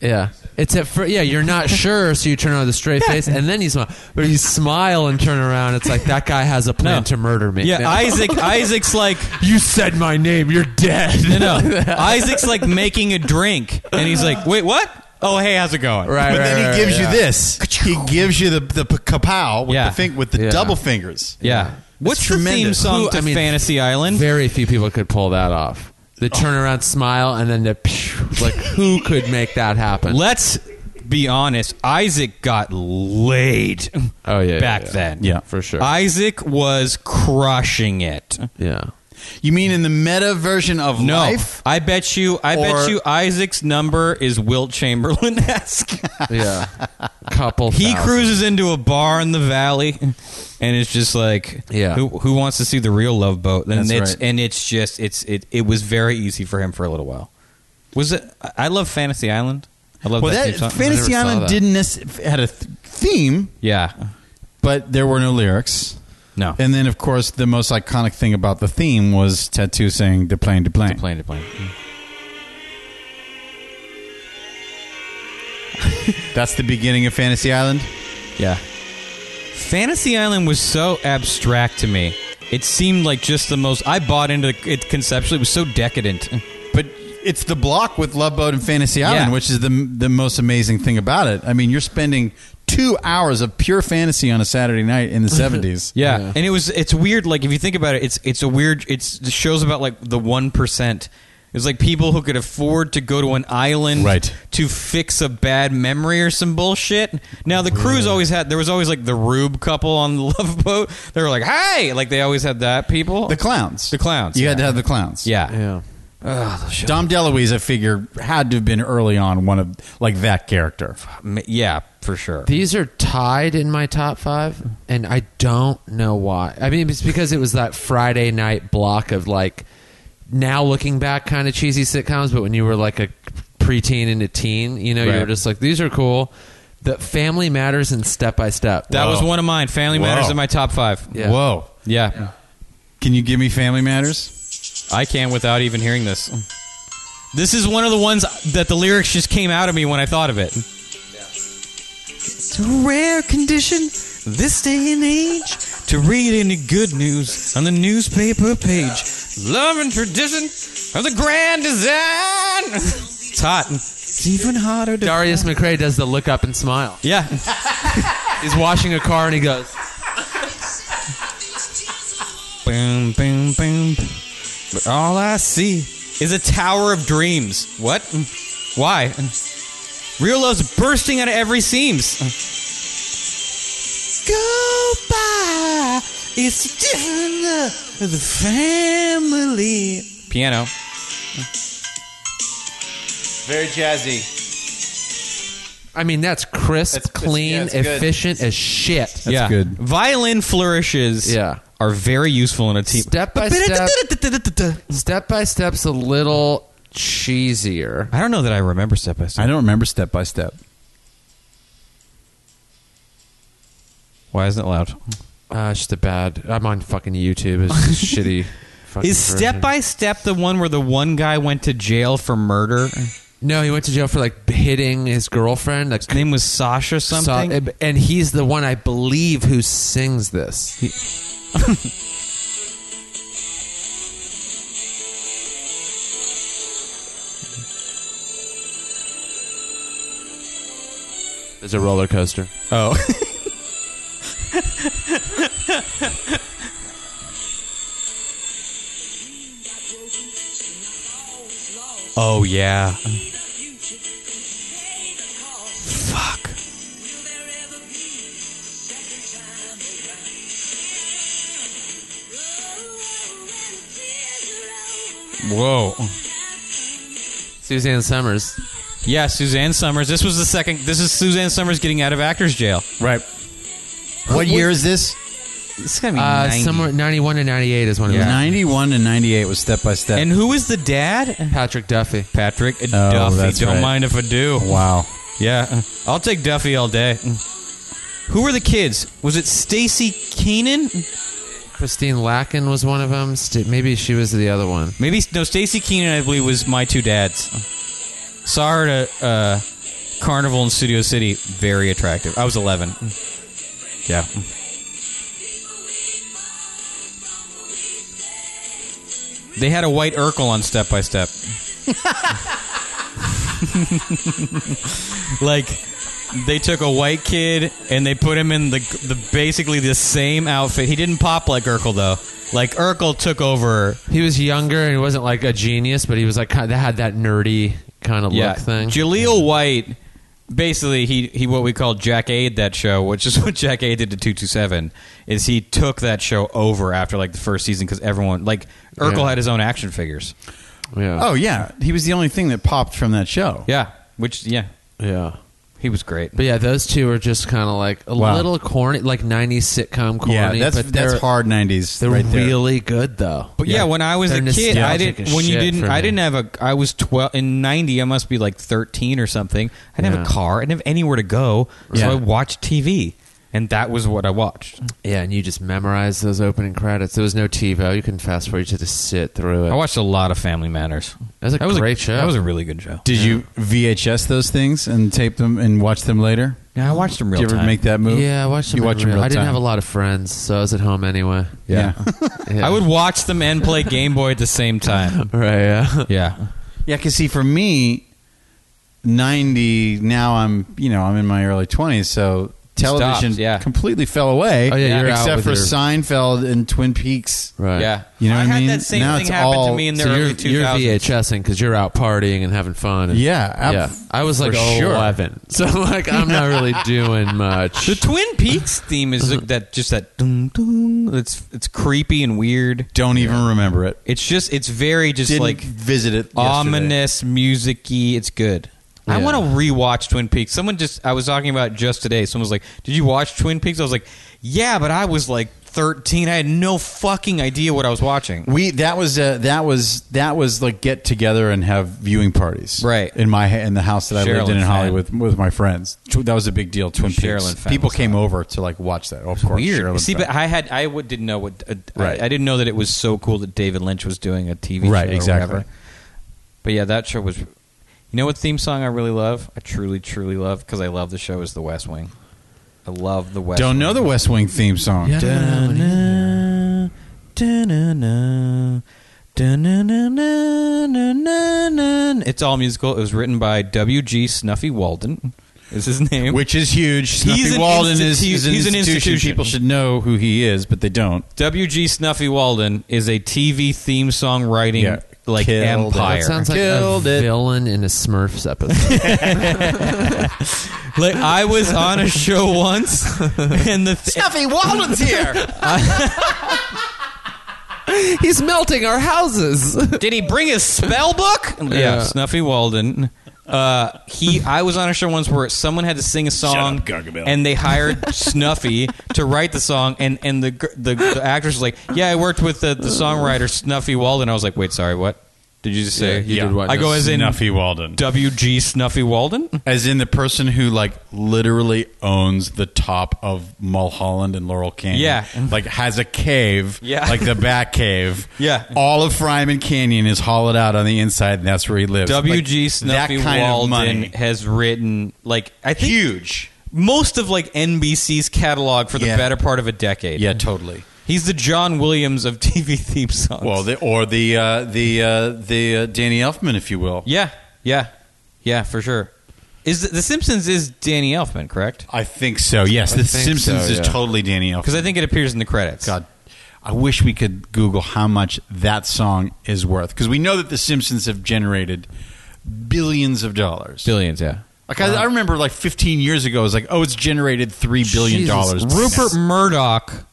Speaker 1: yeah, it's at fir- yeah. You're not sure, so you turn around with a straight face, and then you smile. But if you smile and turn around, it's like that guy has a plan
Speaker 2: No.
Speaker 1: to murder me.
Speaker 2: Yeah, Isaac. <laughs> Isaac's like.
Speaker 1: you said my name. You're dead. <laughs>
Speaker 2: No, no. Isaac's like making a drink, and he's like, "Wait, what? Oh, hey, how's it going?"
Speaker 1: Right,
Speaker 3: but
Speaker 1: right,
Speaker 3: then
Speaker 1: right,
Speaker 3: he gives
Speaker 1: right,
Speaker 3: you this. He gives you the the p- kapow with
Speaker 2: Yeah.
Speaker 3: the fin- with the
Speaker 1: Yeah.
Speaker 3: double fingers.
Speaker 2: Yeah. What's
Speaker 3: It's
Speaker 2: the theme
Speaker 3: tremendous.
Speaker 2: song
Speaker 1: Who-
Speaker 2: to
Speaker 1: I mean,
Speaker 2: Fantasy Island?
Speaker 1: Very few people could pull that off. The turnaround smile and then the phew, like who could make that happen?
Speaker 2: Let's be honest. Isaac got laid.
Speaker 1: Oh, yeah, yeah,
Speaker 2: back
Speaker 1: yeah.
Speaker 2: then.
Speaker 3: Yeah,
Speaker 1: for sure.
Speaker 2: Isaac was crushing it.
Speaker 1: yeah.
Speaker 3: You mean in the meta version of
Speaker 2: No,
Speaker 3: life?
Speaker 2: I bet you. I bet
Speaker 3: Or-
Speaker 2: you. Isaac's number is Wilt Chamberlain <laughs> esque.
Speaker 1: Yeah. <laughs> Couple
Speaker 2: He
Speaker 1: thousand.
Speaker 2: cruises into a bar in the valley, and it's just like,
Speaker 1: Yeah.
Speaker 2: who, who wants to see the real Love Boat? And
Speaker 3: That's
Speaker 2: it's
Speaker 3: right.
Speaker 2: and it's just it's it. It was very easy for him for a little while. Was it? I- I love Fantasy Island. I love
Speaker 3: Well,
Speaker 2: that,
Speaker 3: that
Speaker 2: theme song.
Speaker 3: Fantasy
Speaker 1: I never Oh, saw
Speaker 3: Island
Speaker 1: that.
Speaker 3: didn't nec- had a th- theme,
Speaker 2: yeah,
Speaker 3: but there were no lyrics.
Speaker 2: no,
Speaker 3: And then, of course, the most iconic thing about the theme was Tattoo saying "De plane, de plane."
Speaker 2: plane to plane.
Speaker 3: That's the beginning of Fantasy Island.
Speaker 2: Yeah, Fantasy Island was so abstract to me. It seemed like just the most. I bought into it conceptually. It was so decadent.
Speaker 3: But it's the block with Love Boat and Fantasy Island,
Speaker 2: Yeah.
Speaker 3: which is the the most amazing thing about it. I mean, you're spending two hours of pure fantasy on a Saturday night
Speaker 2: <laughs>
Speaker 3: in the seventies.
Speaker 2: Yeah.
Speaker 1: Yeah.
Speaker 2: and it was it's weird. Like if you think about it, it's it's a weird. It's it shows about like the one percent. It's like people who could afford to go to an island
Speaker 3: Right.
Speaker 2: to fix a bad memory or some bullshit. Now the cruise always had there was always like the rube couple on the <laughs> love boat. They were like, "Hey!" Like they always had that people.
Speaker 3: the clowns,
Speaker 2: The clowns,
Speaker 3: You
Speaker 2: yeah.
Speaker 3: had to have the clowns.
Speaker 2: yeah.
Speaker 1: Yeah.
Speaker 3: Dom DeLuise, I figure, had to have been early on one of like that character.
Speaker 2: M- yeah, for sure.
Speaker 1: These are tied in my top five, and I don't know why. I mean, it's because it was that Friday night block of like now looking back kind of cheesy sitcoms, but when you were like a preteen and a teen, you know, you
Speaker 3: Right.
Speaker 1: were just like, these are cool. The Family Matters and Step by Step.
Speaker 2: that was one of mine. Family
Speaker 3: Whoa.
Speaker 2: Matters in my top five.
Speaker 1: Yeah.
Speaker 3: Whoa!
Speaker 2: Yeah.
Speaker 3: Can you give me Family Matters?
Speaker 2: I can without even hearing this. This is one of the ones that the lyrics just came out of me when I thought of it. It's a rare condition this day and age to read any good news on the newspaper page. Love and tradition of the grand design. It's hot. It's even hotter. To-
Speaker 1: Darius McRae does the look up and smile.
Speaker 2: yeah.
Speaker 1: He's washing a car and he goes,
Speaker 2: Boom, boom, boom. But all I see is a tower of dreams. What? Why? Real love's bursting out of every seams. Go It's the of the family. Piano.
Speaker 3: Very jazzy.
Speaker 1: I mean, that's crisp,
Speaker 3: That's- that's- yeah,
Speaker 1: clean,
Speaker 3: it's good.
Speaker 1: efficient as shit.
Speaker 2: yeah.
Speaker 3: good.
Speaker 2: Violin flourishes
Speaker 1: Yeah.
Speaker 2: are very useful in a team.
Speaker 1: Step by step. Step by step's a little cheesier.
Speaker 2: I don't know that I remember step by step.
Speaker 3: I don't remember step by step.
Speaker 2: Why isn't it loud?
Speaker 1: Uh, it's just a bad. I'm on fucking YouTube. It's just
Speaker 2: <laughs>
Speaker 1: shitty. fucking
Speaker 2: Is step
Speaker 1: version.
Speaker 2: by step the one where the one guy went to jail for murder? His
Speaker 1: No, he went to jail for like hitting his girlfriend. Like
Speaker 2: name was Sasha something.
Speaker 1: Saw- and he's the one I believe who sings this. There's a roller coaster.
Speaker 2: oh.
Speaker 3: <laughs>
Speaker 2: oh yeah. Fuck. Whoa.
Speaker 1: Suzanne Summers.
Speaker 2: Yeah, Suzanne Summers. This was the second. This is Suzanne Summers getting out of actors jail.
Speaker 3: Right. What year is this?
Speaker 2: It's gonna be
Speaker 1: Uh,
Speaker 2: 90.
Speaker 1: somewhere 91 to 98 is one of
Speaker 2: Yeah.
Speaker 1: them.
Speaker 3: 91 and 98 was step by step.
Speaker 2: And who is the dad?
Speaker 1: Patrick Duffy.
Speaker 2: Patrick
Speaker 3: Oh, that's
Speaker 2: Duffy. Don't
Speaker 3: right.
Speaker 2: mind if I do.
Speaker 3: wow.
Speaker 2: Yeah, I'll take Duffy all day. Who were the kids? Was it Stacy Keenan?
Speaker 1: Christine Lacken was one of them. St- maybe she was the other one.
Speaker 2: Maybe no. Stacy Keenan, I believe, was my two dads. Saw her at uh, Carnival in Studio City. Very attractive. I was eleven. Yeah. They had a white Urkel on Step by Step. <laughs> like they took a white kid and they put him in the the basically the same outfit. He didn't pop like Urkel though. Like Urkel took over
Speaker 1: He was younger and he wasn't like a genius, but he was like kind of had that nerdy kind of look thing.
Speaker 2: Jaleel White, basically, he he what we call Jack Aid that show, which is <laughs> what Jack Aid did to Two Two Seven. Is he took that show over after like the first season because everyone like Urkel
Speaker 1: Yeah.
Speaker 2: had his own action figures.
Speaker 1: yeah.
Speaker 3: Oh, yeah. He was the only thing that popped from that show.
Speaker 2: Yeah, which yeah,
Speaker 1: yeah.
Speaker 2: he was great.
Speaker 1: But yeah, those two are just kind of like a
Speaker 3: Wow.
Speaker 1: little corny, like '90s sitcom corny.
Speaker 3: Yeah, that's,
Speaker 1: but
Speaker 3: that's
Speaker 1: they're-
Speaker 3: hard 90s.
Speaker 1: They're
Speaker 3: right there.
Speaker 1: really good though.
Speaker 2: But yeah, when I was
Speaker 1: They're
Speaker 2: a kid, I
Speaker 1: nostalgic
Speaker 2: didn't.
Speaker 1: as
Speaker 2: When you
Speaker 1: shit
Speaker 2: didn't,
Speaker 1: for
Speaker 2: I
Speaker 1: me.
Speaker 2: didn't have a. I was twelve in ninety. I must be like thirteen or something. I didn't have
Speaker 1: Yeah.
Speaker 2: a car. I didn't have anywhere to go, so
Speaker 3: Yeah.
Speaker 2: I watched TV, and that was what I watched.
Speaker 1: Yeah, and you just memorized those opening credits. There was no TiVo. You couldn't fast forward. You had to sit through it.
Speaker 2: I watched a lot of Family Matters.
Speaker 1: That was a great show.
Speaker 2: That was a really good show.
Speaker 3: Did you VHS those things and tape them and watch them later?
Speaker 2: Yeah, I watched them
Speaker 3: Did
Speaker 2: real
Speaker 3: you ever
Speaker 2: time.
Speaker 3: make that move?
Speaker 1: yeah, I watched them.
Speaker 3: You
Speaker 1: in
Speaker 3: watch them
Speaker 1: real-
Speaker 3: real
Speaker 1: I didn't
Speaker 3: time.
Speaker 1: have a lot of friends, so I was at home anyway.
Speaker 3: Yeah.
Speaker 1: Yeah.
Speaker 2: I would watch them and play Game Boy at the same
Speaker 3: <laughs>
Speaker 2: time.
Speaker 1: Right. Yeah.
Speaker 2: Yeah.
Speaker 3: <laughs> Yeah, because see, for me, ninety. Now I'm, you know, I'm in my early twenties, so television
Speaker 2: Stopped, yeah.
Speaker 3: completely fell away.
Speaker 1: Oh, yeah, you're out
Speaker 3: except
Speaker 1: with
Speaker 3: for
Speaker 1: your-
Speaker 3: Seinfeld and Twin Peaks.
Speaker 1: Right.
Speaker 2: Yeah.
Speaker 3: You know
Speaker 2: I
Speaker 3: what I
Speaker 2: had
Speaker 3: mean?
Speaker 2: that same
Speaker 3: Now
Speaker 2: thing
Speaker 3: it's
Speaker 2: happen to
Speaker 3: all-
Speaker 2: me in the
Speaker 1: so
Speaker 2: early
Speaker 1: you're, you're
Speaker 2: 2000s.
Speaker 1: VHSing because you're out partying and having fun. And,
Speaker 3: Yeah, ab-
Speaker 1: yeah. I was like
Speaker 3: for sure.
Speaker 1: 11, <laughs> so like I'm not
Speaker 3: <laughs>
Speaker 1: really doing much.
Speaker 2: The Twin Peaks theme is like that just that dum dum. It's it's creepy and weird.
Speaker 3: Don't even remember it.
Speaker 2: It's just it's very just
Speaker 3: Didn't
Speaker 2: like
Speaker 3: visit it. yesterday.
Speaker 2: ominous, musicy. It's good. I
Speaker 1: Yeah.
Speaker 2: want to rewatch Twin Peaks. Someone just I was talking about it just today. Someone was like, "Did you watch Twin Peaks?" I was like, "Yeah," but I was like 13. I had no fucking idea what I was watching.
Speaker 3: We that was uh, that was that was like get together and have viewing parties,
Speaker 2: Right.
Speaker 3: In my in the house that I lived
Speaker 2: Sherilyn
Speaker 3: in in
Speaker 2: Fenn.
Speaker 3: Hollywood with, with my friends. Tw- That was a big deal. Twin
Speaker 2: Sherilyn
Speaker 3: Peaks.
Speaker 2: Fenn
Speaker 3: People
Speaker 2: was
Speaker 3: came
Speaker 2: hot.
Speaker 3: over to like watch that. Of course,
Speaker 2: weird.
Speaker 3: Sherilyn
Speaker 2: See,
Speaker 3: Fenn.
Speaker 2: but I had I w- didn't know what uh,
Speaker 3: Right.
Speaker 2: I, I didn't know that it was so cool that David Lynch was doing a TV
Speaker 3: Right,
Speaker 2: show
Speaker 3: exactly.
Speaker 2: or whatever. But yeah, that show was. You know what theme song I really love? I truly, truly love because I love the show is The West Wing. I love The West.
Speaker 3: don't know the
Speaker 2: Wing.
Speaker 3: West Wing theme song.
Speaker 1: Yeah, I don't know it either.
Speaker 2: Da-na, da-na-na, da-na-na-na-na-na-na. It's all musical. It was written by W. G. Snuffy Walden. Is his name?
Speaker 3: which is huge. Snuffy
Speaker 2: an
Speaker 3: Walden is,
Speaker 2: institu-
Speaker 3: is an
Speaker 2: he's an
Speaker 3: institution.
Speaker 2: institution.
Speaker 3: People should know who he is, but they don't.
Speaker 2: W.G. Snuffy Walden is a TV theme song writing
Speaker 3: Yeah,
Speaker 2: like
Speaker 3: Killed it.
Speaker 2: empire.
Speaker 1: That sounds like
Speaker 3: Killed
Speaker 1: a
Speaker 3: it.
Speaker 1: villain in a Smurfs
Speaker 3: <laughs>
Speaker 1: episode.
Speaker 2: like I was on
Speaker 1: <laughs>
Speaker 2: a show once, and the th-
Speaker 3: Duffy Walden's here.
Speaker 1: He's melting our <laughs> houses.
Speaker 2: Did he bring his spell book? Yeah, Snuffy Walden. Uh, he, I was on a show once where someone had to sing a song, and they hired Snuffy to write the song, and and the gr- the, the actress was like, "Yeah, I worked with the, the songwriter Snuffy Walden." I was like, "Wait, sorry, what did you just
Speaker 1: Yeah,
Speaker 2: say?"
Speaker 1: you did what
Speaker 2: I go
Speaker 1: now?
Speaker 2: as in
Speaker 5: Snuffy Walden.
Speaker 2: W G Snuffy Walden.
Speaker 3: As in the person who like literally owns the top of Mulholland and Laurel Canyon.
Speaker 2: Yeah.
Speaker 3: Like has a cave.
Speaker 2: Yeah.
Speaker 3: Like the back cave.
Speaker 2: <laughs> Yeah.
Speaker 3: All of Fryman Canyon is hollowed out on the inside and that's where he lives.
Speaker 2: W G
Speaker 3: Like,
Speaker 2: Snuffy
Speaker 3: that kind
Speaker 2: Walden
Speaker 3: of money.
Speaker 2: has written like I think
Speaker 3: Huge.
Speaker 2: most of like NBC's catalog for the
Speaker 3: Yeah.
Speaker 2: better part of a decade.
Speaker 3: Yeah, totally.
Speaker 2: He's the John Williams of TV <laughs> theme songs.
Speaker 3: Well, the, or the uh, the uh, the uh, Danny Elfman, if you will.
Speaker 2: yeah, yeah, yeah, for sure. Is the, the Simpsons is Danny Elfman correct?
Speaker 3: I think so. Yes, The
Speaker 1: think
Speaker 3: Simpsons
Speaker 1: so,
Speaker 3: is
Speaker 1: yeah.
Speaker 3: totally Danny Elfman.
Speaker 2: Because I think it appears in the credits.
Speaker 3: God, I wish we could Google how much that song is worth because we know that The Simpsons have generated billions of dollars.
Speaker 2: billions, yeah.
Speaker 3: Like I, I remember, like 15 years ago, it was like, oh, it's generated three billion
Speaker 1: Jesus.
Speaker 3: dollars.
Speaker 2: Rupert Murdoch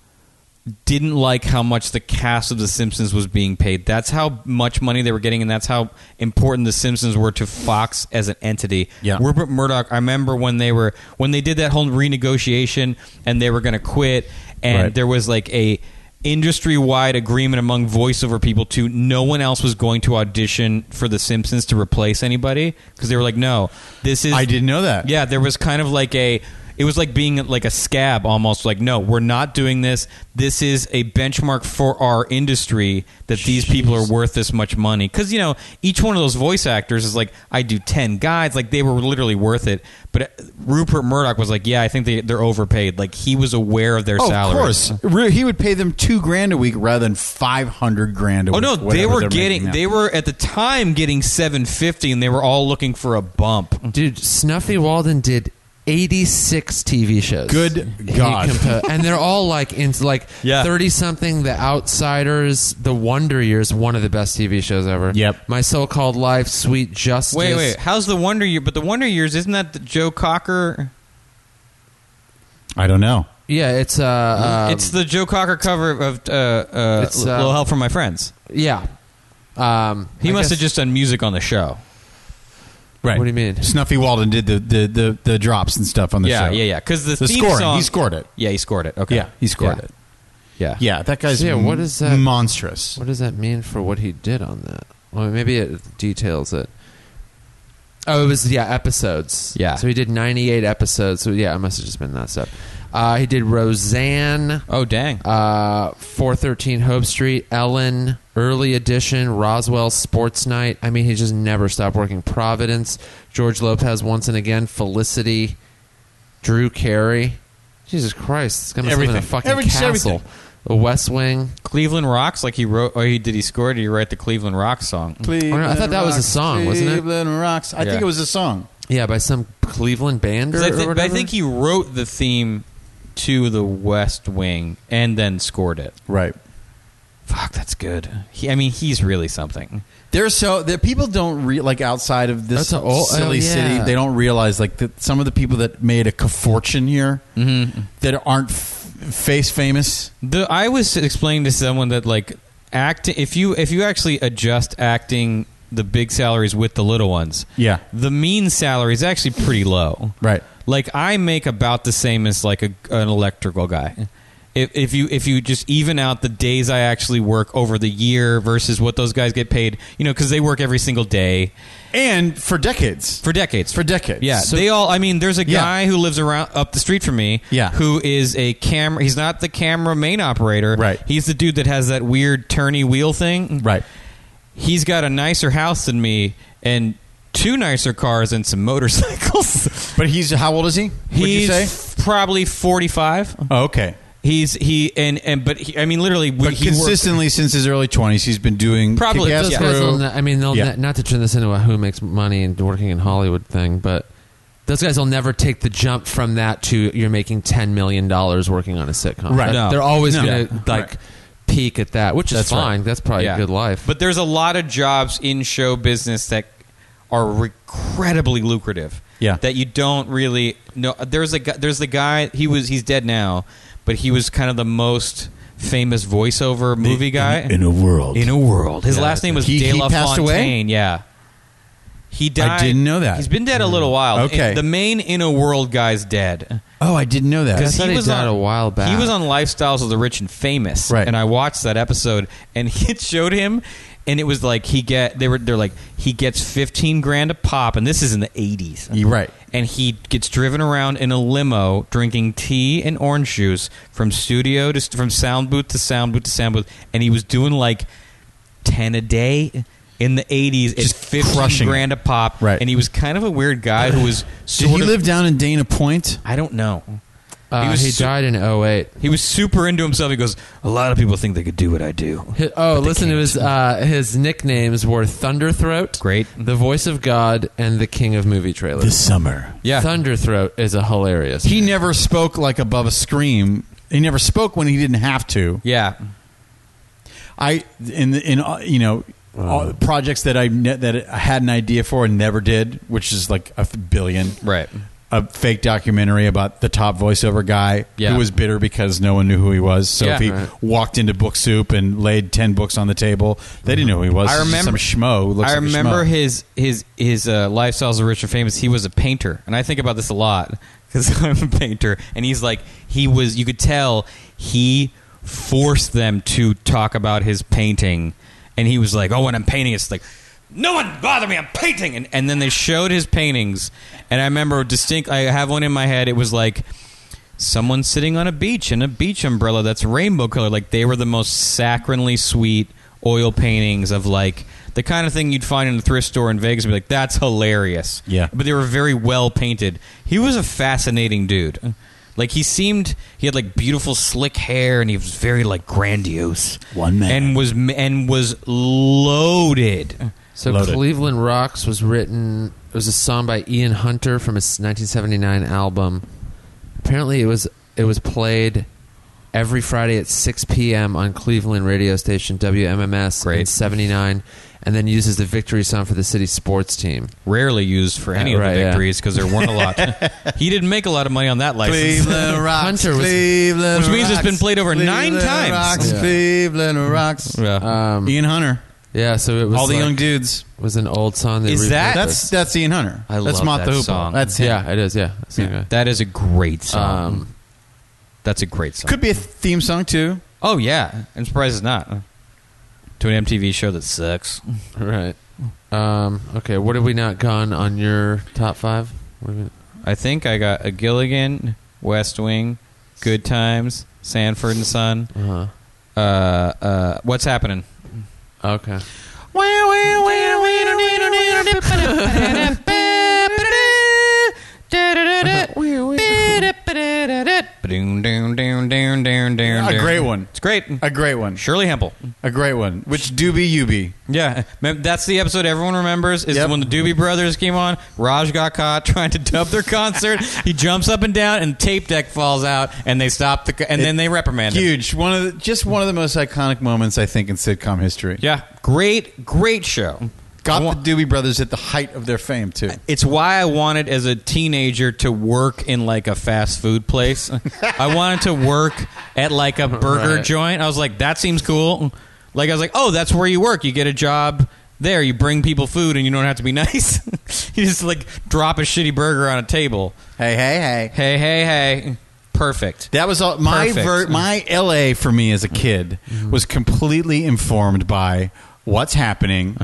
Speaker 2: didn't like how much the cast of The Simpsons was being paid. That's how much money they were getting, and that's how important The Simpsons were to Fox as an entity.
Speaker 3: Yeah.
Speaker 2: Rupert Murdoch. I remember when they were when they did that whole renegotiation, and they were going to quit, and
Speaker 3: Right.
Speaker 2: there was like a industry wide agreement among voiceover people to no one else was going to audition for The Simpsons to replace anybody because they were like, no, this is
Speaker 3: I didn't know that.
Speaker 2: yeah, there was kind of like a it was like being like a scab almost like no, we're not doing this. This is a benchmark for our industry that these people are worth this much money cuz you know, each one of those voice actors is like I do 10 guides like they were literally worth it. But uh, Rupert Murdoch was like, "Yeah, I think they they're overpaid." Like he was aware of their
Speaker 3: Oh,
Speaker 2: salary.
Speaker 3: of course. Ru- He would pay them two grand a week rather than five hundred grand a
Speaker 2: Oh
Speaker 3: week.
Speaker 2: no, they
Speaker 3: whatever
Speaker 2: were
Speaker 3: they're making
Speaker 2: getting
Speaker 3: now.
Speaker 2: they were at the time getting 750 and they were all looking for a bump.
Speaker 1: Dude, Snuffy Walden did 86 TV shows.
Speaker 3: Good
Speaker 1: He
Speaker 2: <laughs>
Speaker 3: God.
Speaker 1: compo- and they're all like in like 30
Speaker 2: Yeah.
Speaker 1: something The Outsiders, The Wonder Years, one of the best TV shows ever.
Speaker 3: Yep.
Speaker 1: My So-Called Life, Sweet Justice.
Speaker 2: Wait, wait. How's the Wonder Year? But the Wonder Years isn't that the Joe Cocker?
Speaker 3: I don't know.
Speaker 1: Yeah, it's uh, uh
Speaker 3: Um,
Speaker 2: it's the Joe Cocker cover of uh, uh,
Speaker 1: It's,
Speaker 2: L-
Speaker 1: uh,
Speaker 2: "Little Help from My Friends."
Speaker 1: yeah. Um
Speaker 2: He
Speaker 1: I
Speaker 2: must have
Speaker 1: guess-
Speaker 2: just done music on the show.
Speaker 3: Right.
Speaker 1: What do you mean?
Speaker 3: Snuffy Walden did the the the, the drops and stuff on the
Speaker 2: yeah,
Speaker 3: show.
Speaker 2: yeah, yeah. Because the,
Speaker 3: The
Speaker 2: theme
Speaker 3: scoring.
Speaker 2: song,
Speaker 3: He scored it.
Speaker 2: Yeah, he scored it. Okay,
Speaker 3: Yeah, he scored
Speaker 2: Yeah.
Speaker 3: it.
Speaker 2: Yeah,
Speaker 3: Yeah, that guy's
Speaker 1: Yeah, what is that-
Speaker 3: monstrous.
Speaker 1: What does that mean for what he did on that? Well, maybe it details it. Oh, it was yeah episodes.
Speaker 2: Yeah.
Speaker 1: so he did ninety eight episodes. So yeah, it must have just been that stuff. Uh, he did Roseanne,
Speaker 2: Oh dang.
Speaker 1: uh, four thirteen Hope Street, Ellen, Early Edition, Roswell, Sports Night. I mean, he just never stopped working. Providence, George Lopez, once and again, Felicity, Drew Carey. Jesus Christ, it's gonna live in a
Speaker 3: Everything.
Speaker 1: fucking
Speaker 3: Every- just
Speaker 1: castle.
Speaker 3: everything.
Speaker 1: The West Wing.
Speaker 2: Cleveland Rocks. Like he wrote. Oh, he did. He scored. Did he write the Cleveland Rocks song?
Speaker 1: Cleveland I thought that was a song, wasn't it?
Speaker 3: Cleveland rocks. I
Speaker 2: Yeah.
Speaker 3: think it was a song.
Speaker 1: Yeah, by some Cleveland band or,
Speaker 2: 'Cause I
Speaker 1: or
Speaker 2: thi- but I
Speaker 1: whatever.
Speaker 2: think he wrote the theme to The West Wing and then scored it.
Speaker 3: Right.
Speaker 2: Fuck, that's good. He, I mean, he's really something.
Speaker 3: There's so that people don't re- like outside of this
Speaker 1: That's a old- oh,
Speaker 3: silly city.
Speaker 1: yeah.
Speaker 3: They don't realize like that some of the people that made a fortune here that aren't f- face famous.
Speaker 2: The I was explaining to someone that like acting if you if you actually adjust acting the big salaries with the little ones,
Speaker 3: Yeah.
Speaker 2: the mean salary is actually pretty low.
Speaker 3: Right.
Speaker 2: Like I make about the same as like a, an electrical guy. If, if you if you just even out the days I actually work over the year versus what those guys get paid, you know, because they work every single day
Speaker 3: And for decades.
Speaker 2: for decades.
Speaker 3: For decades.
Speaker 2: Yeah,
Speaker 3: So-
Speaker 2: they all. I mean, there's a
Speaker 3: Yeah.
Speaker 2: guy who lives around up the street from me.
Speaker 3: Yeah.
Speaker 2: who is a camera. He's not the camera main operator.
Speaker 3: Right.
Speaker 2: He's the dude that has that weird turny wheel thing.
Speaker 3: right.
Speaker 2: He's got a nicer house than me and two nicer cars and some motorcycles. <laughs>
Speaker 3: But he's how old is he? Would
Speaker 2: he's
Speaker 3: you say?
Speaker 2: probably 45.
Speaker 3: Oh, okay.
Speaker 2: He's he and and but he, I mean, literally, we-
Speaker 3: But
Speaker 2: he worked-
Speaker 3: consistently since his early 20s, he's been doing
Speaker 2: Probably,
Speaker 3: kick-ass
Speaker 1: those
Speaker 2: yeah.
Speaker 1: guys.
Speaker 3: crew.
Speaker 1: Will ne- I mean, they'll
Speaker 3: Yeah.
Speaker 1: ne- not to turn this into a who makes money and working in Hollywood thing, but those guys will never take the jump from that to you're making ten million dollars working on a sitcom.
Speaker 3: Right.
Speaker 1: That-
Speaker 2: No.
Speaker 1: They're always
Speaker 3: No.
Speaker 1: gonna
Speaker 3: Yeah.
Speaker 1: like
Speaker 3: Right.
Speaker 1: peak at that, which is
Speaker 2: That's
Speaker 1: fine.
Speaker 2: right.
Speaker 1: That's probably
Speaker 2: Yeah.
Speaker 1: a good life.
Speaker 2: But there's a lot of jobs in show business that are incredibly lucrative.
Speaker 3: Yeah.
Speaker 2: That you don't really know. There's a gu- there's the guy he was he's dead now, but he was kind of the most famous voiceover movie guy
Speaker 5: in, in a world.
Speaker 2: In a world. His
Speaker 1: Yeah,
Speaker 2: last name was
Speaker 3: He-
Speaker 2: De
Speaker 3: he
Speaker 2: La
Speaker 3: passed away?
Speaker 2: Fontaine. Yeah. He died.
Speaker 3: didn't know that. Mm.
Speaker 2: He's been dead a little while.
Speaker 3: Okay.
Speaker 2: The main In a World guy's dead.
Speaker 3: Oh, I didn't know
Speaker 1: I
Speaker 3: that.
Speaker 1: thought he died a while back.
Speaker 2: He was on Lifestyles of the Rich and Famous,
Speaker 3: Right.
Speaker 2: And I watched that episode, and <laughs> it showed him, and it was like he get they were they're like he gets fifteen grand a pop, and this is in the eighties,
Speaker 3: You're right.
Speaker 2: And he gets driven around in a limo, drinking tea and orange juice from studio to from sound booth to sound booth to sound booth, and he was doing like ten a day. In the eighties, it's
Speaker 3: Just
Speaker 2: fifteen
Speaker 3: crushing it.
Speaker 2: grand a pop,
Speaker 3: Right.
Speaker 2: And he was kind of a weird guy who was
Speaker 3: Did
Speaker 2: sort
Speaker 3: he
Speaker 2: of,
Speaker 3: live down in Dana Point?
Speaker 2: I don't know.
Speaker 1: Uh,
Speaker 2: he
Speaker 1: he
Speaker 2: was su-
Speaker 1: died in 08.
Speaker 2: He was super into himself. He goes, A lot of people think they could do what I do.
Speaker 1: Hi- oh, listen to his uh, his nicknames were Thunderthroat,
Speaker 2: Great.
Speaker 1: the voice of God, and the king of movie trailers.
Speaker 5: the summer.
Speaker 2: Yeah.
Speaker 1: Thunderthroat is a hilarious.
Speaker 3: He never spoke like above a scream. He never spoke when he didn't have to.
Speaker 2: Yeah.
Speaker 3: I in the, in uh, you know all the projects that I ne- that I had an idea for and never did, which is like a f- billion.
Speaker 2: Right.
Speaker 3: A fake documentary about the top voiceover guy
Speaker 2: Yeah.
Speaker 3: who was bitter because no one knew who he was. So
Speaker 2: Yeah.
Speaker 3: if he
Speaker 1: Right.
Speaker 3: walked into Book Soup and laid ten books on the table, they didn't know who he was.
Speaker 2: I
Speaker 3: He's
Speaker 2: remember
Speaker 3: some schmo. Who looks
Speaker 2: I
Speaker 3: like a
Speaker 2: remember
Speaker 3: schmo.
Speaker 2: his his his uh, lifestyles of rich and famous. He was a painter, and I think about this a lot <laughs> because I'm a painter. And he's like, he was. You could tell he forced them to talk about his painting, and he was like, "Oh, when I'm painting, it's like." No one bother me. I'm painting, and, and then they showed his paintings, and I remember distinct. I have one in my head. It was like someone sitting on a beach in a beach umbrella that's rainbow color. Like they were the most saccharinely sweet oil paintings of like the kind of thing you'd find in a thrift store in Vegas and be like, that's hilarious.
Speaker 3: Yeah.
Speaker 2: But they were very well painted. He was a fascinating dude. Like he seemed, he had like beautiful slick hair, and he was very like grandiose.
Speaker 5: One man.
Speaker 2: and was and was loaded.
Speaker 1: So
Speaker 3: Loaded.
Speaker 1: Cleveland Rocks was written. It was a song by Ian Hunter from his 1979 album. Apparently, it was it was played every Friday at 6 p.m. on Cleveland radio station WMMS in
Speaker 2: Great.
Speaker 1: '79, and then used as the victory song for the city's sports team.
Speaker 2: Rarely used for any
Speaker 1: Yeah,
Speaker 2: of
Speaker 1: right,
Speaker 2: the
Speaker 1: yeah.
Speaker 2: victories because there weren't a lot. he didn't make a lot of money on that license. <laughs>
Speaker 3: Cleveland Rocks,
Speaker 1: Hunter was-
Speaker 3: Cleveland
Speaker 2: Which means it's been
Speaker 3: Rocks,
Speaker 2: played over nine
Speaker 3: Cleveland
Speaker 2: times.
Speaker 3: Rocks,
Speaker 1: Yeah.
Speaker 3: Cleveland Rocks.
Speaker 2: Yeah.
Speaker 1: Um,
Speaker 3: Ian Hunter,
Speaker 1: yeah, so it was
Speaker 3: all the
Speaker 1: like-
Speaker 3: young dudes.
Speaker 1: was an old song. They
Speaker 2: Is that-
Speaker 1: repurposed.
Speaker 3: That's that's Ian Hunter.
Speaker 2: I
Speaker 3: that's
Speaker 2: love
Speaker 3: Mott
Speaker 2: that
Speaker 3: the Hoople.
Speaker 2: song.
Speaker 3: That's him.
Speaker 1: yeah, it is. Yeah, that's the guy.
Speaker 2: That is a great song.
Speaker 1: Um,
Speaker 2: That's a great song.
Speaker 3: Could be a theme song too.
Speaker 2: oh yeah, I'm surprised it's not to an MTV show that sucks.
Speaker 1: right. Um, okay, what have we not gone on your top five? What have we-
Speaker 2: I think I got a Gilligan, West Wing, Good Times, Sanford and Son.
Speaker 1: Uh-huh.
Speaker 2: Uh, uh, what's happening?
Speaker 1: Okay.
Speaker 3: A great one.
Speaker 2: It's great.
Speaker 3: A great one.
Speaker 2: Shirley Hemple.
Speaker 3: A great one. Which doobie you be?
Speaker 2: Yeah, mem- that's the episode everyone remembers. Is
Speaker 3: Yep.
Speaker 2: when the Doobie Brothers came on. Raj got caught <laughs> trying to dub their concert. he jumps up and down, and tape deck falls out, and they stop the. co- And then they reprimand him.
Speaker 3: Huge. One of the, just one of the most iconic moments I think in sitcom history.
Speaker 2: Yeah, great, great show.
Speaker 3: Got
Speaker 2: I wa-
Speaker 3: the Doobie Brothers at the height of their fame too.
Speaker 2: it's why I wanted as a teenager to work in like a fast food place. I wanted to work at like a burger
Speaker 1: Right.
Speaker 2: joint. I was like, that seems cool. Like I was like, oh, that's where you work. You get a job there. You bring people food, and you don't have to be <laughs> nice. you just like drop a shitty burger on a table.
Speaker 3: Hey, hey, hey.
Speaker 2: Hey, hey, hey. Perfect.
Speaker 3: That was all, my
Speaker 2: Perfect.
Speaker 3: ver- my LA for me as a kid was completely informed by what's happening.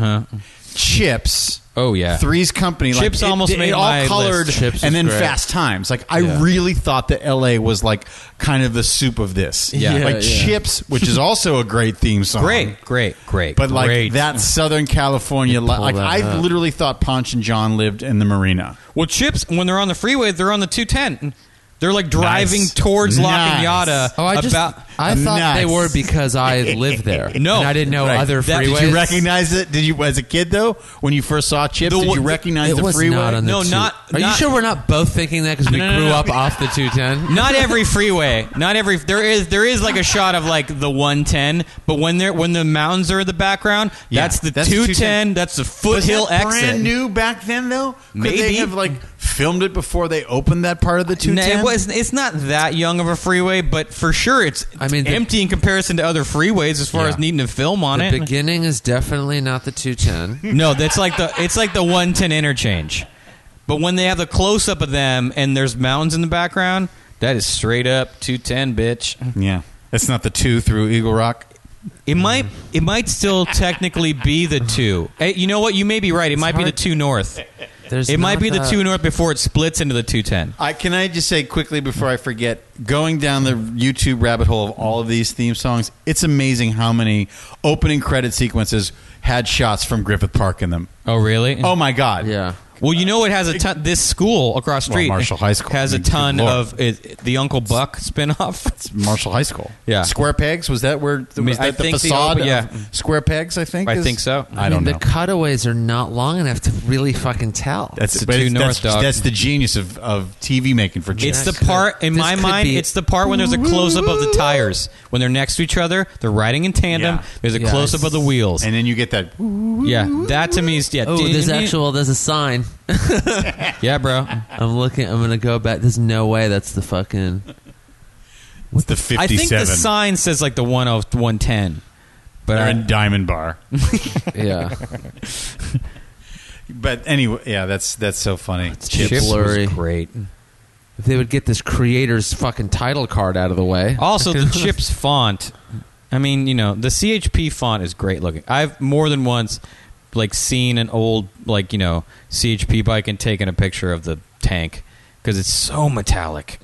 Speaker 3: Chips.
Speaker 2: Oh, yeah.
Speaker 3: Three's Company.
Speaker 2: Chips
Speaker 3: like, it-
Speaker 2: almost
Speaker 3: it,
Speaker 2: made
Speaker 3: it all
Speaker 2: my
Speaker 3: colored
Speaker 2: list.
Speaker 1: Chips
Speaker 3: and
Speaker 1: is
Speaker 3: then
Speaker 1: great.
Speaker 3: Fast Times. Like I
Speaker 1: Yeah.
Speaker 3: really thought that LA was like kind of the soup of this.
Speaker 2: Yeah. Yeah,
Speaker 3: like
Speaker 1: yeah.
Speaker 3: Chips, which is also a great theme song.
Speaker 2: Great, great, great.
Speaker 3: Um, But like
Speaker 2: great.
Speaker 3: that Southern California, li-
Speaker 1: pull
Speaker 3: like
Speaker 1: that
Speaker 3: I
Speaker 1: up.
Speaker 3: literally thought Ponch and John lived in the marina.
Speaker 2: Well, chips when they're on the freeway, they're on the 210. They're like driving
Speaker 3: Nice.
Speaker 2: towards
Speaker 3: Nice.
Speaker 2: La Cunada.
Speaker 1: Oh, I just
Speaker 2: about,
Speaker 1: I thought they
Speaker 3: Nice.
Speaker 1: were because I lived there.
Speaker 2: <laughs> No.
Speaker 1: and I didn't know
Speaker 2: Right.
Speaker 1: other
Speaker 2: That-
Speaker 1: freeways.
Speaker 2: did
Speaker 3: Did you recognize it? Did you, as a kid though, when you first saw Chips,
Speaker 2: The
Speaker 3: did
Speaker 2: one-
Speaker 3: you recognize
Speaker 1: It
Speaker 3: the
Speaker 1: was
Speaker 3: freeway?
Speaker 1: not on the
Speaker 2: No,
Speaker 1: two-
Speaker 2: not-
Speaker 1: Are you
Speaker 2: not-
Speaker 1: sure we're not both thinking that because we
Speaker 2: No, no, no,
Speaker 1: grew
Speaker 2: no.
Speaker 1: up off the two ten?
Speaker 2: not every freeway. Not every there is there is like a shot of like the 110, but when they when the mountains are in the background,
Speaker 3: Yeah,
Speaker 2: that's the
Speaker 3: that's
Speaker 2: 210,
Speaker 3: 210.
Speaker 2: that's the
Speaker 3: Was
Speaker 2: foothill
Speaker 3: that
Speaker 2: exit.
Speaker 3: brand new back then though? Could
Speaker 2: Maybe.
Speaker 3: they have like filmed it before they opened that part of the two
Speaker 2: No,
Speaker 3: ten?
Speaker 2: it was, it's not that young of a freeway, but for sure it's
Speaker 1: I mean, the-
Speaker 2: empty in comparison to other freeways as far
Speaker 3: Yeah.
Speaker 2: as needing to film on
Speaker 1: The
Speaker 2: it.
Speaker 1: beginning is definitely not the two ten.
Speaker 2: No, that's like the it's like the one ten interchange. But when they have the close up of them and there's mountains in the background, that is straight up two ten, bitch.
Speaker 3: Yeah, it's not the two through Eagle Rock.
Speaker 2: It might it might still technically be the two. Hey, you know what? You may be right. It might be
Speaker 1: hard-
Speaker 2: the two north.
Speaker 1: There's
Speaker 2: It might
Speaker 1: not
Speaker 2: be the
Speaker 1: that-
Speaker 2: two north before it splits into the two ten.
Speaker 3: I can I just say quickly before I forget, going down the YouTube rabbit hole of all of these theme songs, it's amazing how many opening credit sequences had shots from Griffith Park in them.
Speaker 2: Oh really?
Speaker 3: Oh my god.
Speaker 1: Yeah.
Speaker 2: Well, you know it has a ton. This school across
Speaker 3: Well,
Speaker 2: street,
Speaker 3: Marshall High School.
Speaker 2: has a
Speaker 3: I mean, good
Speaker 2: ton
Speaker 3: lord.
Speaker 2: of it, the Uncle Buck spinoff.
Speaker 3: Marshall High School.
Speaker 2: Yeah.
Speaker 3: Square Pegs was that where the,
Speaker 2: I mean, I
Speaker 3: at the
Speaker 2: think the
Speaker 3: facade?
Speaker 2: open- yeah.
Speaker 3: of Square Pegs. I think.
Speaker 2: I
Speaker 3: is-
Speaker 2: think so.
Speaker 3: I,
Speaker 1: I,
Speaker 3: don't
Speaker 1: mean,
Speaker 3: know.
Speaker 1: the cutaways are not long enough to really fucking tell.
Speaker 3: that's
Speaker 2: the
Speaker 3: but
Speaker 2: two
Speaker 3: it's-
Speaker 2: north,
Speaker 3: that's,
Speaker 2: dog.
Speaker 3: that's the genius of, of TV making for
Speaker 2: It's
Speaker 3: kids.
Speaker 2: the
Speaker 1: could-
Speaker 2: part in
Speaker 1: this
Speaker 2: my
Speaker 1: could
Speaker 2: mind.
Speaker 1: be-
Speaker 2: It's the part when there's a close up of the tires when they're next to each other. They're riding in tandem.
Speaker 3: Yeah.
Speaker 2: There's a
Speaker 1: Yeah,
Speaker 2: close up of the wheels.
Speaker 3: and then you get that.
Speaker 2: yeah, that to me is yeah.
Speaker 1: oh,
Speaker 2: dude,
Speaker 1: there's
Speaker 2: I mean-
Speaker 1: actual. There's a sign.
Speaker 2: Yeah, bro.
Speaker 1: I'm looking. I'm gonna go back. There's no way that's the fucking.
Speaker 3: What's the
Speaker 2: I
Speaker 3: fifty-seven?
Speaker 2: think the sign says like the one of one ten, but
Speaker 3: They're
Speaker 2: I-
Speaker 3: in Diamond
Speaker 2: <laughs>
Speaker 3: Bar.
Speaker 1: Yeah.
Speaker 3: But anyway, yeah, that's that's so funny.
Speaker 1: Chips
Speaker 2: Chips was
Speaker 1: blurry.
Speaker 2: great.
Speaker 1: if they would get this creator's fucking title card out of the way.
Speaker 2: Also, the chips font. I mean, you know, the CHP font is great looking. I've more than once like seen an old like you know CHP bike and taken a picture of the tank because it's so metallic.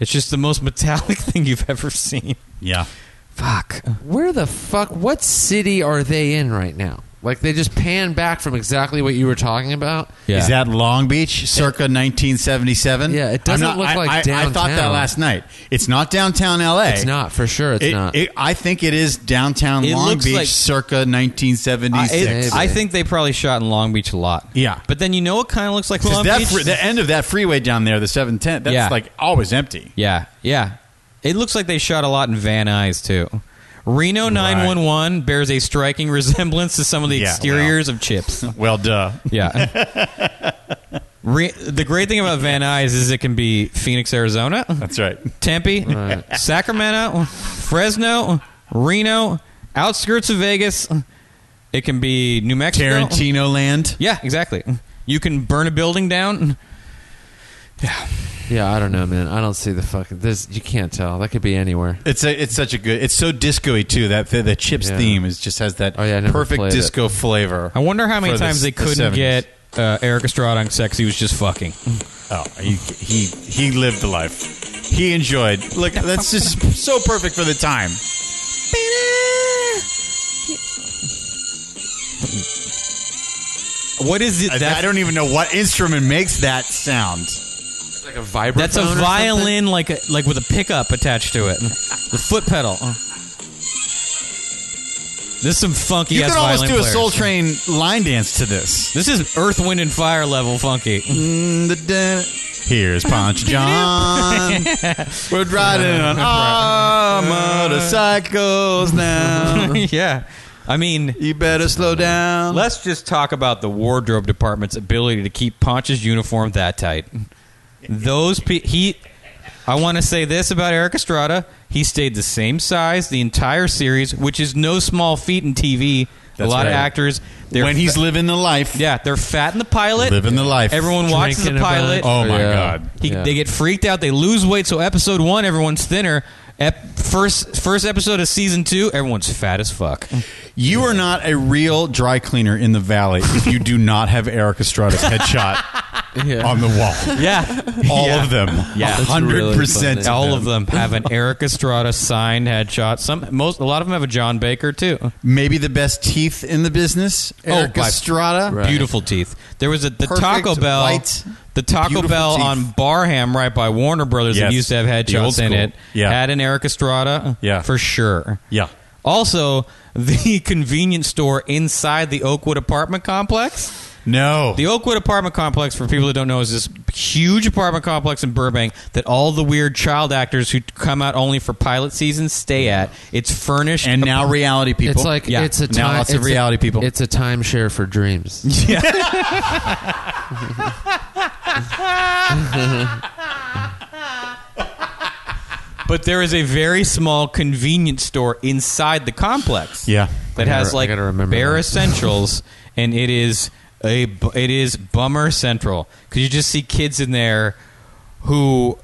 Speaker 2: It's just the most <laughs> metallic thing you've ever seen.
Speaker 3: Yeah.
Speaker 2: Fuck.
Speaker 1: Where the fuck? What city are they in right now? Like they just pan back from exactly what you were talking about.
Speaker 2: Yeah.
Speaker 3: Is that Long Beach, circa 1977?
Speaker 1: Yeah, it
Speaker 3: I'm
Speaker 1: doesn't look
Speaker 3: I,
Speaker 1: like
Speaker 3: I, I thought that
Speaker 1: downtown.
Speaker 3: last night. It's not downtown LA.
Speaker 1: It's not for sure. It's
Speaker 3: It-
Speaker 1: not.
Speaker 3: it- I think it is downtown
Speaker 2: It
Speaker 3: Long
Speaker 2: looks
Speaker 3: Beach,
Speaker 2: like-
Speaker 3: circa
Speaker 2: I,
Speaker 3: 1976.
Speaker 2: it- I think they probably shot in Long Beach a lot.
Speaker 3: Yeah.
Speaker 2: But then you know what kind of looks like
Speaker 3: 'Cause
Speaker 2: Long
Speaker 3: that
Speaker 2: Beach?
Speaker 3: fr- the end of that freeway down there, the 710, that's
Speaker 2: Yeah.
Speaker 3: like always empty.
Speaker 2: Yeah, yeah. It looks like they shot a lot in Van Nuys too. Reno 911 bears a striking resemblance to some of the
Speaker 3: Yeah,
Speaker 2: exteriors of
Speaker 3: <laughs>
Speaker 2: chips.
Speaker 3: Well, duh.
Speaker 2: Yeah. Re- the great thing about Van Nuys is it can be Phoenix, Arizona,
Speaker 3: That's right.
Speaker 2: Tempe, Sacramento, Fresno, Reno, outskirts of Vegas. It can be New Mexico.
Speaker 3: <laughs> Tarantino land.
Speaker 2: Yeah, exactly. You can burn a building down.
Speaker 1: yeah, I don't know, man. I don't see the fucking. This you can't tell. That could be anywhere.
Speaker 3: It's a, it's such a good. It's so disco-y too. That the, the chips
Speaker 1: Yeah.
Speaker 3: theme is just has that
Speaker 1: Oh, yeah, I never
Speaker 3: perfect
Speaker 1: played it.
Speaker 3: disco flavor.
Speaker 2: I wonder how many
Speaker 3: for the-
Speaker 2: times they
Speaker 3: the
Speaker 2: couldn't
Speaker 3: 70s.
Speaker 2: get uh, Eric Estrada on sex. He was just fucking.
Speaker 3: Oh, he, he he lived the life. He enjoyed. Look, that's just so perfect for the time.
Speaker 2: What is it?
Speaker 3: I,
Speaker 2: that-
Speaker 3: I don't even know what instrument makes that sound.
Speaker 1: It's like a vibraphone.
Speaker 2: That's a
Speaker 1: or something?
Speaker 2: violin, like a, like with a pickup attached to it, the foot pedal.
Speaker 3: Uh.
Speaker 2: This is some funky.
Speaker 3: You
Speaker 2: ass
Speaker 3: could almost
Speaker 2: violin
Speaker 3: do a
Speaker 2: players.
Speaker 3: Soul Train line dance to this.
Speaker 2: This is Earth, Wind, and Fire level
Speaker 3: Uh-huh.
Speaker 2: funky.
Speaker 3: Here's <laughs> Punch John. <laughs> We're riding <laughs> on our motorcycles now.
Speaker 2: <laughs> yeah, I mean,
Speaker 3: You better slow down.
Speaker 2: let's just talk about the wardrobe department's ability to keep Ponch's uniform that tight. Those pe- he, I want to say this about Eric Estrada. He stayed the same size the entire series, which is no small feat in TV. a
Speaker 3: That's
Speaker 2: lot of
Speaker 3: right.
Speaker 2: actors. they're
Speaker 3: when he's living the life.
Speaker 2: Yeah, they're fat in the pilot.
Speaker 3: Living the life.
Speaker 2: Everyone watches the
Speaker 1: Drinking about
Speaker 2: pilot.
Speaker 1: it.
Speaker 3: Oh my God.
Speaker 2: He,
Speaker 1: Yeah.
Speaker 2: They get freaked out. They lose weight. So episode one, everyone's thinner. Ep- first first episode of season two, everyone's fat as
Speaker 3: <laughs>
Speaker 2: fuck.
Speaker 3: You are not a real dry cleaner in the valley if you do not have Eric
Speaker 2: <laughs>
Speaker 3: Estrada's headshot
Speaker 1: Yeah.
Speaker 3: on the wall.
Speaker 2: Yeah,
Speaker 3: All of them.
Speaker 2: Yeah. That's
Speaker 1: really
Speaker 3: 100%
Speaker 1: funny.
Speaker 2: all of them have an Eric Estrada signed headshot. Some most a lot of them have a John Baker too.
Speaker 3: Maybe the best teeth in the business. Eric
Speaker 2: Oh, by-
Speaker 3: Estrada.
Speaker 1: Right.
Speaker 2: Beautiful teeth. There was a the
Speaker 3: Perfect
Speaker 2: Taco Bell.
Speaker 3: white.
Speaker 2: The Taco
Speaker 3: Beautiful
Speaker 2: Bell
Speaker 3: teeth.
Speaker 2: on Barham, right by Warner Brothers, that
Speaker 5: Yes.
Speaker 2: used to have
Speaker 5: The old
Speaker 2: headshots in
Speaker 5: school.
Speaker 2: it,
Speaker 5: Yeah.
Speaker 2: had an Eric Estrada,
Speaker 5: Yeah.
Speaker 2: for sure.
Speaker 5: Yeah.
Speaker 2: Also, the <laughs> convenience store inside the Oakwood apartment complex.
Speaker 5: No.
Speaker 2: The Oakwood apartment complex, for people who don't know, is this huge apartment complex in Burbank that all the weird child actors who come out only for pilot season stay at. It's furnished
Speaker 3: and now reality people.
Speaker 1: It's like
Speaker 2: Yeah.
Speaker 1: it's a
Speaker 3: Now
Speaker 1: time,
Speaker 3: lots of
Speaker 1: it's a-
Speaker 3: reality people.
Speaker 1: It's a timeshare for
Speaker 3: <laughs>
Speaker 1: dreams.
Speaker 2: But there is a very small convenience store inside the complex.
Speaker 5: Yeah.
Speaker 2: that
Speaker 1: I
Speaker 2: has
Speaker 1: gotta- I
Speaker 2: like
Speaker 1: gotta remember
Speaker 2: bare
Speaker 1: that. <laughs>
Speaker 2: essentials, and it is a bu- it is bummer central because you just see kids in there who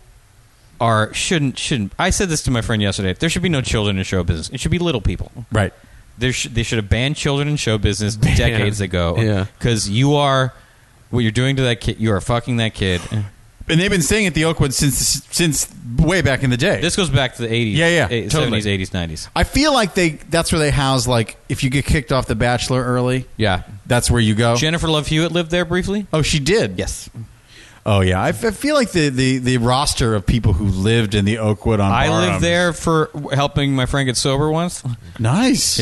Speaker 2: are shouldn't shouldn't. I said this to my friend yesterday. There should be no children in show business. It should be little people.
Speaker 5: right.
Speaker 2: There should they should have banned children in show
Speaker 1: <laughs>
Speaker 2: business decades ago.
Speaker 1: Yeah.
Speaker 2: because you are what you're doing to that kid. You are fucking
Speaker 1: <laughs>
Speaker 2: that kid.
Speaker 3: and they've been staying at the Oakwood since since way back in the day.
Speaker 2: This goes back to the 80s.
Speaker 3: Yeah, yeah,
Speaker 2: eh,
Speaker 3: totally.
Speaker 2: 70s, 80s, 90s.
Speaker 3: I feel like they that's where they house like if you get kicked off The Bachelor early,
Speaker 2: Yeah.
Speaker 3: that's where you go.
Speaker 2: Jennifer Love Hewitt lived there briefly.
Speaker 3: oh, she did.
Speaker 2: Yes.
Speaker 3: Oh yeah, I, f- I feel like the, the the roster of people who lived in the Oakwood on
Speaker 2: I
Speaker 3: Barham-
Speaker 2: lived there for helping my friend get sober once.
Speaker 3: Nice.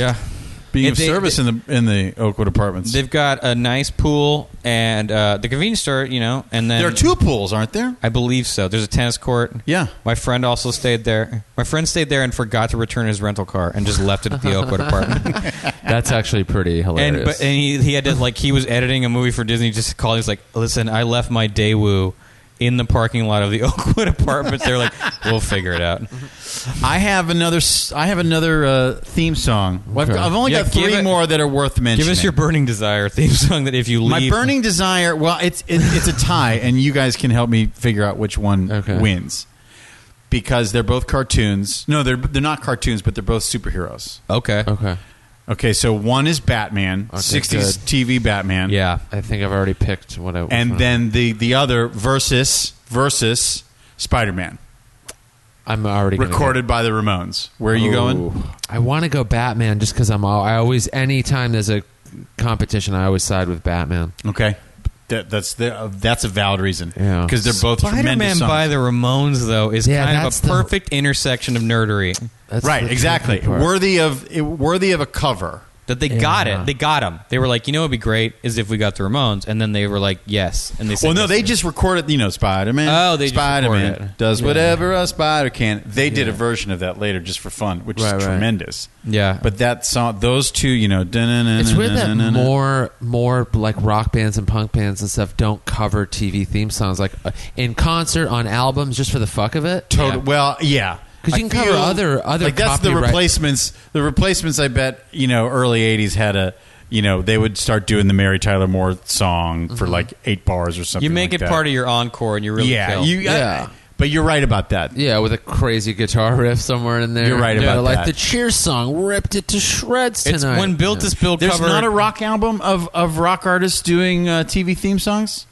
Speaker 3: being
Speaker 2: And
Speaker 3: of
Speaker 2: they-
Speaker 3: service in the in the Oakwood apartments.
Speaker 2: They've got a nice pool and uh, the convenience store, you know, and then
Speaker 3: There are two pools, aren't there?
Speaker 2: I believe so. There's a tennis court.
Speaker 3: Yeah.
Speaker 2: My friend also stayed there. My friend stayed there and forgot to return his rental car and just left it at
Speaker 3: <laughs>
Speaker 2: the Oakwood apartment.
Speaker 1: That's actually pretty hilarious.
Speaker 2: and but, and he, he had to like he was editing a movie for Disney. Just called. He's like, listen, I left my Daewoo in the parking lot of the <laughs> Oakwood apartments. They're like, we'll figure it
Speaker 3: <laughs>
Speaker 2: out.
Speaker 3: I have another. s- I have another uh, theme song. Well, I've,
Speaker 1: Okay.
Speaker 3: I've only
Speaker 2: Yeah,
Speaker 3: got
Speaker 2: give
Speaker 3: three
Speaker 2: it-
Speaker 3: more that are worth mentioning.
Speaker 2: Give us your burning desire theme song. That if you leave,
Speaker 3: My burning desire. Well, it's it, it's a tie, and you guys can help me figure out which one
Speaker 1: Okay.
Speaker 3: wins because they're both cartoons. No, they're they're not cartoons, but they're both superheroes.
Speaker 2: Okay.
Speaker 3: Um,
Speaker 1: okay,
Speaker 3: Okay, so one is Batman,
Speaker 1: Okay,
Speaker 3: sixties
Speaker 1: good. Uh-huh.
Speaker 3: TV Batman.
Speaker 2: Yeah.
Speaker 1: I think I've already picked what I.
Speaker 3: and then the the other versus versus Spider Man,
Speaker 1: I'm already gonna
Speaker 3: recorded by the Ramones. Where are you going?
Speaker 1: Ooh. I want to go Batman just because I'm. All, I always anytime there's a competition, I always side with Batman.
Speaker 3: Okay, that, that's the uh, that's a valid reason
Speaker 1: Yeah.
Speaker 3: because they're both
Speaker 2: Spider-Man
Speaker 3: tremendous songs.
Speaker 2: by the Ramones though is
Speaker 1: Yeah,
Speaker 2: kind of
Speaker 1: that's
Speaker 2: a
Speaker 1: the-
Speaker 2: perfect intersection of nerdery.
Speaker 1: That's the
Speaker 3: right,
Speaker 1: tricky
Speaker 3: exactly.
Speaker 1: part.
Speaker 3: Worthy of it- worthy of a cover.
Speaker 2: That they
Speaker 1: Yeah.
Speaker 2: got it, they got them. They were like, you know, it'd be great is if we got the Ramones, and then they were like, yes, and they said,
Speaker 3: Well, no,
Speaker 2: yes.
Speaker 3: they just recorded, you know, Spider Man.
Speaker 2: Oh, they just
Speaker 3: Spider
Speaker 2: recorded
Speaker 3: Man
Speaker 2: it.
Speaker 3: does whatever a spider can. They did a version of that later, just for fun, which
Speaker 1: Right,
Speaker 3: is
Speaker 1: right.
Speaker 3: tremendous.
Speaker 2: Yeah.
Speaker 3: but that song, those two, you know,
Speaker 1: It's weird that
Speaker 3: dun-dun-dun-dun-dun-dun.
Speaker 1: more more like rock bands and punk bands and stuff don't cover TV theme songs like uh, in concert on albums just for the fuck of it.
Speaker 3: Total. Well, yeah.
Speaker 1: 'Cause you can
Speaker 3: I
Speaker 1: cover other- other
Speaker 3: Like that's the
Speaker 1: copyright-
Speaker 3: replacements. The replacements. I bet you know early '80s had a you know they would start doing the Mary Tyler Moore song for like eight bars or something.
Speaker 2: Mm-hmm. you make
Speaker 3: like
Speaker 2: it
Speaker 3: that.
Speaker 2: part of your encore, and you really
Speaker 3: yeah.
Speaker 2: kill.
Speaker 3: You,
Speaker 1: Yeah.
Speaker 3: but you're right about that.
Speaker 1: Yeah, with a crazy guitar <laughs> riff somewhere in there.
Speaker 3: You're right
Speaker 1: Yeah,
Speaker 3: about
Speaker 1: like
Speaker 3: that.
Speaker 1: the cheer song ripped it to shreds
Speaker 2: it's
Speaker 1: tonight.
Speaker 2: when Built This Bill
Speaker 3: There's
Speaker 2: covered.
Speaker 3: not a rock album of, of rock artists doing uh, TV theme songs.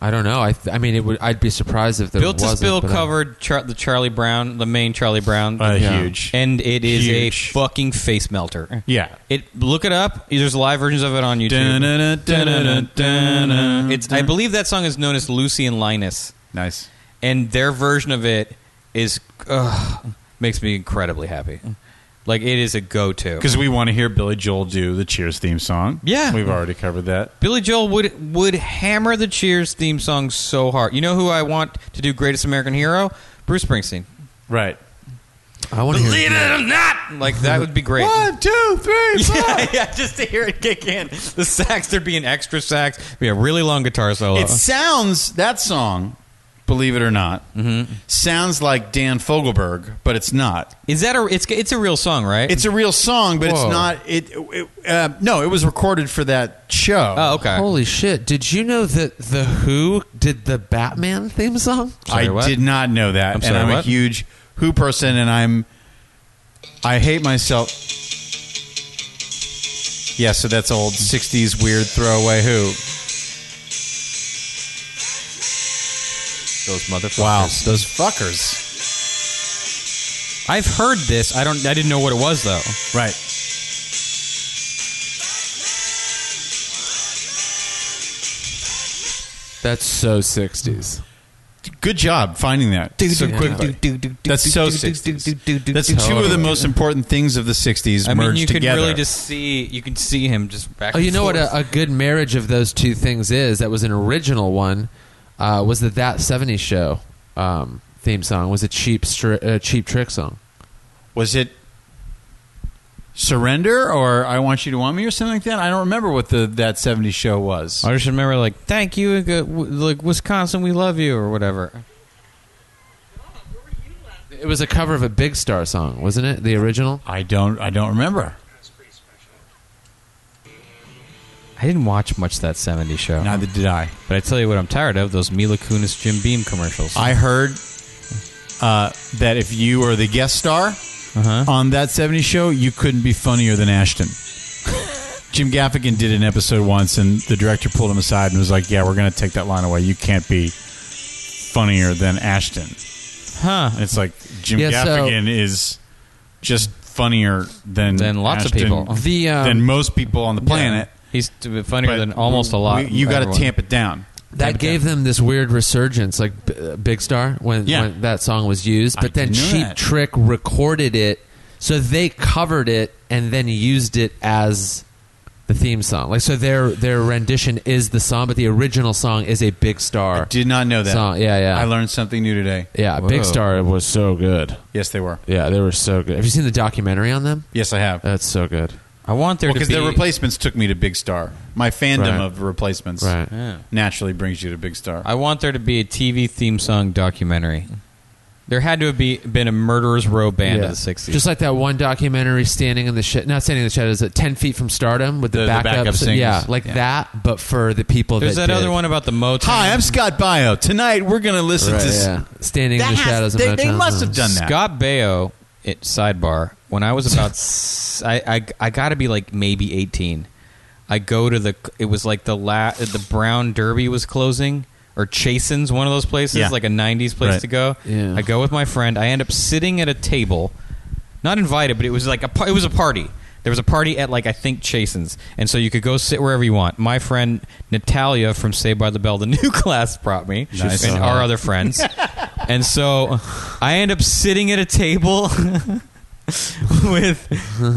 Speaker 1: I don't know. I, th- I mean, it would. I'd be surprised if there
Speaker 2: Built This
Speaker 1: wasn't.
Speaker 2: Bill
Speaker 1: but I-
Speaker 2: covered Char- the Charlie Brown, the main Charlie Brown,
Speaker 3: Uh,
Speaker 1: Yeah.
Speaker 3: Huge.
Speaker 2: and it is
Speaker 3: Huge.
Speaker 2: a fucking face melter.
Speaker 3: Yeah.
Speaker 2: It look it up. There's live versions of it on
Speaker 3: Dun-dun-dun,
Speaker 2: YouTube.
Speaker 3: dun-dun-dun, dun-dun.
Speaker 2: It's I believe that song is known as Lucy and Linus,
Speaker 3: Nice.
Speaker 2: and their version of it is ugh, makes me incredibly happy. Like it is a go-to.
Speaker 3: Because we want to hear Billy Joel do the Cheers theme song.
Speaker 2: Yeah.
Speaker 3: We've already covered that.
Speaker 2: Billy Joel would would hammer the Cheers theme song so hard. You know who I want to do Greatest American Hero? Bruce Springsteen.
Speaker 3: Right.
Speaker 1: I want to hear.
Speaker 2: it or not, like that would be great. <laughs>
Speaker 3: One, two, three, four.
Speaker 2: Yeah, yeah, just to hear it kick in. The sax, there'd be an extra sax, It'd be a really long guitar solo.
Speaker 3: It sounds that song, believe it or not,
Speaker 2: Mm-hmm.
Speaker 3: sounds like Dan Fogelberg, but it's not.
Speaker 2: Is that a? It's it's a real song, right?
Speaker 3: It's a real song, but
Speaker 1: Whoa.
Speaker 3: it's not. It, it uh, no, it was recorded for that show.
Speaker 2: oh okay.
Speaker 1: Holy shit! Did you know that the Who did the Batman theme song?
Speaker 2: Sorry,
Speaker 3: I
Speaker 2: what?
Speaker 3: did not know that,
Speaker 2: I'm
Speaker 3: and
Speaker 2: sorry,
Speaker 3: I'm a
Speaker 2: what?
Speaker 3: huge Who person, and I'm I hate myself. Yeah, so that's old '60s weird throwaway Who.
Speaker 2: Those motherfuckers.
Speaker 3: those fuckers!
Speaker 2: I've heard this. I don't. I didn't know what it was though.
Speaker 3: Right.
Speaker 1: That's so 60s.
Speaker 3: Good job finding that so quickly. That's so 60s. That's two of the most important things of the 60s
Speaker 2: I mean,
Speaker 3: merged
Speaker 2: you can
Speaker 3: together.
Speaker 2: really just see you can see him just back.
Speaker 1: Oh, you
Speaker 2: and
Speaker 1: know what
Speaker 2: forth.
Speaker 1: a, a good marriage of those two things is? That was an original one. Uh, was that that 70s show um, theme song was a cheap stri- uh, cheap trick song?
Speaker 3: was it surrender or I want you to want me or something like that? I don't remember what the that 70s show was.
Speaker 2: I just remember like, thank you, go- w- like Wisconsin, we love you, or whatever.
Speaker 1: It was a cover of a Big Star song, wasn't it? The original.
Speaker 3: I don't. I don't remember.
Speaker 2: I didn't watch much of that '70s show,
Speaker 3: Neither did I.
Speaker 2: but I tell you what, I'm tired of those Mila Kunis, Jim Beam commercials.
Speaker 3: I heard uh, that if you were the guest star on that 70s show, you couldn't be funnier than Ashton. Jim Gaffigan did an episode once, and the director pulled him aside and was like, Yeah, we're going to take that line away. You can't be funnier than Ashton.
Speaker 2: huh?
Speaker 3: And it's like Jim
Speaker 1: Yeah, so-
Speaker 3: Gaffigan is just funnier than,
Speaker 2: Than lots of
Speaker 3: Ashton,
Speaker 2: people.
Speaker 1: The um,
Speaker 2: <laughs>
Speaker 3: than most people on the planet.
Speaker 2: He's t- funnier
Speaker 3: But
Speaker 2: than almost a lot.
Speaker 3: we- you got to
Speaker 2: everyone.
Speaker 3: tamp it down.
Speaker 1: that gave them this weird resurgence, like B- uh, Big Star when,
Speaker 3: Yeah.
Speaker 1: when that song was used.
Speaker 3: I
Speaker 1: But then
Speaker 3: didn't know
Speaker 1: Cheap
Speaker 3: that.
Speaker 1: Trick recorded it, so they covered it and then used it as the theme song. Like so, their their rendition is the song, but the original song is a Big Star.
Speaker 3: Did not know that.
Speaker 1: Song. Yeah, yeah.
Speaker 3: I learned something new today.
Speaker 1: yeah, Big Star was so good.
Speaker 3: Yes, they were.
Speaker 1: Yeah, they were so good. Have you seen the documentary on them?
Speaker 3: Yes, I have.
Speaker 1: That's so good.
Speaker 2: I want there to
Speaker 3: because
Speaker 2: be
Speaker 3: their replacements took me to Big Star. My fandom
Speaker 1: Right.
Speaker 3: of replacements
Speaker 1: Right.
Speaker 2: Yeah.
Speaker 3: naturally brings you to Big Star.
Speaker 2: I want there to be a TV theme song documentary. There had to have be, been a murderers row band
Speaker 1: Yeah.
Speaker 2: of the '60s.
Speaker 1: Just like that one documentary, Standing in the Shed. Not Standing in the Shed, is it 10 Feet from Stardom with the,
Speaker 3: The- the
Speaker 1: backup,
Speaker 3: backup
Speaker 1: sing-
Speaker 3: singers.
Speaker 1: Yeah, like
Speaker 3: Yeah.
Speaker 1: that, but for the people
Speaker 2: There's that
Speaker 1: did.
Speaker 2: other one about the Motown.
Speaker 3: Hi, I'm Scott Bio. Tonight we're going to listen
Speaker 1: Right,
Speaker 3: to. s-
Speaker 1: yeah. Standing in
Speaker 3: That
Speaker 1: the
Speaker 3: has-
Speaker 1: Shadows of
Speaker 3: they- they
Speaker 1: Motown.
Speaker 3: must have done- that.
Speaker 2: Scott Baio. It, sidebar. When I was
Speaker 3: <laughs>
Speaker 2: about, s- I I, I got to be like maybe eighteen. I go to the. It was like the la, the Brown Derby was closing or Chasen's, one of those places,
Speaker 3: Yeah.
Speaker 2: like a '90s place
Speaker 3: Right.
Speaker 2: to go.
Speaker 1: Yeah.
Speaker 2: I go with my friend. I end up sitting at a table, not invited, but it was like a par- it was a party. There was a party at like I think Chasen's, and so you could go sit wherever you want. My friend Natalia from Saved by the Bell, the <laughs> new class, brought me
Speaker 3: Nice.
Speaker 2: and our other friends, and so I end up sitting at a table <laughs> with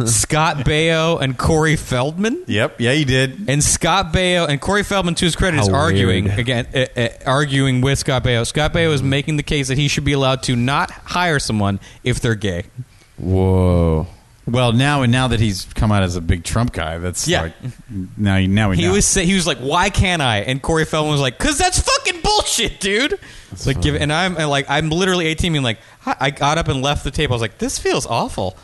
Speaker 2: Scott Baio and Corey Feldman.
Speaker 3: Yep. Yeah, you did.
Speaker 2: And Scott Baio and Corey Feldman, to his credit, is
Speaker 1: How
Speaker 2: arguing
Speaker 1: weird.
Speaker 2: again, uh, uh, arguing with Scott Baio. Scott Baio is making the case that he should be allowed to not hire someone if they're gay.
Speaker 1: Whoa.
Speaker 3: Well, now and now that he's come out as a big Trump guy, that's
Speaker 2: Yeah.
Speaker 3: like now you- now we
Speaker 2: He
Speaker 3: know.
Speaker 2: was sa- he was like, "Why can't I?" And Corey Feldman was like, "Cause that's fucking bullshit, dude." like, give, and I'm and like, I'm literally 18, being like, I I got up and left the table. I was like, "This feels awful."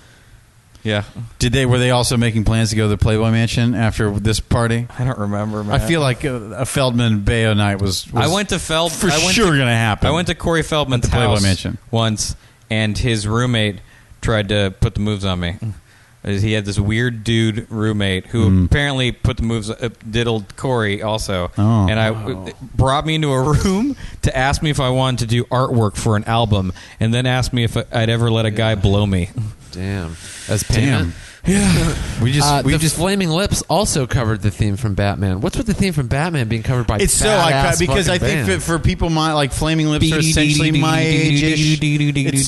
Speaker 2: Yeah,
Speaker 3: did they were they also making plans to go to the Playboy Mansion after this party?
Speaker 2: I don't remember. Man.
Speaker 3: I feel like a, a Feldman Bayo night was, was
Speaker 2: I went to Feld
Speaker 3: for
Speaker 2: I went
Speaker 3: sure
Speaker 2: to-
Speaker 3: going to happen.
Speaker 2: I went to Corey Feldman's
Speaker 3: At the Playboy
Speaker 2: house
Speaker 3: Mansion.
Speaker 2: once, and his roommate tried to put the moves on me.
Speaker 3: Mm.
Speaker 2: He had this weird dude roommate who apparently put the moves, uh, diddled Corey also,
Speaker 3: Oh.
Speaker 2: and I brought me into a room to ask me if I wanted to do artwork for an album, and then asked me if I'd ever let a guy blow me.
Speaker 1: Damn. As
Speaker 3: Damn.
Speaker 1: payment.
Speaker 3: Yeah. we just
Speaker 1: Uh,
Speaker 3: we
Speaker 1: the
Speaker 3: just
Speaker 1: Flaming Lips also covered the theme from Batman. What's with the theme from Batman being covered by
Speaker 3: It's so
Speaker 1: badass
Speaker 3: iconic because I
Speaker 1: fucking
Speaker 3: think that
Speaker 1: bands?
Speaker 3: for people my like Flaming Lips are essentially my age. It's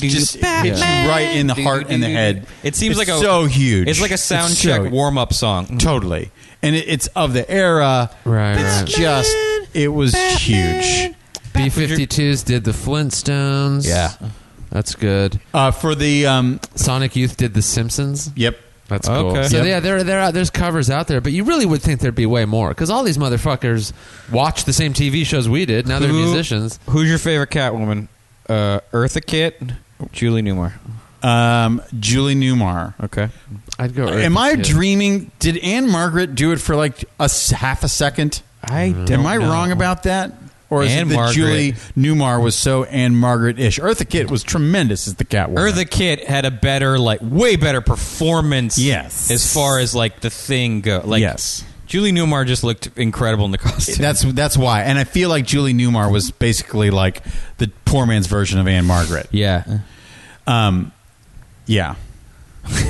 Speaker 2: <laughs>
Speaker 3: just it's right in the heart and the head.
Speaker 2: It seems
Speaker 3: It's
Speaker 2: like a
Speaker 3: so huge.
Speaker 2: It's like a sound
Speaker 3: It's
Speaker 2: check
Speaker 3: so-
Speaker 2: warm up song.
Speaker 3: Totally, and it, it's of the era.
Speaker 1: Right,
Speaker 3: It's
Speaker 1: right.
Speaker 3: just it was huge.
Speaker 1: B 52s did the Flintstones.
Speaker 2: Yeah.
Speaker 1: That's good.
Speaker 3: Uh, for the um,
Speaker 1: Sonic Youth did the Simpsons.
Speaker 3: yep,
Speaker 1: That's
Speaker 2: cool. Okay.
Speaker 1: So
Speaker 2: Yep.
Speaker 1: yeah, there, there are, there's covers out there, but you really would think there'd be way more because all these motherfuckers watch the same TV shows we did. Now they're
Speaker 2: Who-
Speaker 1: musicians.
Speaker 2: Who's your favorite Catwoman? Uh, Eartha Kitt, Julie Newmar.
Speaker 3: um, Julie Newmar.
Speaker 2: Okay.
Speaker 1: I'd go. Eartha
Speaker 3: Am I
Speaker 1: Kitt.
Speaker 3: dreaming? Did Anne Margaret do it for like a s- half a second?
Speaker 2: I don't
Speaker 3: Am I wrong about that? Or is
Speaker 2: Mm. Anne
Speaker 3: it that
Speaker 2: Margaret.
Speaker 3: Julie Newmar was so Anne Margaret ish? Eartha Kitt was tremendous as the Catwoman.
Speaker 2: Eartha Kitt had a better, like, way better performance.
Speaker 3: Yes.
Speaker 2: As far as like the thing go, like
Speaker 3: Yes.
Speaker 2: Julie Newmar just looked incredible in the <laughs> costume.
Speaker 3: That's that's why, and I feel like Julie Newmar was basically like the poor man's version of Anne Margaret.
Speaker 2: yeah. <laughs>
Speaker 3: Um, yeah,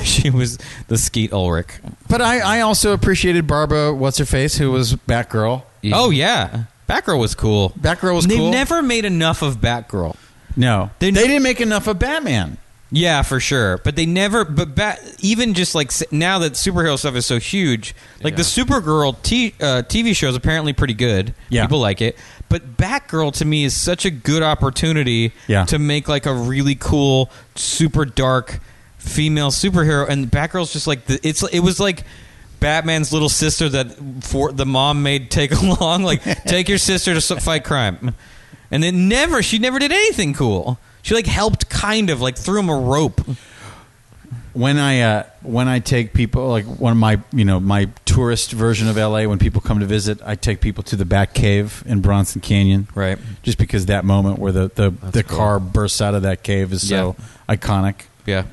Speaker 2: she was the Skeet Ulrich.
Speaker 3: but I, I also appreciated Barbara, what's her face, who was Batgirl.
Speaker 1: Yeah.
Speaker 2: Oh yeah. Batgirl was cool.
Speaker 3: Batgirl was
Speaker 2: They've
Speaker 3: cool.
Speaker 2: never made enough of Batgirl.
Speaker 3: No,
Speaker 2: They-
Speaker 3: they, didn't make enough of Batman.
Speaker 2: Yeah, for sure. But they never. But bat, even just like s- now that superhero stuff is so huge, like the
Speaker 1: Yeah.
Speaker 2: Supergirl t- uh, TV show is apparently pretty good.
Speaker 3: Yeah.
Speaker 2: people like it. But Batgirl to me is such a good opportunity
Speaker 3: Yeah.
Speaker 2: to make like a really cool, super dark female superhero, and Batgirl's just like the, it's. It was like. Batman's little sister that for the mom made take <laughs> along, like take your sister to s- fight crime, and then never she never did anything cool. She like helped, kind of like threw him a rope.
Speaker 3: When I uh, when I take people like one of my you know my tourist version of LA when people come to visit, I take people to the Bat Cave in Bronson Canyon,
Speaker 2: Right.
Speaker 3: Just because that moment where the the, the car bursts out of that cave is so iconic.
Speaker 2: Yeah.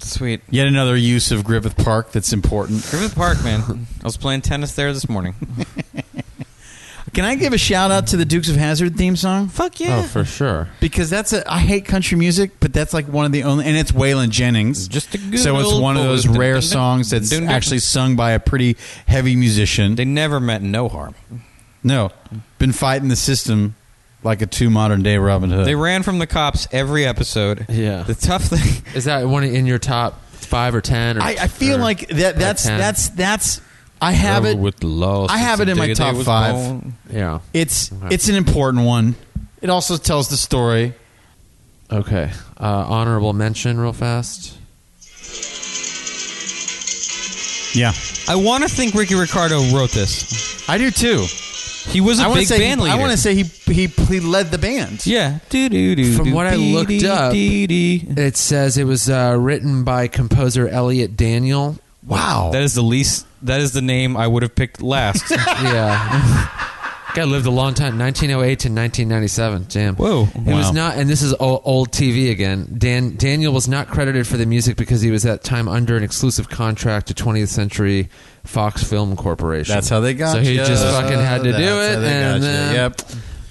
Speaker 2: Sweet.
Speaker 3: Yet another use of Griffith Park that's important.
Speaker 2: Griffith Park, man. I was playing tennis there this morning.
Speaker 3: Can I give a shout out to the Dukes of Hazard theme song? Uh,
Speaker 2: Fuck yeah.
Speaker 1: Oh, for sure.
Speaker 3: because that's a I hate country music, but that's like one of the only, and it's Waylon Jennings.
Speaker 2: Just a good
Speaker 3: so it's
Speaker 2: old
Speaker 3: one of
Speaker 2: boy.
Speaker 3: those
Speaker 2: Dun,
Speaker 3: rare
Speaker 2: dun, dun.
Speaker 3: songs that's
Speaker 2: Dun, dun.
Speaker 3: actually sung by a pretty heavy musician.
Speaker 2: They never meant no harm.
Speaker 3: No, been fighting the system like a two modern day Robin Hood.
Speaker 2: They ran from the cops every episode.
Speaker 1: Yeah.
Speaker 2: The tough thing.
Speaker 1: Is that one in your top five or ten? Or,
Speaker 3: I, I feel
Speaker 1: or
Speaker 3: like that.
Speaker 1: top
Speaker 3: That's
Speaker 1: 10?
Speaker 3: that's that's. I have it.
Speaker 1: With love.
Speaker 3: I have it in my
Speaker 2: Digga
Speaker 3: top
Speaker 2: was
Speaker 3: five.
Speaker 2: born.
Speaker 1: Yeah.
Speaker 3: It's
Speaker 1: Okay.
Speaker 3: it's an important one. It also tells the story.
Speaker 1: Okay. Uh, honorable mention, real fast.
Speaker 3: Yeah,
Speaker 2: I want to think Ricky Ricardo wrote this.
Speaker 3: I do too.
Speaker 2: He was a
Speaker 3: I want to
Speaker 2: big
Speaker 3: say.
Speaker 2: band
Speaker 3: he,
Speaker 2: leader.
Speaker 3: I want to say he he he led the band.
Speaker 2: Yeah. Do, do, do,
Speaker 1: From
Speaker 2: do,
Speaker 1: what I
Speaker 2: dee,
Speaker 1: looked
Speaker 2: dee,
Speaker 1: up-
Speaker 2: dee, dee.
Speaker 1: It says it was uh, written by composer Elliot Daniel.
Speaker 3: Wow.
Speaker 2: That is the least. That is the name I would have picked
Speaker 3: <laughs>
Speaker 2: last.
Speaker 1: Yeah. Guy lived a long time, 1908 to 1997. Damn.
Speaker 2: Whoa.
Speaker 1: It was not, and this is o- old TV again. Dan Daniel was not credited for the music because he was at the time under an exclusive contract to 20th Century Fox Film Corporation.
Speaker 3: That's how they got
Speaker 1: So he
Speaker 3: ya.
Speaker 1: just fucking had to do
Speaker 3: That's how
Speaker 1: it,
Speaker 3: they
Speaker 1: and
Speaker 3: got ya.
Speaker 1: then
Speaker 3: yep.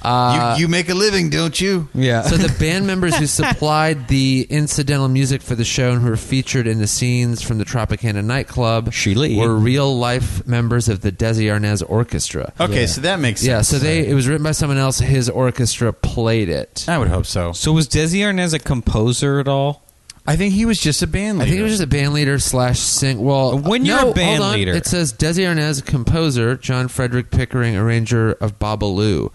Speaker 1: uh,
Speaker 3: you, you make a living, don't you?
Speaker 2: Yeah.
Speaker 1: So the band members who supplied the incidental music for the show and who were featured in the scenes from the Tropicana nightclub
Speaker 2: Sheila E.
Speaker 1: were real life members of the Desi Arnaz Orchestra.
Speaker 3: Okay, so that makes sense.
Speaker 1: Yeah, so they it was written by someone else. His orchestra played it.
Speaker 3: I would hope so.
Speaker 2: So was Desi Arnaz a composer at all?
Speaker 3: I think he was just a band
Speaker 1: I
Speaker 3: leader.
Speaker 1: think it was just a band leader slash sing. Well,
Speaker 2: When
Speaker 1: no,
Speaker 2: you're a band
Speaker 1: hold on.
Speaker 2: leader-
Speaker 1: it says Desi Arnaz, composer, John Frederick Pickering, arranger of Babalu.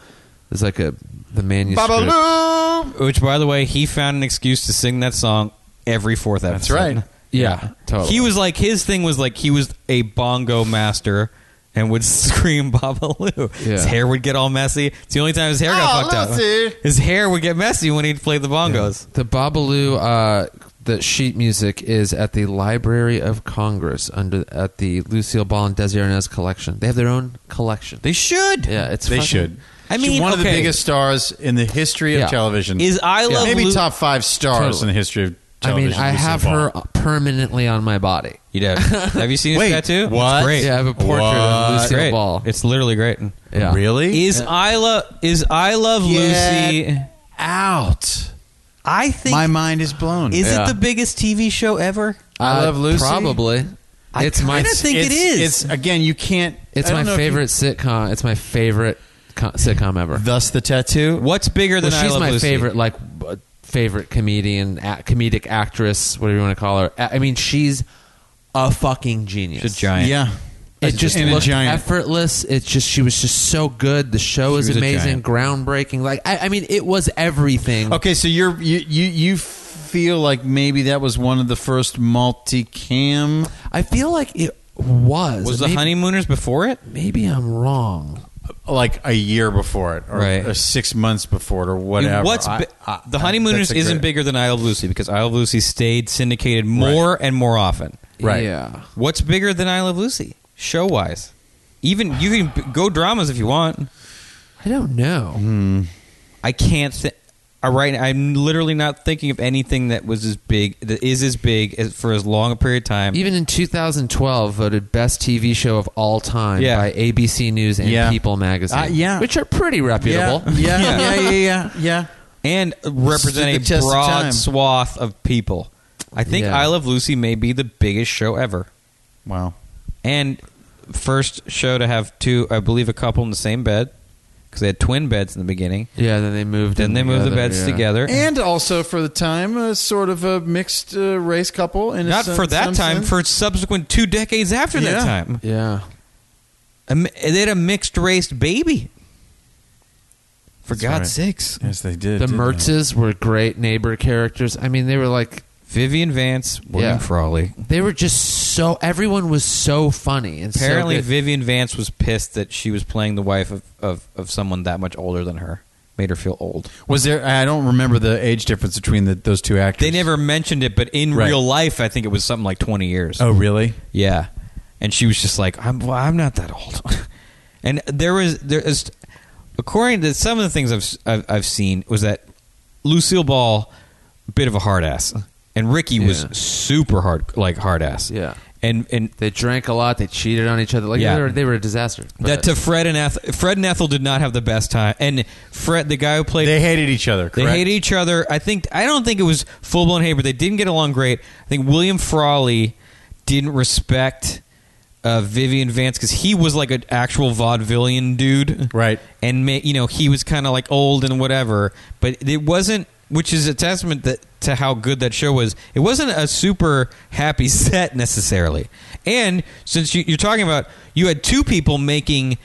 Speaker 1: It's like a the manuscript.
Speaker 3: Babaloo!
Speaker 2: Which, by the way, he found an excuse to sing that song every fourth
Speaker 3: That's
Speaker 2: episode.
Speaker 3: right.
Speaker 1: Yeah, totally.
Speaker 2: He was like his thing was like he was a bongo master and would <laughs> scream Babalu. His
Speaker 1: Yeah.
Speaker 2: hair would get all messy. It's the only time his hair got
Speaker 3: Oh,
Speaker 2: fucked
Speaker 3: Lucy.
Speaker 2: up. His hair would get messy when he'd play the bongos.
Speaker 1: The Babalu, uh, the sheet music is at the Library of Congress under at the Lucille Ball and Desi Arnaz collection. They have their own collection.
Speaker 2: They should.
Speaker 1: yeah, it's
Speaker 3: They
Speaker 1: fucking-
Speaker 3: should.
Speaker 2: I
Speaker 3: She's
Speaker 2: mean,
Speaker 3: one of the
Speaker 2: okay.
Speaker 3: biggest stars in the history of
Speaker 1: Yeah.
Speaker 3: television.
Speaker 2: Is I love
Speaker 3: maybe
Speaker 2: Lu-
Speaker 3: top five stars
Speaker 1: Totally.
Speaker 3: in the history of
Speaker 1: I
Speaker 3: television.
Speaker 1: mean, I
Speaker 3: Lucille
Speaker 1: have
Speaker 3: Ball.
Speaker 1: her permanently on my body. <laughs>
Speaker 2: You know, have you seen his
Speaker 3: Wait,
Speaker 2: tattoo?
Speaker 3: what?
Speaker 2: It's great.
Speaker 1: Yeah, I have a portrait of
Speaker 2: It's
Speaker 1: Lucille
Speaker 2: great.
Speaker 1: Ball.
Speaker 2: It's literally great.
Speaker 1: Yeah.
Speaker 3: Really?
Speaker 2: Is I love is I love Lucy?
Speaker 3: out.
Speaker 2: I think
Speaker 3: My mind is blown.
Speaker 2: Is
Speaker 1: Yeah.
Speaker 2: it the biggest TV show ever?
Speaker 3: I
Speaker 1: Uh,
Speaker 3: Love Lucy?
Speaker 1: Probably.
Speaker 2: I
Speaker 1: it's my
Speaker 2: kinda think it
Speaker 3: it's,
Speaker 2: is.
Speaker 3: It's again. You can't. I
Speaker 1: it's
Speaker 3: don't
Speaker 1: my
Speaker 3: know if you-
Speaker 1: favorite sitcom. It's my favorite co- sitcom ever.
Speaker 3: Thus, the tattoo.
Speaker 2: What's bigger
Speaker 1: well,
Speaker 2: than I
Speaker 1: she's
Speaker 2: Love
Speaker 1: my
Speaker 2: Lucy?
Speaker 1: favorite, like uh, favorite comedian, a- comedic actress, whatever you want to call her. A- I mean, she's a fucking genius.
Speaker 2: She's a giant.
Speaker 3: Yeah.
Speaker 1: It just
Speaker 3: And a
Speaker 1: looked
Speaker 3: giant.
Speaker 1: effortless. It's just she was just so good. The show is
Speaker 2: was a
Speaker 1: amazing, groundbreaking. Like I, I mean, it was everything.
Speaker 3: Okay, so you're you you you feel like maybe that was one of the first multicam.
Speaker 1: I feel like it was.
Speaker 2: Was the
Speaker 1: maybe,
Speaker 2: honeymooners before it?
Speaker 1: Maybe I'm wrong.
Speaker 3: like a year before it, or,
Speaker 2: Right.
Speaker 3: or six months before it, or whatever.
Speaker 2: What's
Speaker 3: I-
Speaker 2: bi- uh,
Speaker 3: I-
Speaker 2: the
Speaker 3: I-
Speaker 2: honeymooners
Speaker 3: that's a
Speaker 2: isn't
Speaker 3: great-
Speaker 2: bigger than I Love Lucy because I Love Lucy stayed syndicated more and more often.
Speaker 3: Right.
Speaker 1: Yeah.
Speaker 2: What's bigger than I Love Lucy show wise? Even you can b- go dramas if you want.
Speaker 1: I don't know.
Speaker 2: Mm-hmm. I can't think. Right, now, I'm literally not thinking of anything that was as big that is as big as, for as long a period of time.
Speaker 1: Even in 2012, voted best TV show of all time
Speaker 2: Yeah.
Speaker 1: by ABC News and
Speaker 3: Yeah.
Speaker 1: People magazine.
Speaker 3: Uh, yeah.
Speaker 1: Which are pretty reputable.
Speaker 2: <laughs>
Speaker 3: Yeah, yeah, yeah, yeah, yeah, yeah.
Speaker 2: and
Speaker 1: <laughs>
Speaker 2: represent a
Speaker 3: Stood the test of
Speaker 2: broad
Speaker 3: time.
Speaker 2: swath of people. I think
Speaker 1: Yeah.
Speaker 2: I Love Lucy may be the biggest show ever,
Speaker 3: Wow.
Speaker 2: and first show to have two, I believe, a couple in the same bed. because they had twin beds in the beginning.
Speaker 1: Yeah, then they moved.
Speaker 2: Then
Speaker 1: in
Speaker 2: they moved the
Speaker 1: together,
Speaker 2: beds
Speaker 1: yeah.
Speaker 2: together.
Speaker 3: and also for the time, uh, sort of a mixed uh, race couple. In a
Speaker 2: not
Speaker 3: sen-
Speaker 2: for that
Speaker 3: some
Speaker 2: time,
Speaker 3: sense.
Speaker 2: for subsequent two decades after
Speaker 3: Yeah.
Speaker 2: that time.
Speaker 1: Yeah,
Speaker 2: A mi- they had a mixed raced baby. For
Speaker 3: That's
Speaker 2: God's
Speaker 3: right.
Speaker 2: sakes.
Speaker 3: yes, they did.
Speaker 1: the
Speaker 3: didn't they?
Speaker 1: Mertzes were great neighbor characters. I mean, they were like
Speaker 2: Vivian Vance, William
Speaker 1: Yeah.
Speaker 2: Frawley.
Speaker 1: they were just so. Everyone was so funny and so
Speaker 2: Apparently,
Speaker 1: good.
Speaker 2: Vivian Vance was pissed that she was playing the wife of, of, of someone that much older than her. Made her feel old.
Speaker 3: Was there? I don't remember the age difference between the, those two actors.
Speaker 2: They never mentioned it, but in
Speaker 3: Right.
Speaker 2: real life, I think it was something like 20 years.
Speaker 3: Oh, really?
Speaker 2: Yeah, and she was just like, "I'm well, I'm not that old," <laughs> and there was there is, according to some of the things I've, s- I've I've seen was that Lucille Ball, bit of a hard ass, and Ricky was
Speaker 1: Yeah.
Speaker 2: super hard like hard ass.
Speaker 1: Yeah.
Speaker 2: and and
Speaker 1: They drank a lot. They cheated on each other. Like
Speaker 2: Yeah.
Speaker 1: they, were, they were a disaster.
Speaker 2: that to Fred and Eth- Fred and Ethel did not have the best time, and Fred the guy who played
Speaker 3: They hated each other.
Speaker 2: They
Speaker 3: Correct?
Speaker 2: hated each other. I think I don't think it was full blown hate, but they didn't get along great. I think William Frawley didn't respect uh, Vivian Vance because he was like an actual vaudevillian dude,
Speaker 3: Right.
Speaker 2: And ma- you know he was kind of like old and whatever, but it wasn't. Which is a testament that, to how good that show was. It wasn't a super happy <laughs> set necessarily. And since you, you're talking about, you had two people making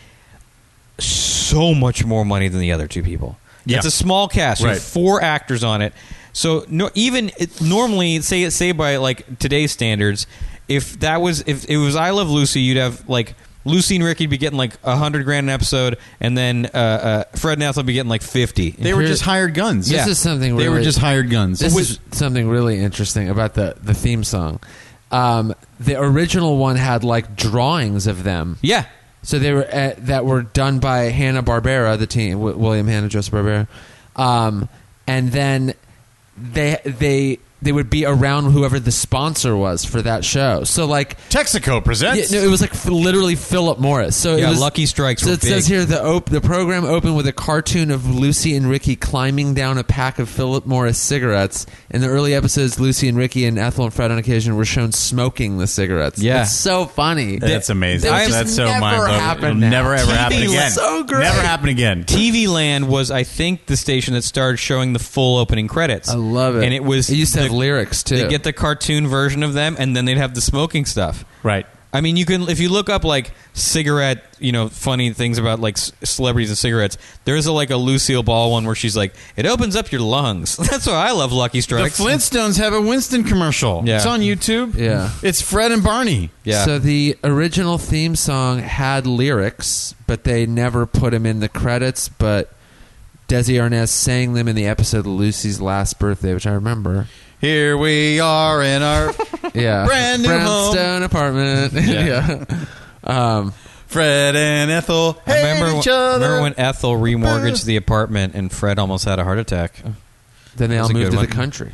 Speaker 2: so much more money than the other two people.
Speaker 3: Yeah.
Speaker 2: It's a small cast. You have
Speaker 3: Right.
Speaker 2: four actors on it. So no, even it, normally, say say by like today's standards, if that was if it was I Love Lucy, you'd have like Lucy and Ricky be getting like a hundred grand an episode, and then uh, uh, Fred and Ethel be getting like fifty.
Speaker 3: They were just hired guns.
Speaker 1: This is something
Speaker 3: They were
Speaker 1: really-
Speaker 3: just hired guns.
Speaker 1: This is something really interesting about the the theme song. Um, the original one had like drawings of them.
Speaker 2: yeah,
Speaker 1: So they were uh that were done by Hanna Barbera, the team w- William Hanna Joseph Barbera, um, and then they they they would be around whoever the sponsor was for that show. So like
Speaker 3: Texaco
Speaker 1: yeah,
Speaker 3: presents.
Speaker 1: no, it was like f- literally Philip Morris. So it
Speaker 2: Yeah,
Speaker 1: was-
Speaker 2: Lucky Strikes
Speaker 1: So
Speaker 2: were
Speaker 1: it says
Speaker 2: big.
Speaker 1: here the op- the program opened with a cartoon of Lucy and Ricky climbing down a pack of Philip Morris cigarettes. In the early episodes, Lucy and Ricky and Ethel and Fred on occasion were shown smoking the cigarettes.
Speaker 2: Yeah.
Speaker 1: it's so funny.
Speaker 3: That's
Speaker 1: That-
Speaker 3: amazing.
Speaker 1: that would just
Speaker 3: That's so
Speaker 1: never
Speaker 3: mind blowing.
Speaker 1: happen
Speaker 3: It'll
Speaker 1: now. <laughs>
Speaker 3: Never ever happen
Speaker 2: TV was
Speaker 3: again.
Speaker 1: so great.
Speaker 3: Never happen again.
Speaker 2: TV Land was I think the station that started showing the full opening credits.
Speaker 1: I love it.
Speaker 2: and it was
Speaker 1: It used to
Speaker 2: the-
Speaker 1: have lyrics too.
Speaker 2: They get the cartoon version of them, and then they'd have the smoking stuff.
Speaker 3: Right.
Speaker 2: I mean, you can if you look up like cigarette, you know, funny things about like c- celebrities and cigarettes. There's a, like a Lucille Ball one where she's like, "It opens up your lungs." <laughs> That's why I love Lucky
Speaker 3: The
Speaker 2: Strikes.
Speaker 3: Flintstones have a Winston commercial.
Speaker 2: Yeah.
Speaker 3: It's on YouTube.
Speaker 1: Yeah.
Speaker 3: It's Fred and Barney.
Speaker 2: yeah.
Speaker 1: So the original theme song had lyrics, but they never put them in the credits. But Desi Arnaz sang them in the episode of Lucy's Last Birthday, which I remember.
Speaker 3: Here we are
Speaker 2: <laughs>
Speaker 3: in our
Speaker 1: Yeah,
Speaker 3: <laughs> Brand new home.
Speaker 1: brownstone apartment. <laughs> Yeah. Um,
Speaker 3: Fred and Ethel.
Speaker 2: I remember,
Speaker 3: hate each
Speaker 2: when-
Speaker 3: other.
Speaker 2: remember when Ethel remortgaged the apartment and Fred almost had a heart attack.
Speaker 1: then they
Speaker 2: That's
Speaker 1: all
Speaker 2: a
Speaker 1: moved
Speaker 2: good
Speaker 1: to
Speaker 2: one.
Speaker 1: the country.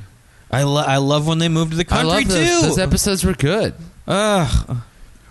Speaker 2: I, lo- I love when they moved to the country
Speaker 1: I love those,
Speaker 2: too.
Speaker 1: those episodes were good.
Speaker 2: Ugh.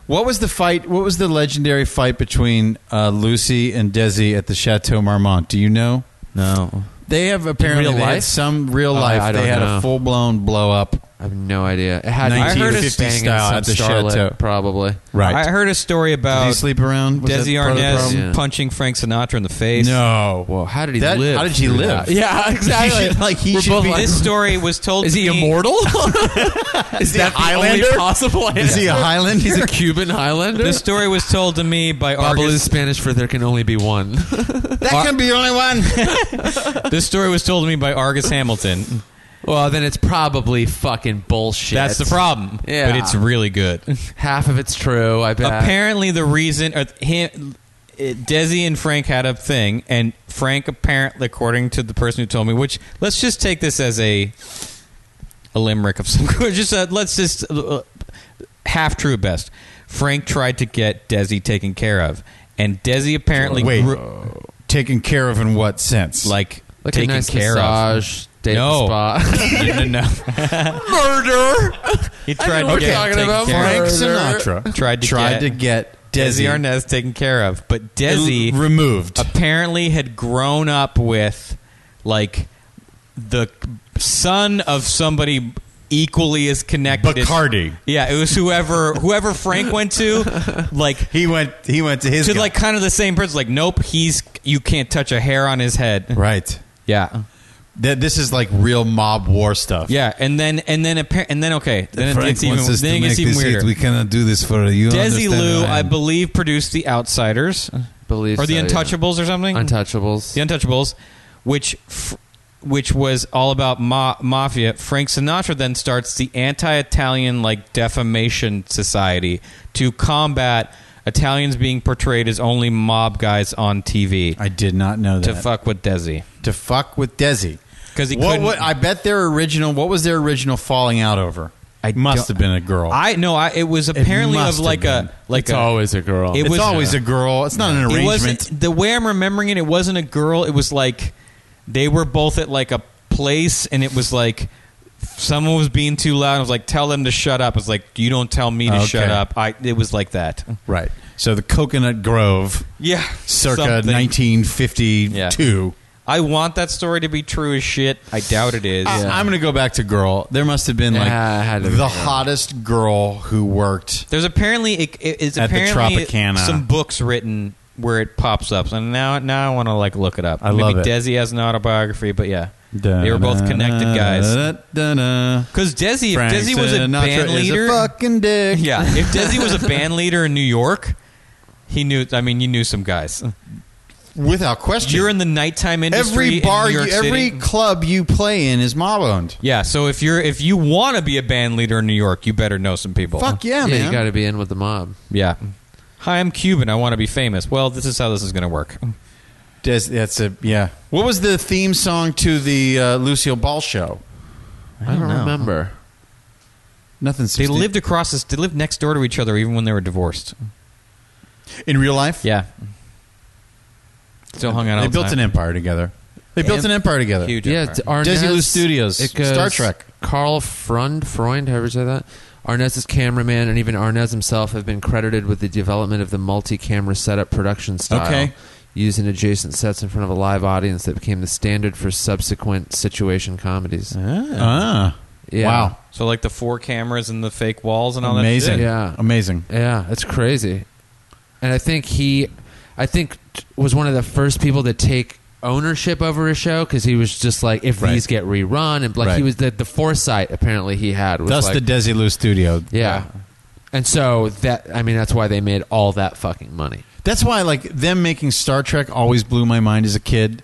Speaker 3: What was the fight? What was the legendary fight between uh, Lucy and Desi at the Chateau Marmont? Do you know?
Speaker 2: no.
Speaker 3: They have apparently
Speaker 1: real
Speaker 3: they had
Speaker 1: life?
Speaker 3: some real
Speaker 1: Oh,
Speaker 3: life.
Speaker 1: I don't
Speaker 3: they had
Speaker 1: know.
Speaker 3: a full blown blow up.
Speaker 1: I have no idea. It had
Speaker 3: I heard
Speaker 1: Banging
Speaker 3: it's 50 style
Speaker 1: some
Speaker 3: at the
Speaker 1: starlet,
Speaker 3: Chateau.
Speaker 1: probably.
Speaker 2: I heard a story
Speaker 3: Did he
Speaker 2: about
Speaker 3: sleep around? Was that
Speaker 2: Uh, Desi
Speaker 3: part of the
Speaker 2: Arnaz
Speaker 3: problem?
Speaker 1: Yeah.
Speaker 2: punching Frank Sinatra in the face.
Speaker 3: No.
Speaker 1: Well, how did he
Speaker 3: That-
Speaker 1: live?
Speaker 3: how did <laughs> he
Speaker 1: through
Speaker 3: live?
Speaker 1: that? <laughs> Yeah, exactly.
Speaker 3: should- like, he
Speaker 1: We're
Speaker 3: should
Speaker 1: both
Speaker 3: be-
Speaker 1: like,
Speaker 2: This story was told.
Speaker 1: Is
Speaker 2: to
Speaker 1: he
Speaker 2: me-
Speaker 3: <laughs>
Speaker 1: immortal? <laughs> is that the only
Speaker 3: Highlander?
Speaker 1: possible?
Speaker 3: Is he a
Speaker 1: answer?
Speaker 3: Highlander? <laughs>
Speaker 1: He's a Cuban Highlander.
Speaker 2: This story was told to me by
Speaker 1: Babel
Speaker 2: Argus.
Speaker 1: is Spanish for there can only be one. <laughs>
Speaker 3: that can be the only
Speaker 2: <laughs>
Speaker 3: one.
Speaker 2: This story was told to me by Argus Hamilton.
Speaker 1: well, then it's probably fucking bullshit.
Speaker 2: That's the problem.
Speaker 1: Yeah.
Speaker 2: But it's really good.
Speaker 1: <laughs> Half of it's true. I bet.
Speaker 2: Apparently, the reason or him, it- Desi and Frank had a thing, and Frank apparently, according to the person who told me, which let's just take this as a a limerick of some <laughs> kind. Just uh let's just uh, half true at best. Frank tried to get Desi taken care of, and Desi apparently
Speaker 3: Wait.
Speaker 2: grew-
Speaker 3: Taken care of in what sense?
Speaker 2: like
Speaker 1: Like
Speaker 2: taken
Speaker 1: a nice
Speaker 2: care
Speaker 1: massage, of. Date
Speaker 2: No.
Speaker 1: at
Speaker 3: <laughs>
Speaker 1: the spa.
Speaker 2: of. <laughs> no, no, no.
Speaker 1: Murder.
Speaker 2: He
Speaker 1: I
Speaker 2: tried
Speaker 1: mean, we're
Speaker 2: to get
Speaker 1: talking
Speaker 2: taken
Speaker 1: about
Speaker 2: care
Speaker 3: Frank
Speaker 2: of.
Speaker 3: Sinatra
Speaker 2: Tried to
Speaker 3: tried
Speaker 2: get-
Speaker 3: to get
Speaker 2: Desi
Speaker 3: Desi
Speaker 2: Arnaz taken care of, but Desi
Speaker 3: removed.
Speaker 2: apparently had grown up with like the son of somebody equally as connected.
Speaker 3: Bacardi.
Speaker 2: Yeah, it was whoever whoever Frank went to, like
Speaker 5: <laughs>
Speaker 3: He went. He went to his
Speaker 2: to
Speaker 3: guy.
Speaker 2: like kind of the same person. Like, nope, he's you can't touch a hair on his head.
Speaker 3: Right.
Speaker 2: Yeah.
Speaker 3: That this is like real mob war stuff.
Speaker 2: Yeah, and then and then appar- and then okay, then it
Speaker 5: Frank
Speaker 2: gets even
Speaker 5: wants us
Speaker 2: then
Speaker 5: to
Speaker 2: it
Speaker 5: make
Speaker 2: gets even
Speaker 5: this hit.
Speaker 2: weirder.
Speaker 5: We cannot do this for you.
Speaker 2: Desi
Speaker 5: understand
Speaker 2: Lou,
Speaker 5: what
Speaker 2: I
Speaker 5: am.
Speaker 2: believe, produced The Outsiders
Speaker 1: Believe
Speaker 2: or The
Speaker 1: so,
Speaker 3: uh,
Speaker 1: yeah.
Speaker 2: Untouchables or something.
Speaker 1: Untouchables.
Speaker 2: the Untouchables, which f- which was all about ma- mafia. Frank Sinatra then starts the anti-Italian like defamation society to combat Italians being portrayed as only mob guys on TV
Speaker 3: I did not know
Speaker 2: to
Speaker 3: that.
Speaker 2: fuck with Desi.
Speaker 3: to fuck with Desi.
Speaker 2: 'Cause he
Speaker 3: what,
Speaker 2: couldn't-
Speaker 3: what I bet their original what was their original falling out over? I must have
Speaker 2: don't-
Speaker 3: been a girl.
Speaker 2: I no, I it was apparently
Speaker 3: must
Speaker 2: of
Speaker 3: have
Speaker 2: like
Speaker 3: been.
Speaker 2: a like
Speaker 1: It's
Speaker 2: a,
Speaker 1: always a girl.
Speaker 2: it
Speaker 3: it's
Speaker 2: was-
Speaker 3: always a girl. It's not an
Speaker 2: it
Speaker 3: arrangement.
Speaker 2: wasn't the way I'm remembering it. It wasn't a girl. It was like they were both at like a place, and it was like someone was being too loud. I was like, "Tell them to shut up." It's like you don't tell me to
Speaker 3: Okay.
Speaker 2: shut up. I. It was like that.
Speaker 3: Right. So the Coconut Grove,
Speaker 2: Yeah,
Speaker 3: circa
Speaker 2: something.
Speaker 3: 1952.
Speaker 2: I want that story to be true as shit. I doubt it is.
Speaker 3: I, am going to go back to girl. There must have been like
Speaker 1: Yeah, it had to be
Speaker 3: the
Speaker 1: girl.
Speaker 3: hottest girl who worked.
Speaker 2: There's apparently it, it- it's
Speaker 3: At the
Speaker 2: apparently
Speaker 3: Tropicana.
Speaker 2: some books written where it pops up. And now now I want to like look it up.
Speaker 3: I
Speaker 2: Maybe
Speaker 3: love it.
Speaker 2: Desi has an autobiography, but yeah, they were both connected guys. Because Desi, if
Speaker 3: Frank
Speaker 2: Desi was a
Speaker 3: Sinatra
Speaker 2: band
Speaker 3: is a
Speaker 2: leader,
Speaker 3: fucking dick.
Speaker 2: <laughs> yeah, if Desi was
Speaker 3: <laughs>
Speaker 2: a band leader in New York, he knew. I mean, you knew some guys.
Speaker 3: without question.
Speaker 2: You're in the nighttime industry.
Speaker 3: every bar,
Speaker 2: in New York
Speaker 3: you, every
Speaker 2: City.
Speaker 3: club you play in is mob owned.
Speaker 2: yeah. So if you're if you want to be a band leader in New York, you better know some people.
Speaker 3: Fuck yeah,
Speaker 1: yeah,
Speaker 3: man.
Speaker 1: you got to be in with the mob.
Speaker 2: yeah. Hi, I'm Cuban. I want to be famous. Well, this is how this is going to work.
Speaker 3: Des- that's a yeah. What was the theme song to the uh, Lucille Ball show?
Speaker 1: I don't, remember.
Speaker 3: Nothing.
Speaker 2: They
Speaker 3: substan-
Speaker 2: lived across this. They lived next door to each other, even when they were divorced.
Speaker 3: in real life.
Speaker 2: Yeah. Still hung out.
Speaker 3: they
Speaker 2: all the
Speaker 3: built
Speaker 2: time.
Speaker 3: an empire together. They built an empire together.
Speaker 2: Huge
Speaker 1: Yeah,
Speaker 2: empire.
Speaker 1: it's Arnez,
Speaker 3: Desi Lu Studios,
Speaker 1: it goes
Speaker 3: Star Trek.
Speaker 1: Carl Freund, Freund, however you say that. Arnez's cameraman and even Arnez himself have been credited with the development of the multi-camera setup production style.
Speaker 3: Okay.
Speaker 1: Used in adjacent sets in front of a live audience that became the standard for subsequent situation comedies.
Speaker 3: Ah,
Speaker 1: Yeah.
Speaker 3: wow,
Speaker 2: So like the four cameras and the fake walls and all
Speaker 3: amazing,
Speaker 2: that. shit.
Speaker 1: Yeah.
Speaker 3: amazing.
Speaker 1: Yeah, it's crazy. And I think he, I think t- was one of the first people to take ownership over a show because he was just like, if
Speaker 3: Right.
Speaker 1: these get rerun, and like
Speaker 3: Right.
Speaker 1: he was the the foresight apparently he had. Was
Speaker 3: Thus
Speaker 1: like,
Speaker 3: the Desi Lu Studio.
Speaker 1: yeah. And so that I mean that's why they made all that fucking money.
Speaker 3: That's why like them making Star Trek always blew my mind as a kid.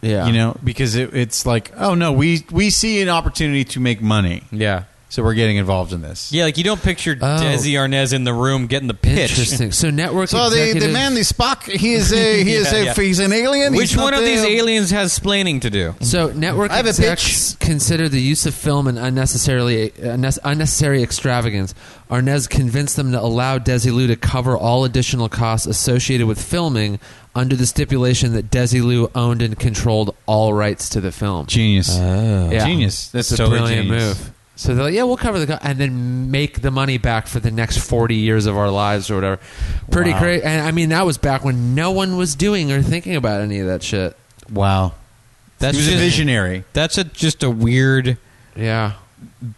Speaker 1: Yeah.
Speaker 3: You know, because it, it's like, oh no, we we see an opportunity to make money,
Speaker 2: Yeah.
Speaker 3: so we're getting involved in this.
Speaker 2: Yeah, like you don't picture Desi Arnaz in the room getting the
Speaker 3: <laughs>
Speaker 2: pitch.
Speaker 1: Interesting. So network
Speaker 3: So the, the
Speaker 1: executives-
Speaker 3: man, the Spock, he is a he is
Speaker 2: <laughs> Yeah,
Speaker 3: a
Speaker 2: yeah.
Speaker 3: he's an alien.
Speaker 2: Which
Speaker 3: He's
Speaker 2: one
Speaker 3: not
Speaker 2: of these
Speaker 3: the-
Speaker 2: aliens has splaining to do?
Speaker 1: So network
Speaker 3: I have a
Speaker 1: execs consider the use of film an unnecessarily unnes- unnecessary extravagance. Arnez convinced them to allow Desilu to cover all additional costs associated with filming under the stipulation that Desilu owned and controlled all rights to the film.
Speaker 3: Genius.
Speaker 1: Yeah.
Speaker 3: Genius. That's
Speaker 1: It's a
Speaker 3: totally
Speaker 1: brilliant
Speaker 3: genius.
Speaker 1: move. So they're like, yeah, we'll cover the co-, and then make the money back for the next forty years of our lives or whatever. Pretty
Speaker 3: Wow.
Speaker 1: crazy. And I mean, that was back when no one was doing or thinking about any of that shit.
Speaker 3: Wow.
Speaker 2: That's
Speaker 3: he was
Speaker 2: just,
Speaker 3: a visionary.
Speaker 2: That's a, just a weird
Speaker 1: Yeah.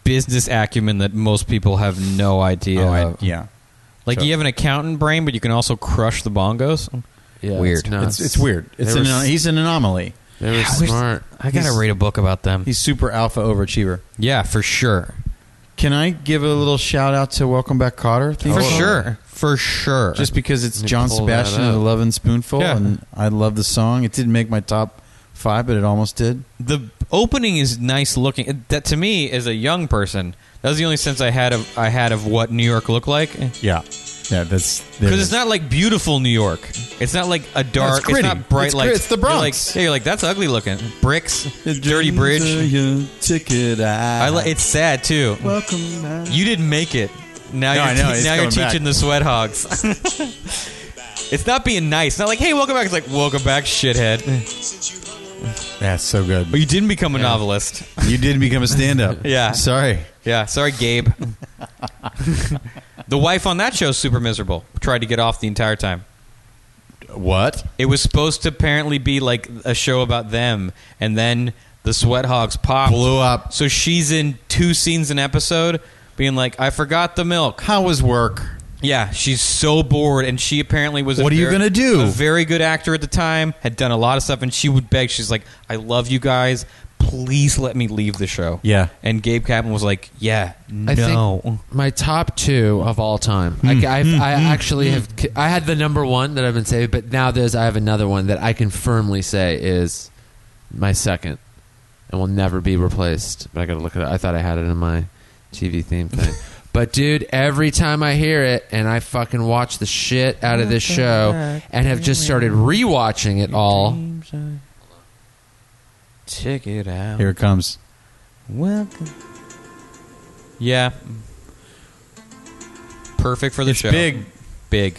Speaker 2: business acumen that most people have no idea.
Speaker 3: Oh, I-
Speaker 2: of.
Speaker 3: yeah.
Speaker 2: Like
Speaker 3: So-
Speaker 2: you have an accountant brain, but you can also crush the bongos.
Speaker 1: Yeah,
Speaker 2: Weird.
Speaker 1: It's, nuts.
Speaker 3: It's, it's weird. It's
Speaker 1: They
Speaker 3: an,
Speaker 1: were s-
Speaker 3: he's an anomaly.
Speaker 1: They were
Speaker 2: Yeah, I wish-
Speaker 1: smart.
Speaker 2: I gotta
Speaker 3: He's-
Speaker 2: read a book about them.
Speaker 3: He's super alpha overachiever.
Speaker 2: Yeah, for sure.
Speaker 3: Can I give a little shout out to Welcome Back Cotter? theme
Speaker 2: For
Speaker 3: song?
Speaker 2: sure. For sure.
Speaker 3: Just because it's
Speaker 1: Let me
Speaker 3: John
Speaker 1: pull that
Speaker 3: Sebastian and the
Speaker 1: up.
Speaker 3: Love and Spoonful,
Speaker 2: Yeah.
Speaker 3: and I love the song. It didn't make my top five, but it almost did.
Speaker 2: the opening is nice looking. That to me, as a young person, that was the only sense I had of I had of what New York looked like. Because
Speaker 3: Yeah. Yeah, that's.
Speaker 2: it's not like beautiful New York. It's not like a dark. it's,
Speaker 3: gritty.
Speaker 2: not bright
Speaker 3: It's
Speaker 2: like
Speaker 3: grit- it's the
Speaker 2: you're like-
Speaker 3: Bronx. uh,
Speaker 2: yeah, you're like that's ugly looking bricks, dirty bridge.
Speaker 3: Ticket.
Speaker 2: I li- it's sad too.
Speaker 3: Welcome back.
Speaker 2: You didn't make it. Now
Speaker 3: No, I
Speaker 2: you're
Speaker 3: know,
Speaker 2: te-
Speaker 3: it's
Speaker 2: now you're
Speaker 3: coming back.
Speaker 2: teaching the sweat hogs.
Speaker 3: <laughs>
Speaker 2: <laughs> it's not being nice. It's not like hey, welcome back. It's like welcome back, shithead.
Speaker 3: That's so good.
Speaker 2: But you didn't become a novelist.
Speaker 3: You did become a stand <laughs> up.
Speaker 2: Yeah.
Speaker 3: Sorry.
Speaker 2: Yeah, sorry,
Speaker 3: <laughs>
Speaker 2: Gabe. <laughs> the wife on that show is super miserable. Tried to get off the entire time.
Speaker 3: What?
Speaker 2: It was supposed to apparently be like a show about them, and then the Sweat Hogs popped.
Speaker 3: Blew up.
Speaker 2: So she's in two scenes an episode, being like, "I forgot the milk."
Speaker 3: How was work?
Speaker 2: Yeah, she's so bored, and she apparently was.
Speaker 3: What
Speaker 2: a
Speaker 3: are you
Speaker 2: very-
Speaker 3: gonna do?
Speaker 2: A very good actor at the time had done a lot of stuff, and she would beg. She's like, "I love you guys. Please let me leave the show."
Speaker 3: Yeah.
Speaker 2: and Gabe Kaplan was like, "Yeah,
Speaker 1: I
Speaker 2: no."
Speaker 1: think my top two of all time. I, I've, I actually have. I had the number one that I've been saving, but now there's. I have another one that I can firmly say is my second, and will never be replaced. But I got to look at it. up. I thought I had it in my TV theme thing. But dude, every time I hear it and I fucking watch the shit out of this show and have just started rewatching it all.
Speaker 2: Check it out.
Speaker 3: Here it comes.
Speaker 2: Welcome. Yeah. Perfect for the show.
Speaker 3: big.
Speaker 2: big.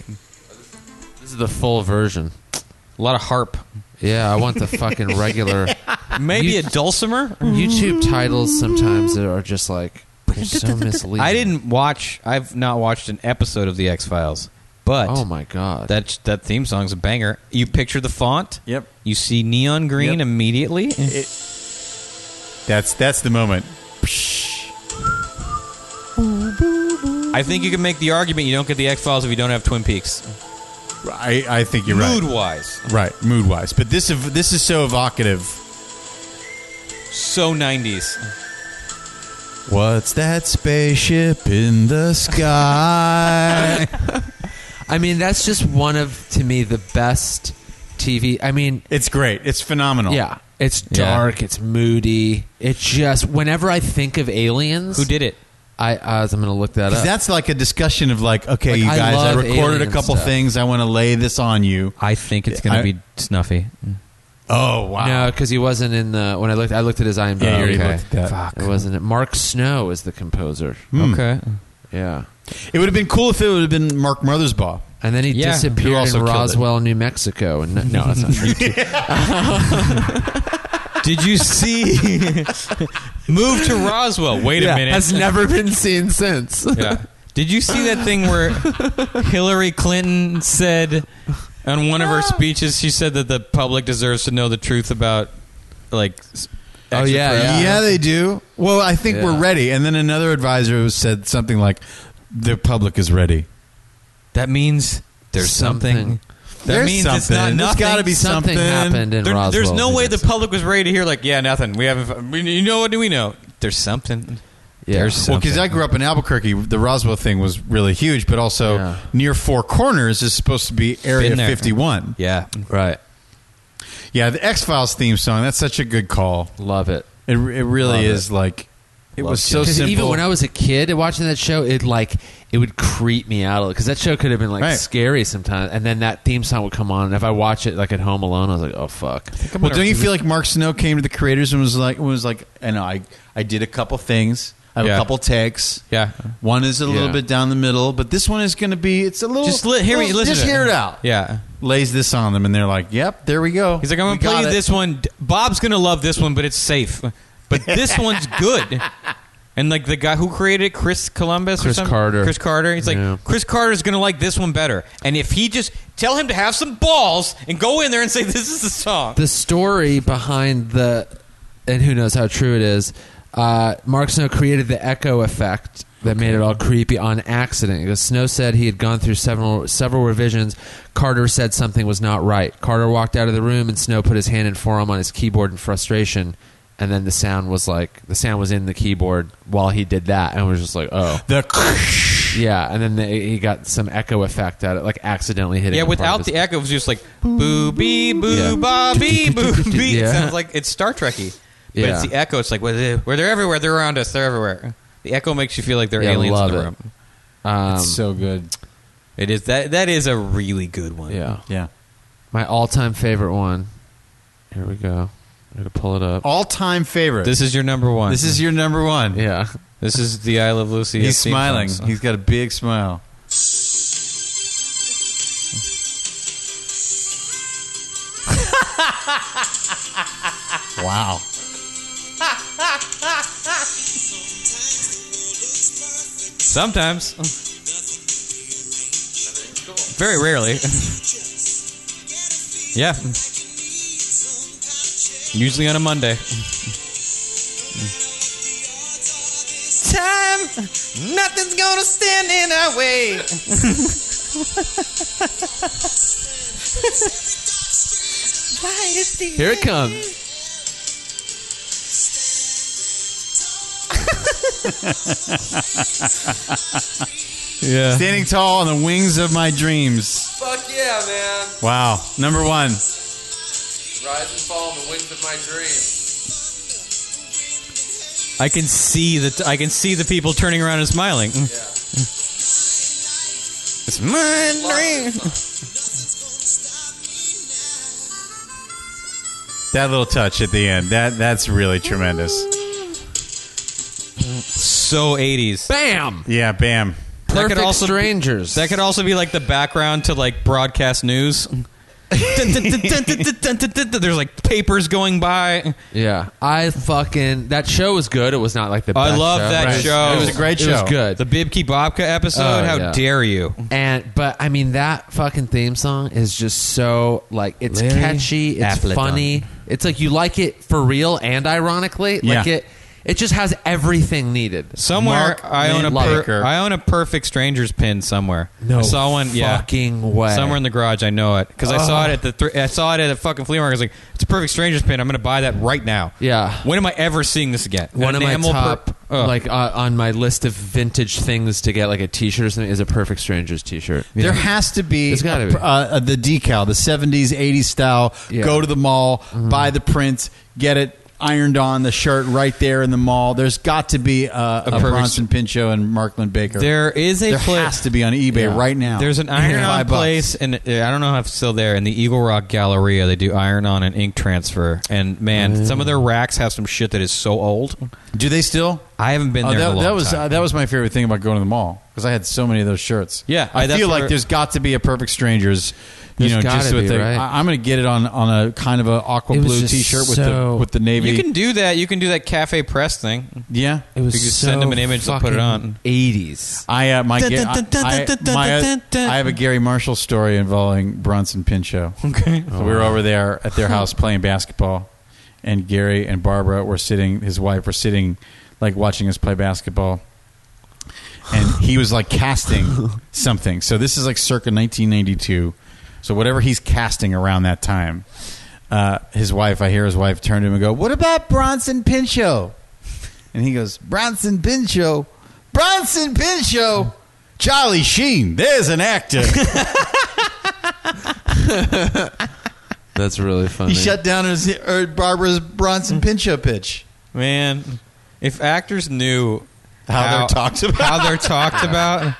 Speaker 1: This is the full version.
Speaker 2: A lot of harp.
Speaker 1: Yeah, I want the fucking regular.
Speaker 2: Maybe
Speaker 1: You-
Speaker 2: a dulcimer.
Speaker 1: YouTube titles sometimes that are just like they're so misleading.
Speaker 2: I didn't watch. I've not watched an episode of the X Files, but
Speaker 1: Oh my god!
Speaker 2: that that theme song's a banger. You picture the font.
Speaker 3: Yep.
Speaker 2: You see neon green
Speaker 3: Yep.
Speaker 2: immediately.
Speaker 3: That's that's the moment.
Speaker 2: I think you can make the argument you don't get the X Files if you don't have Twin Peaks.
Speaker 3: I, I think you're
Speaker 2: Mood
Speaker 3: right.
Speaker 2: wise,
Speaker 3: Right, mood wise. But this ev- this is so evocative.
Speaker 2: so nineties.
Speaker 3: What's that spaceship in the sky?
Speaker 1: I mean, that's just one of to me the best TV. I mean,
Speaker 3: <laughs> it's great. It's phenomenal.
Speaker 1: Oh. yeah, it's
Speaker 2: Yeah.
Speaker 1: dark, it's moody. It's just whenever I think of aliens,
Speaker 2: Who did it?
Speaker 1: I? Uh, I'm gonna look that
Speaker 3: 'Cause
Speaker 1: up.
Speaker 3: That's like a discussion of like, okay,
Speaker 1: Like,
Speaker 3: you
Speaker 1: I
Speaker 3: guys, I,
Speaker 1: love
Speaker 3: recorded a
Speaker 1: alien
Speaker 3: couple
Speaker 1: stuff.
Speaker 3: things. I want to lay this on you.
Speaker 2: I Hmm. think it's
Speaker 3: gonna
Speaker 2: going to
Speaker 3: be
Speaker 2: be Snuffy.
Speaker 3: Oh wow!
Speaker 1: No, because he wasn't in the. When I looked, I looked at his IMDb.
Speaker 3: Yeah, you already
Speaker 1: okay.
Speaker 3: looked at that.
Speaker 1: It wasn't. It. Mark Snow is the composer. Oh,
Speaker 2: Okay.
Speaker 1: Yeah,
Speaker 3: It would have been cool if it would have been Mark Mothersbaugh.
Speaker 1: and then he
Speaker 2: Yeah, who
Speaker 1: disappeared
Speaker 3: also
Speaker 1: in
Speaker 3: killed it.
Speaker 1: Roswell, New Mexico. <laughs> And no, that's not true.
Speaker 2: Did you see? Move to Roswell. Wait
Speaker 1: Yeah,
Speaker 2: a
Speaker 1: <laughs>
Speaker 2: minute.
Speaker 1: Has never been seen since.
Speaker 2: Yeah. Did you see that thing where Hillary Clinton said on one of her speeches, she said that the public deserves to know the truth about, like, s-
Speaker 1: Oh, yeah,
Speaker 2: extraterrestrials?
Speaker 1: yeah.
Speaker 3: they do. Well, I think
Speaker 1: Yeah.
Speaker 3: we're ready. And then another advisor was- said something like, "The public is ready."
Speaker 2: That means there's something.
Speaker 1: Something.
Speaker 2: That means it's not
Speaker 3: There's
Speaker 2: nothing.
Speaker 3: got to be
Speaker 1: Something
Speaker 3: something.
Speaker 1: happened in
Speaker 2: There-
Speaker 1: Roswell.
Speaker 2: there's no
Speaker 1: New
Speaker 2: way the
Speaker 1: Mexico.
Speaker 2: public was ready to hear, like, yeah, nothing. We haven't. We, you know what? Do we know? There's something.
Speaker 1: <laughs> Yeah.
Speaker 2: There's
Speaker 3: Well,
Speaker 2: something.
Speaker 3: because I grew up in Albuquerque, the Roswell thing was really huge, but also
Speaker 1: Yeah.
Speaker 3: near Four Corners is supposed to be Area
Speaker 2: Been there.
Speaker 3: 51.
Speaker 2: yeah.
Speaker 1: Right.
Speaker 3: Yeah, the X Files theme song. That's such a good call.
Speaker 1: Love it.
Speaker 3: It, it really
Speaker 1: Love
Speaker 3: is like it was so
Speaker 1: Because
Speaker 3: simple.
Speaker 1: <laughs> even when I was a kid watching that show, it like it would creep me out because that show could have been like
Speaker 3: Right.
Speaker 1: scary sometimes, and then that theme song would come on, and if I watch it like at home alone, I was like, oh fuck.
Speaker 3: well, don't you feel like Mark Snow came to the creators and was like, was like, I know I I did a couple things. I have
Speaker 2: Yeah.
Speaker 3: a couple takes.
Speaker 2: Yeah.
Speaker 3: One is a
Speaker 1: Yeah.
Speaker 3: little bit down the middle, but this one is going to be. It's a little.
Speaker 2: Just li- hear me.
Speaker 3: little-
Speaker 2: Listen.
Speaker 3: Just
Speaker 2: to
Speaker 3: hear it out.
Speaker 2: Yeah.
Speaker 3: Lays this on them, and they're like, "Yep, there we go."
Speaker 2: He's like, I'm
Speaker 3: We
Speaker 2: gonna
Speaker 3: got
Speaker 2: play you
Speaker 3: it.
Speaker 2: this one. D- Bob's gonna love this one, but it's safe. But
Speaker 1: <laughs>
Speaker 2: this one's good. And like the guy who created it, Chris Columbus, or
Speaker 1: Chris
Speaker 2: something?
Speaker 1: Carter.
Speaker 2: Chris Carter. He's like,
Speaker 1: Yeah.
Speaker 2: Chris Carter's gonna like this one better. And if he just tell him to have some balls and go in there and say, "This is the song."
Speaker 1: the story behind the and who knows how true it is uh, mark snow created the echo effect that made it all creepy on accident because snow said he had gone through several several revisions carter said something was not right carter walked out of the room and snow put his hand and forearm on his keyboard in frustration and then the sound was like the sound was in the keyboard while he did that and was just like
Speaker 2: <laughs>
Speaker 1: oh
Speaker 3: The <laughs>
Speaker 1: yeah and then they, he got some echo effect out of like accidentally hitting
Speaker 2: yeah,
Speaker 1: a part of
Speaker 2: without
Speaker 1: his-
Speaker 2: the echo, it was just like boo
Speaker 1: <laughs>
Speaker 2: bee
Speaker 1: Yeah.
Speaker 2: boo bobby boo bee. It
Speaker 1: Yeah. <laughs>
Speaker 2: sounds like it's Star Trekky, but
Speaker 1: Yeah.
Speaker 2: it's the echo. It's like where they- where they're everywhere. They're around us. They're everywhere. The echo makes you feel like they're
Speaker 1: Yeah,
Speaker 2: aliens
Speaker 1: love
Speaker 2: in the
Speaker 1: it.
Speaker 2: room.
Speaker 1: um,
Speaker 3: so good.
Speaker 2: It is that. That is a really good one.
Speaker 1: yeah
Speaker 3: Yeah.
Speaker 1: My all-time favorite one. Here we go. I'm gonna pull it up.
Speaker 3: All time favorite.
Speaker 2: This is your number one.
Speaker 3: This is your number one.
Speaker 1: Yeah,
Speaker 2: this is the I Love Lucy.
Speaker 3: He's
Speaker 2: theme
Speaker 3: smiling.
Speaker 2: song.
Speaker 3: He's got a big smile. wow.
Speaker 2: sometimes, very rarely. yeah. Usually on a Monday. Time
Speaker 6: Nothing's gonna stand in our way.
Speaker 1: Here it comes.
Speaker 5: Yeah.
Speaker 3: Standing tall on the wings of my dreams.
Speaker 1: Fuck yeah, man.
Speaker 3: Wow. Number one.
Speaker 1: Rise and fall in the wings of my dream.
Speaker 2: I can see the I can see the people turning around and smiling. It's my dream.
Speaker 3: That little touch at the end. That that's really tremendous.
Speaker 2: So 80s.
Speaker 1: Bam!
Speaker 3: Yeah, bam.
Speaker 2: That
Speaker 1: Perfect
Speaker 2: could also be-
Speaker 1: strangers.
Speaker 2: That could also be like the background to like broadcast news. <laughs> Dun, dun, dun, dun, dun, dun, dun, dun, dun, dun. There's like papers going by.
Speaker 1: yeah, I fucking that show was good. It was not like the.
Speaker 2: I
Speaker 1: best
Speaker 2: love
Speaker 1: show.
Speaker 2: that
Speaker 3: Right.
Speaker 2: show.
Speaker 3: It was a great
Speaker 1: It was
Speaker 3: show.
Speaker 1: good.
Speaker 2: The Bibki Bobka episode.
Speaker 1: Oh,
Speaker 2: How
Speaker 1: yeah.
Speaker 2: dare you?
Speaker 1: And but I mean that fucking theme song is just so like it's
Speaker 2: Larry
Speaker 1: catchy, it's
Speaker 2: Appleton.
Speaker 1: funny. It's like you like it for real and ironically. Like
Speaker 3: Yeah.
Speaker 1: it it just has everything needed.
Speaker 2: Somewhere
Speaker 3: Mark
Speaker 2: I own a
Speaker 1: Lindlaker.
Speaker 2: per, I own a perfect strangers pin somewhere. I saw one. Yeah.
Speaker 1: fucking way.
Speaker 2: Somewhere in the garage, I know it because I saw it at the thr I saw it at a fucking flea market. I was like, "It's a perfect strangers pin. I'm going to buy that right now."
Speaker 1: Yeah.
Speaker 2: When am I ever seeing this again?
Speaker 1: one of my
Speaker 2: Enamel oh.
Speaker 1: top
Speaker 2: perp- Ugh.
Speaker 1: like uh, on my list of vintage things to get like a t-shirt or something is a perfect strangers t-shirt
Speaker 3: There has to be,
Speaker 1: There's gotta be.
Speaker 3: Uh, uh, the decal, the 70s, 80s style.
Speaker 1: Yeah.
Speaker 3: Go to the mall,
Speaker 2: Mm-hmm.
Speaker 3: buy the print, get it ironed on, the shirt right there in the mall. There's got to be uh, a,
Speaker 2: perfect-
Speaker 3: Bronson Pinchot and Markland Baker.
Speaker 2: There is a
Speaker 3: There
Speaker 2: place.
Speaker 3: has to be on eBay right now.
Speaker 2: There's an
Speaker 3: For
Speaker 2: iron on
Speaker 3: <laughs> five bucks.
Speaker 2: place, and uh, I don't know if it's still there. In the Eagle Rock Galleria, they do iron on and ink transfer. And man,
Speaker 3: Oh.
Speaker 2: some of their racks have some shit that is so old.
Speaker 3: Do they still?
Speaker 2: I haven't been
Speaker 3: Oh,
Speaker 2: there. in a
Speaker 3: that,
Speaker 2: long
Speaker 3: that was
Speaker 2: time.
Speaker 3: uh, that was my favorite thing about going to the mall because I had so many of those shirts.
Speaker 2: Yeah, I-
Speaker 3: I,
Speaker 2: that's
Speaker 3: feel
Speaker 2: where-
Speaker 3: like there's got to be a perfect strangers. You
Speaker 1: There's
Speaker 3: know, just
Speaker 1: gotta
Speaker 3: with
Speaker 1: be,
Speaker 3: the,
Speaker 1: right?
Speaker 3: I, I'm going to get it on on a kind of a aqua
Speaker 1: It was
Speaker 3: blue
Speaker 1: just
Speaker 3: T-shirt with
Speaker 1: so-
Speaker 3: the with the navy.
Speaker 2: you can do that. You can do that cafe press thing.
Speaker 3: yeah,
Speaker 1: it was
Speaker 2: You could send
Speaker 1: so
Speaker 2: them an image, they'll put it
Speaker 1: fucking
Speaker 2: on.
Speaker 1: 80s
Speaker 3: I uh, my,
Speaker 2: Dun,
Speaker 3: ga-
Speaker 2: dun,
Speaker 3: I,
Speaker 2: dun, dun,
Speaker 3: I-
Speaker 2: dun, dun,
Speaker 3: my uh,
Speaker 2: dun, dun.
Speaker 3: I have a Gary Marshall story involving Bronson Pinchot. Okay, so we were over there at
Speaker 2: <laughs>
Speaker 3: their house playing basketball, and Gary and Barbara were sitting. His wife were sitting, like watching us play basketball, and he was
Speaker 2: <laughs>
Speaker 3: like casting something. So this is like circa 1992. So whatever he's casting around that time, uh, his wife. I hear his wife turn to him and go, "What about Bronson Pinchot?" And he goes, Bronson Pinchot, Bronson Pinchot, Charlie Sheen. There's an <laughs> actor.
Speaker 1: that's really funny
Speaker 3: he shut down his or Barbara's Bronson
Speaker 2: Mm-hmm.
Speaker 3: Pinchot pitch.
Speaker 2: Man, if actors knew
Speaker 3: How they're talked about.
Speaker 2: how they're
Speaker 3: <laughs>
Speaker 2: talked about.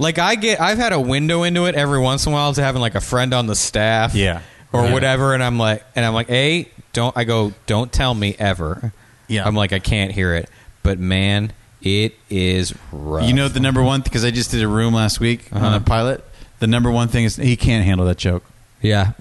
Speaker 2: Like I get, I've had a window into it every once in a while to having like a friend on the staff,
Speaker 3: Yeah.
Speaker 2: or
Speaker 1: Yeah.
Speaker 2: whatever, and I'm like, and I'm like, a don't I go, don't tell me ever,
Speaker 3: Yeah.
Speaker 2: I'm like, I can't hear it, but man, it is rough.
Speaker 3: You know the number one because I just did a room last week on
Speaker 2: Uh-huh.
Speaker 3: a pilot. The number one thing is he can't handle that joke.
Speaker 2: yeah,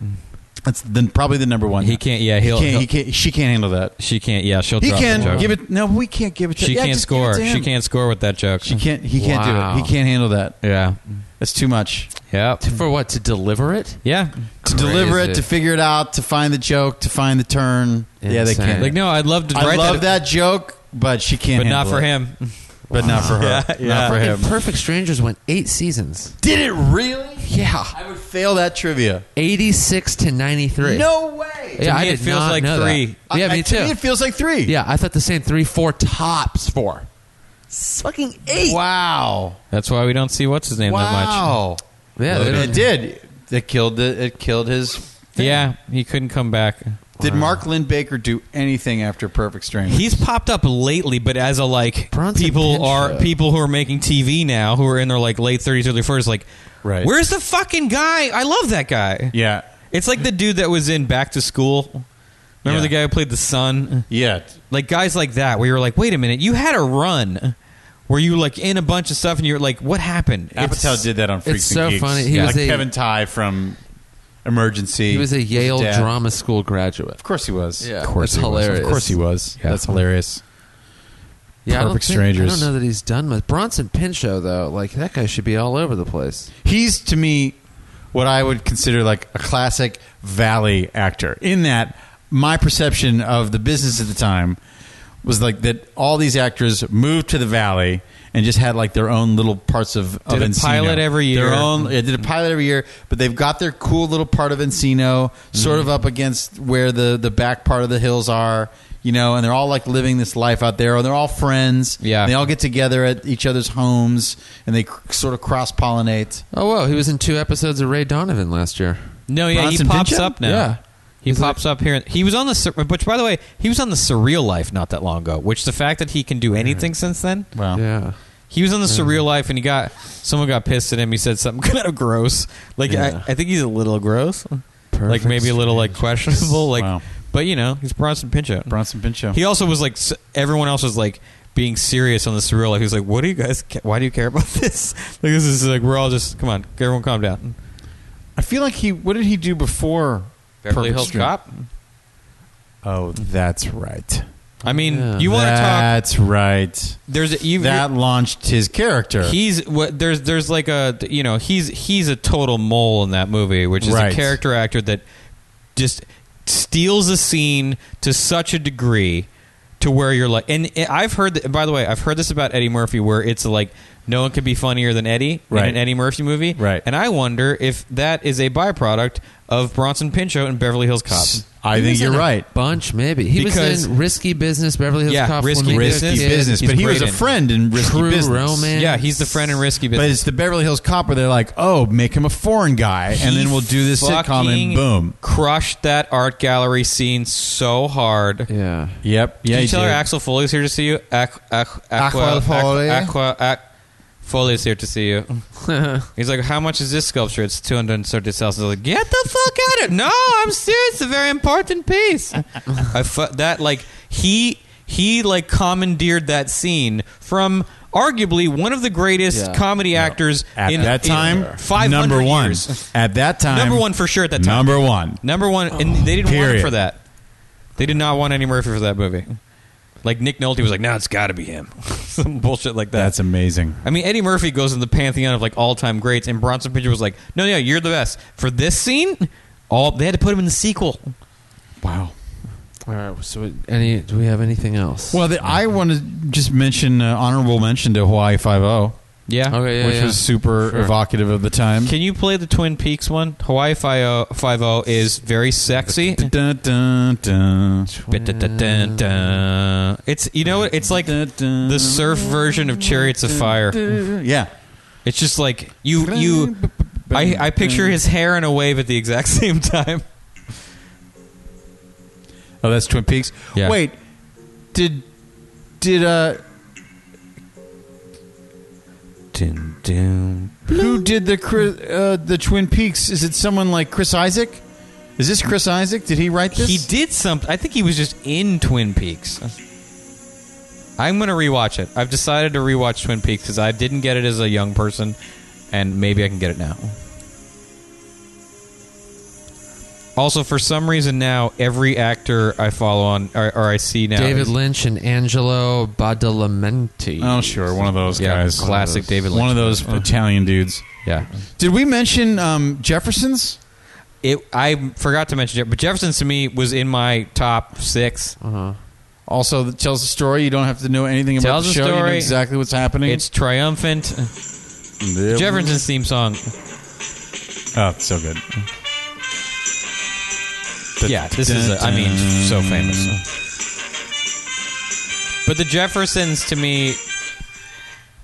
Speaker 3: That's the, probably the number one.
Speaker 2: He can't- yeah, he'll-
Speaker 3: he can't,
Speaker 2: he'll-
Speaker 3: he can't she can't handle that.
Speaker 2: she can't. Yeah, she'll.
Speaker 3: He
Speaker 2: drop the
Speaker 3: can
Speaker 2: joke.
Speaker 3: give it. No, we can't give it. to
Speaker 2: She
Speaker 3: yeah,
Speaker 2: can't
Speaker 3: just give it
Speaker 2: score.
Speaker 3: to
Speaker 2: She
Speaker 3: him.
Speaker 2: can't score with that joke.
Speaker 3: She can't. He can't
Speaker 1: Wow.
Speaker 3: do it. He can't handle that.
Speaker 2: Yeah.
Speaker 3: That's too much.
Speaker 2: Yep.
Speaker 1: for what to deliver it
Speaker 2: Yeah.
Speaker 3: to deliver it,
Speaker 1: Crazy.
Speaker 3: to figure it out, to find the joke, to find the turn. Yeah, they
Speaker 1: Insane.
Speaker 3: can't.
Speaker 2: Like no, I'd love to
Speaker 3: I
Speaker 2: write
Speaker 3: love that, joke, but she can't.
Speaker 2: but not
Speaker 3: handle
Speaker 2: for
Speaker 3: it.
Speaker 2: him.
Speaker 3: But not for her. Not for him.
Speaker 1: Fucking perfect strangers went eight seasons
Speaker 3: <laughs> Did it really?
Speaker 1: yeah
Speaker 3: I would fail that trivia.
Speaker 1: 86 to 93
Speaker 3: No way.
Speaker 1: yeah
Speaker 2: To
Speaker 1: I
Speaker 2: me, it
Speaker 1: did
Speaker 2: feels
Speaker 1: not
Speaker 2: like
Speaker 1: know
Speaker 2: three.
Speaker 1: that. yeah
Speaker 3: I-
Speaker 1: me
Speaker 3: I- to
Speaker 1: too
Speaker 3: it feels like three.
Speaker 1: yeah I thought the same three four tops four fucking eight
Speaker 3: Wow.
Speaker 2: That's why we don't see what's his name that
Speaker 3: Wow.
Speaker 1: yeah they
Speaker 3: it
Speaker 1: don't-
Speaker 3: did. It killed. The, it killed his.
Speaker 2: much. Yeah, he couldn't come back.
Speaker 3: Did Mark Lynn Baker do anything after Perfect Stranger?
Speaker 2: He's popped up lately, but as a like
Speaker 1: Bronson
Speaker 2: people
Speaker 1: Pinchot.
Speaker 2: are people who are making TV now who are in their like late thirties, early forties, like
Speaker 3: Right.
Speaker 2: where's the fucking guy? I love that guy.
Speaker 3: yeah.
Speaker 2: It's like the dude that was in Back to School. Remember
Speaker 3: Yeah.
Speaker 2: the guy who played the son?
Speaker 3: Yeah.
Speaker 2: Like guys like that where you're like, wait a minute, you had a run where you were like in a bunch of stuff and you're like, what happened? It's-
Speaker 3: Apatow did that on Freaks
Speaker 1: it's
Speaker 3: and
Speaker 1: so
Speaker 3: Geeks.
Speaker 1: funny. He
Speaker 3: Yeah.
Speaker 1: was
Speaker 3: like
Speaker 1: a-
Speaker 3: Kevin Ty from Emergency.
Speaker 1: he was a Yale
Speaker 3: dad.
Speaker 1: drama school graduate
Speaker 3: Of course he was.
Speaker 1: Yeah,
Speaker 3: of course
Speaker 1: that's
Speaker 3: he was.
Speaker 1: hilarious.
Speaker 3: Of course he was.
Speaker 1: Yeah.
Speaker 3: That's
Speaker 1: Yeah,
Speaker 3: hilarious. Perfect
Speaker 1: I don't think-
Speaker 3: Strangers.
Speaker 1: I don't know that he's done much. Bronson Pinchot, though, like that guy should be all over the place.
Speaker 3: He's to me what I would consider like a classic Valley actor. In that, my perception of the business at the time was like that all these actors moved to the valley and just had like their own little parts of, of
Speaker 2: Did a
Speaker 3: Encino.
Speaker 2: pilot every year.
Speaker 3: Their own it did a pilot every year, but they've got their cool little part of Encino, sort
Speaker 2: Mm-hmm.
Speaker 3: of up against where the the back part of the hills are, you know, and they're all like living this life out there, and they're all friends.
Speaker 2: Yeah.
Speaker 3: they all get together at each other's homes, and they c- sort of cross pollinate.
Speaker 1: Oh, whoa. He was in two episodes of Ray Donovan last year.
Speaker 2: No, yeah,
Speaker 3: Bronson
Speaker 2: he pops
Speaker 3: Pinchot?
Speaker 2: up now.
Speaker 1: Yeah.
Speaker 2: He pops up here. He was on the Sur- which, by the way, he was on the Surreal Life not that long ago. Which the fact that he can do anything since then,
Speaker 3: Mm. Wow. Mm.
Speaker 1: Yeah.
Speaker 2: he was on the Surreal Life, and he got someone got pissed at him. He said something <laughs> kind of gross. Like
Speaker 1: Yeah.
Speaker 2: I, I think he's a little gross. Like
Speaker 1: Perfect
Speaker 2: maybe a little like questionable. Like,
Speaker 3: Wow.
Speaker 2: but you know, he's Bronson Pinchot.
Speaker 3: Bronson Pinchot.
Speaker 2: He also was like s- everyone else was like being serious on the surreal. Like he was like, "What do you guys? Ca- why do you care about <laughs> this? Like this is like we're all just come on, everyone, calm down."
Speaker 3: I feel like he. What did he do before
Speaker 2: Beverly
Speaker 3: Perfect
Speaker 2: Hills
Speaker 3: Street?
Speaker 2: Cop.
Speaker 3: Oh, that's right.
Speaker 2: I mean, you want to talk?
Speaker 3: That's right.
Speaker 2: There's a, you,
Speaker 3: That launched his character.
Speaker 2: He's what there's there's like a you know he's he's a total mole in that movie, which is
Speaker 3: Right.
Speaker 2: a character actor that just steals a scene to such a degree to where you're like, and it- I've heard that by the way, I've heard this about Eddie Murphy where it's like no one could be funnier than Eddie in
Speaker 3: Right.
Speaker 2: an Eddie Murphy movie,
Speaker 3: Right.
Speaker 2: And I wonder if that is a byproduct of Bronson Pinchot and Beverly Hills Cop.
Speaker 3: I
Speaker 1: He
Speaker 3: think
Speaker 1: was in
Speaker 3: you're
Speaker 1: a
Speaker 3: right.
Speaker 1: Bunch, maybe. He
Speaker 2: Because-
Speaker 1: was in Risky Business, Beverly Hills
Speaker 2: Yeah,
Speaker 1: Cop. when
Speaker 2: Risky
Speaker 1: we were a
Speaker 2: Business.
Speaker 1: kid.
Speaker 3: business,
Speaker 2: He's
Speaker 3: but he was a
Speaker 2: brilliant.
Speaker 3: friend in risky
Speaker 1: True
Speaker 3: business.
Speaker 1: Romance.
Speaker 2: Yeah, he's the friend in Risky
Speaker 3: But
Speaker 2: Business.
Speaker 3: it's the Beverly Hills Cop where they're like, oh, make him a foreign guy, and then we'll do this sitcom, and
Speaker 2: Fucking
Speaker 3: boom.
Speaker 2: Crushed that art gallery scene so hard.
Speaker 1: Yeah.
Speaker 3: Yep. Yeah.
Speaker 2: Did
Speaker 3: he
Speaker 2: you tell her
Speaker 3: did.
Speaker 2: Axel Foley's here to see you? Aqu- aqu-
Speaker 3: Aqua
Speaker 2: aqua,
Speaker 3: Foley?
Speaker 2: aqua, aqua, aqua, Foley's here to see you. <laughs> He's like, how much is this sculpture? It's two hundred and thirty thousand. Like, get the fuck out of it! No, I'm serious. It's a very important piece. I fu- that like he he like commandeered that scene from arguably one of the greatest
Speaker 1: Yeah.
Speaker 2: comedy actors
Speaker 3: at
Speaker 2: in
Speaker 3: that
Speaker 2: in
Speaker 3: time,
Speaker 2: 500
Speaker 3: number one.
Speaker 2: years.
Speaker 3: At that time,
Speaker 2: Number one for sure at that time.
Speaker 3: Number one.
Speaker 2: Number one, and they didn't want
Speaker 3: Period.
Speaker 2: him for that. They did not want Eddie Murphy for that movie. Like Nick Nolte was like, "No, it's got to be him." <laughs> Some bullshit like that.
Speaker 3: That's amazing.
Speaker 2: I mean, Eddie Murphy goes in the pantheon of like all-time greats, and Bronson Pinchot was like, "No, no, you're the best for this scene." All they had to put him in the sequel.
Speaker 3: Wow.
Speaker 1: All right. So, any? Do we have anything else?
Speaker 3: Well, the, I want to just mention uh, honorable mention to Hawaii Five O,
Speaker 2: Yeah.
Speaker 1: Okay, yeah,
Speaker 3: which
Speaker 1: yeah.
Speaker 3: was super
Speaker 1: Sure.
Speaker 3: evocative of the time.
Speaker 2: Can you play the Twin Peaks one? Hawaii Five O is very
Speaker 3: <laughs>
Speaker 2: sexy.
Speaker 3: Dun, dun, dun.
Speaker 2: Ba-da-da-dun-dun. It's you know what? It's like the surf version of Chariots of Fire.
Speaker 3: Yeah.
Speaker 2: It's just like you you I, I picture his hair in a wave at the exact <laughs> same time.
Speaker 3: Oh, that's Twin Peaks.
Speaker 2: Yeah.
Speaker 3: Wait, did did uh who did the Chris, uh, the Twin Peaks? Is it someone like Chris Isaac? Is this Chris Isaac? Did he write this?
Speaker 2: He did something. I think he was just in Twin Peaks. I'm going to rewatch it. I've decided to rewatch Twin Peaks because I didn't get it as a young person, and maybe I can get it now. Also, for some reason now, every actor I follow on or, or I see now,
Speaker 1: David
Speaker 2: is-
Speaker 1: Lynch and Angelo Badalamenti.
Speaker 3: Oh, sure, one of those
Speaker 2: yeah,
Speaker 3: guys.
Speaker 2: classic David Lynch.
Speaker 3: One of those Italian dudes.
Speaker 2: yeah.
Speaker 3: Did we mention um, Jefferson's?
Speaker 2: It. I forgot to mention, Jeff- but Jefferson to me was in my top six.
Speaker 1: Uh-huh.
Speaker 3: Also, that tells the story. You don't have to know anything about
Speaker 2: Tells
Speaker 3: the
Speaker 2: the
Speaker 3: show. You know
Speaker 2: story.
Speaker 3: exactly what's happening.
Speaker 2: It's triumphant. Jefferson's theme song.
Speaker 3: Oh, it's so good.
Speaker 2: Yeah, this is, a, I mean, so famous. But the Jeffersons, to me,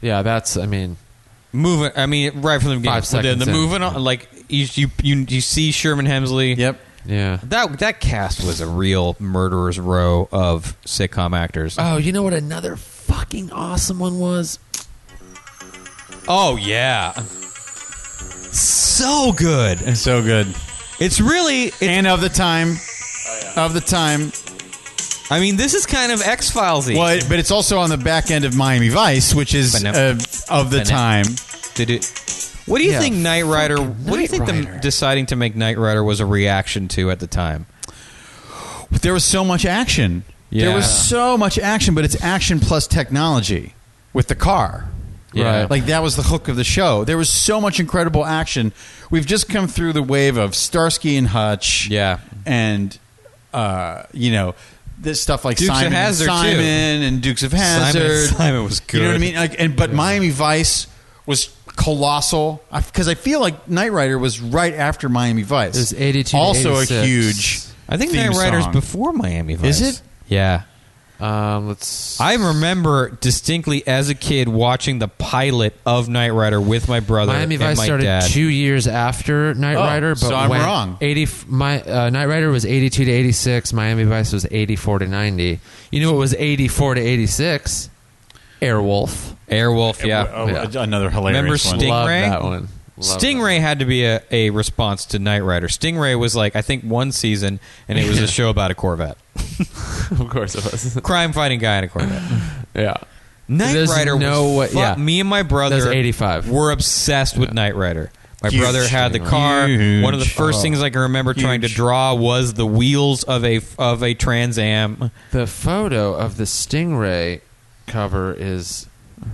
Speaker 1: Yeah, that's. I mean,
Speaker 2: moving. I mean, right from the beginning,
Speaker 1: Five seconds
Speaker 2: the, the
Speaker 1: in.
Speaker 2: moving on, like you, you, you, you see Sherman Hemsley.
Speaker 3: Yep.
Speaker 1: yeah.
Speaker 2: That that cast was a real murderer's row of sitcom actors.
Speaker 1: Oh, you know what? Another fucking awesome one was.
Speaker 2: oh yeah, so good.
Speaker 3: So good.
Speaker 2: It's really. It's,
Speaker 3: and of the time. Of the time.
Speaker 2: I mean, this is kind of X Filesy.
Speaker 3: Well, it- but it's also on the back end of Miami Vice, which is
Speaker 2: But no.
Speaker 3: uh, of the
Speaker 2: But no.
Speaker 3: time.
Speaker 2: Did it? What do you
Speaker 1: Yeah,
Speaker 2: think Knight Rider? What do you
Speaker 1: Knight
Speaker 2: think
Speaker 1: Rider.
Speaker 2: them deciding to make Knight Rider was a reaction to at the time?
Speaker 3: But there was so much action. There
Speaker 2: Yeah.
Speaker 3: was so much action, but it's action plus technology with the car.
Speaker 2: Yeah.
Speaker 3: Like that was the hook of the show. There was so much incredible action. We've just come through the wave of Starsky and Hutch.
Speaker 2: Yeah.
Speaker 3: And uh, you know, this stuff like
Speaker 2: Dukes of
Speaker 3: Simon, and
Speaker 2: Hazzard, too.
Speaker 3: Simon and Dukes of
Speaker 2: Simon-
Speaker 3: Hazard.
Speaker 2: Simon was
Speaker 3: You know what I
Speaker 2: good.
Speaker 3: mean? Like, and but Miami Vice was colossal because I, feel like Knight Rider was right after Miami Vice.
Speaker 1: It was 82 to
Speaker 3: also a
Speaker 1: 86.
Speaker 3: huge.
Speaker 2: I think
Speaker 3: theme
Speaker 2: Knight Rider's
Speaker 3: song.
Speaker 2: before Miami Vice.
Speaker 3: Is it?
Speaker 2: Yeah.
Speaker 1: Um, let's.
Speaker 2: I remember distinctly as a kid watching the pilot of Knight Rider with my brother
Speaker 1: Miami
Speaker 2: and
Speaker 1: Vice
Speaker 2: my
Speaker 1: started
Speaker 2: dad.
Speaker 1: two years after Knight
Speaker 3: Oh,
Speaker 1: Rider, but
Speaker 3: so I'm
Speaker 1: when
Speaker 3: wrong.
Speaker 1: Eighty. f- My uh, Knight Rider was eighty-two to eighty-six. Miami Vice was eighty-four to ninety. You know, it was eighty-four to eighty-six. Airwolf.
Speaker 2: Airwolf, yeah.
Speaker 3: Oh,
Speaker 1: Yeah.
Speaker 3: Another hilarious
Speaker 2: Remember
Speaker 3: one.
Speaker 2: Sting-
Speaker 1: Love
Speaker 2: Stingray?
Speaker 1: that one. Love
Speaker 2: Stingray had to be a, a response to Knight Rider. Stingray was like, I think one season, and it was a show about a Corvette.
Speaker 1: that one. <laughs> of course it was. <laughs>
Speaker 2: Crime fighting guy in a Corvette.
Speaker 1: yeah.
Speaker 2: Knight
Speaker 1: There's
Speaker 2: Rider
Speaker 1: no
Speaker 2: was
Speaker 1: way-
Speaker 2: fu-
Speaker 1: yeah.
Speaker 2: me and my brother
Speaker 1: That's 85.
Speaker 2: were obsessed with Knight Rider. My
Speaker 3: Huge.
Speaker 2: brother had the car.
Speaker 3: Huge.
Speaker 2: One of the first
Speaker 3: Oh.
Speaker 2: things I can remember trying to
Speaker 3: Huge.
Speaker 2: draw was the wheels of a of a Trans Am.
Speaker 1: The photo of the Stingray cover is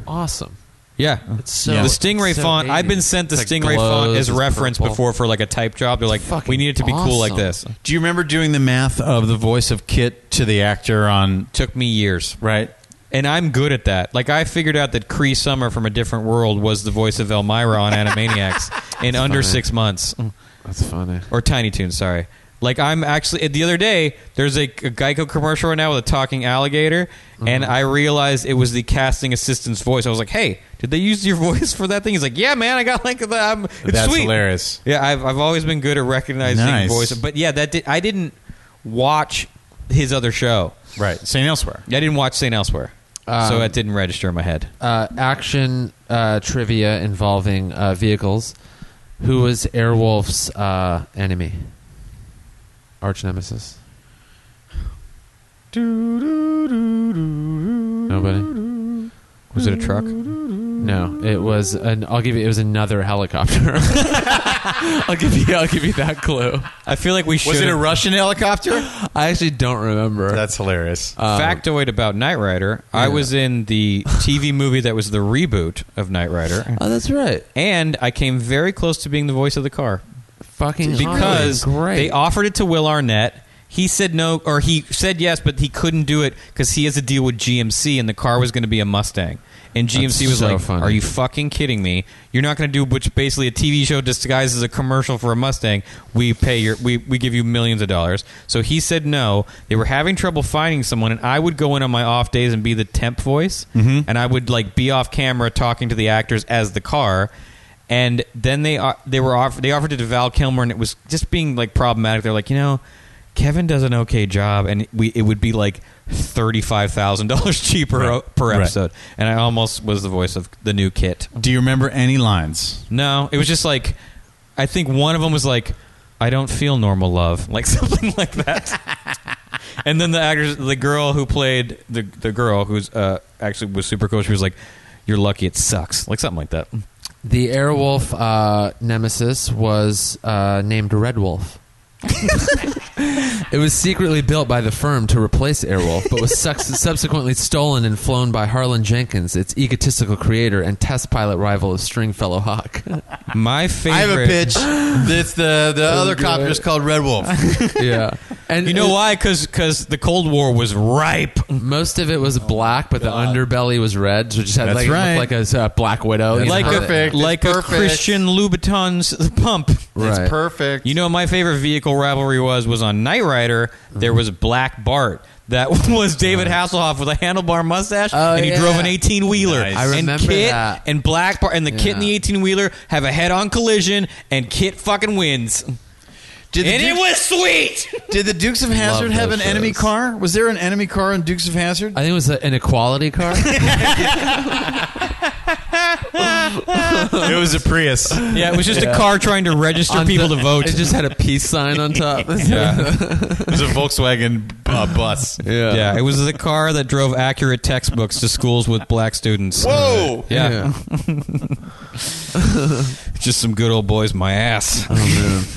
Speaker 1: awesome.
Speaker 2: Yeah.
Speaker 1: It's so
Speaker 2: the Stingray
Speaker 1: it's so
Speaker 2: font. I've been
Speaker 1: 80s.
Speaker 2: sent the
Speaker 1: It's like
Speaker 2: Stingray font
Speaker 1: glows,
Speaker 2: as
Speaker 1: it's
Speaker 2: reference
Speaker 1: purple.
Speaker 2: before for like a type job. They're like,
Speaker 1: Fucking
Speaker 2: we need it to be cool like
Speaker 1: awesome.
Speaker 2: this.
Speaker 3: Do you remember doing the math of the voice of Kit to the actor on
Speaker 2: Took me years.
Speaker 3: right?
Speaker 2: And I'm good at that. Like I figured out that Cree Summer from a different world was the voice of Elmira
Speaker 1: <laughs>
Speaker 2: on Animaniacs in under
Speaker 1: funny.
Speaker 2: six months,
Speaker 1: That's funny.
Speaker 2: or Tiny Toons. Sorry. Like I'm actually the other day. There's a, a Geico commercial right now with a talking alligator, and
Speaker 3: Mm-hmm.
Speaker 2: I realized it was the casting assistant's voice. I was like, "Hey, did they use your <laughs> voice for that thing?" He's like, "Yeah, man, I got like the." I'm, it's
Speaker 3: That's
Speaker 2: sweet."
Speaker 3: hilarious.
Speaker 2: Yeah, I've I've always been good at recognizing
Speaker 3: Nice.
Speaker 2: voice, but yeah, that did, I didn't watch his other show.
Speaker 3: Right. St. Elsewhere.
Speaker 2: I didn't watch St. Elsewhere, so
Speaker 1: Um,
Speaker 2: it didn't register in my head.
Speaker 1: uh, action uh, trivia involving uh, vehicles. Who was Airwolf's uh, enemy? Arch nemesis. Nobody.
Speaker 2: Was it a
Speaker 3: <laughs>
Speaker 2: truck?
Speaker 1: No, it was an. I'll give you. It was another helicopter. <laughs> I'll give you. I'll give you that clue.
Speaker 2: I feel like we should.
Speaker 3: Was it a Russian helicopter?
Speaker 1: I actually don't remember.
Speaker 3: That's hilarious.
Speaker 2: factoid about Knight Rider? I
Speaker 1: Um, Yeah.
Speaker 2: was in the TV movie that was the reboot of Knight Rider,
Speaker 1: oh, that's right.
Speaker 2: and I came very close to being the voice of the car
Speaker 1: Fucking
Speaker 2: because
Speaker 1: awesome. great.
Speaker 2: they offered it to Will Arnett. He said no, or he said yes, but he couldn't do it because he has a deal with GMC, and the car was going to be a Mustang. And GMC
Speaker 1: That's
Speaker 2: was
Speaker 1: so
Speaker 2: like,
Speaker 1: funny.
Speaker 2: "Are you fucking kidding me? You're not going to do which basically a TV show disguised as a commercial for a Mustang. We pay your, we we give you millions of dollars." So he said no. They were having trouble finding someone, and I would go in on my off days and be the temp voice, and I would like be off camera talking to the actors as the car. And then they o- they were offered they offered it to Val Kilmer, and it was just being like problematic. They're like, you know, Kevin does an okay job, and we it would be like thirty five thousand dollars <laughs> cheaper o- per
Speaker 3: Right.
Speaker 2: episode. And I almost was the voice of the new Kit.
Speaker 3: Do you remember any lines?
Speaker 2: No, it was just like I think one of them was like, "I don't feel normal love," <laughs> like something like
Speaker 3: <laughs>
Speaker 2: that. and then the actors, the girl who played the the girl who's uh, actually was super cool. She was like, "You're lucky it sucks," like something like that.
Speaker 1: The Airwolf uh, nemesis was uh, named Red Wolf. it was secretly built by the firm to replace Airwolf, but was sux- subsequently stolen and flown by Harlan Jenkins, its egotistical creator and test pilot rival of Stringfellow Hawk.
Speaker 2: My favorite.
Speaker 3: I have a <gasps> pitch. This the the other
Speaker 1: good.
Speaker 3: copter is called Red Wolf.
Speaker 1: yeah, and
Speaker 2: You know
Speaker 1: it-
Speaker 2: why? Because the Cold War was ripe.
Speaker 1: Most of it was black, but the underbelly was red, so it just had
Speaker 3: That's
Speaker 1: like, it looked
Speaker 3: right.
Speaker 1: like a uh, black widow, you
Speaker 2: like
Speaker 1: know?
Speaker 3: perfect.
Speaker 2: a
Speaker 3: It's
Speaker 2: like
Speaker 3: perfect.
Speaker 2: a Christian Louboutin's pump.
Speaker 1: Right.
Speaker 3: It's perfect.
Speaker 2: You know, what my favorite vehicle rivalry was was on Knight Rider. There was Black Bart. That <laughs> was David Hasselhoff with a handlebar mustache,
Speaker 1: Oh,
Speaker 2: and he
Speaker 1: yeah.
Speaker 2: drove an eighteen wheeler.
Speaker 3: Nice.
Speaker 1: I
Speaker 2: and
Speaker 1: remember
Speaker 2: Kit
Speaker 1: that.
Speaker 2: and Black Bart and the Kit and the
Speaker 1: Yeah.
Speaker 2: eighteen wheeler have a head-on collision, and Kit fucking wins.
Speaker 3: did the,
Speaker 2: And it
Speaker 3: Duke-
Speaker 2: was sweet.
Speaker 3: did the Dukes of Hazard
Speaker 1: those
Speaker 3: have an enemy
Speaker 1: shows.
Speaker 3: car? Was there an enemy car in Dukes of Hazard?
Speaker 1: I think it was an equality car.
Speaker 3: it was a Prius.
Speaker 2: Yeah, it was just a car trying to register
Speaker 1: On
Speaker 2: people to
Speaker 1: the-
Speaker 2: vote.
Speaker 1: It just had a peace sign on top. <laughs>
Speaker 2: yeah.
Speaker 3: It was a Volkswagen uh, bus.
Speaker 1: yeah.
Speaker 2: <laughs> yeah, it was the car that drove accurate textbooks to schools with black students.
Speaker 3: Whoa!
Speaker 2: Yeah. Just some good old boys, my ass.
Speaker 1: Oh man.
Speaker 3: <laughs>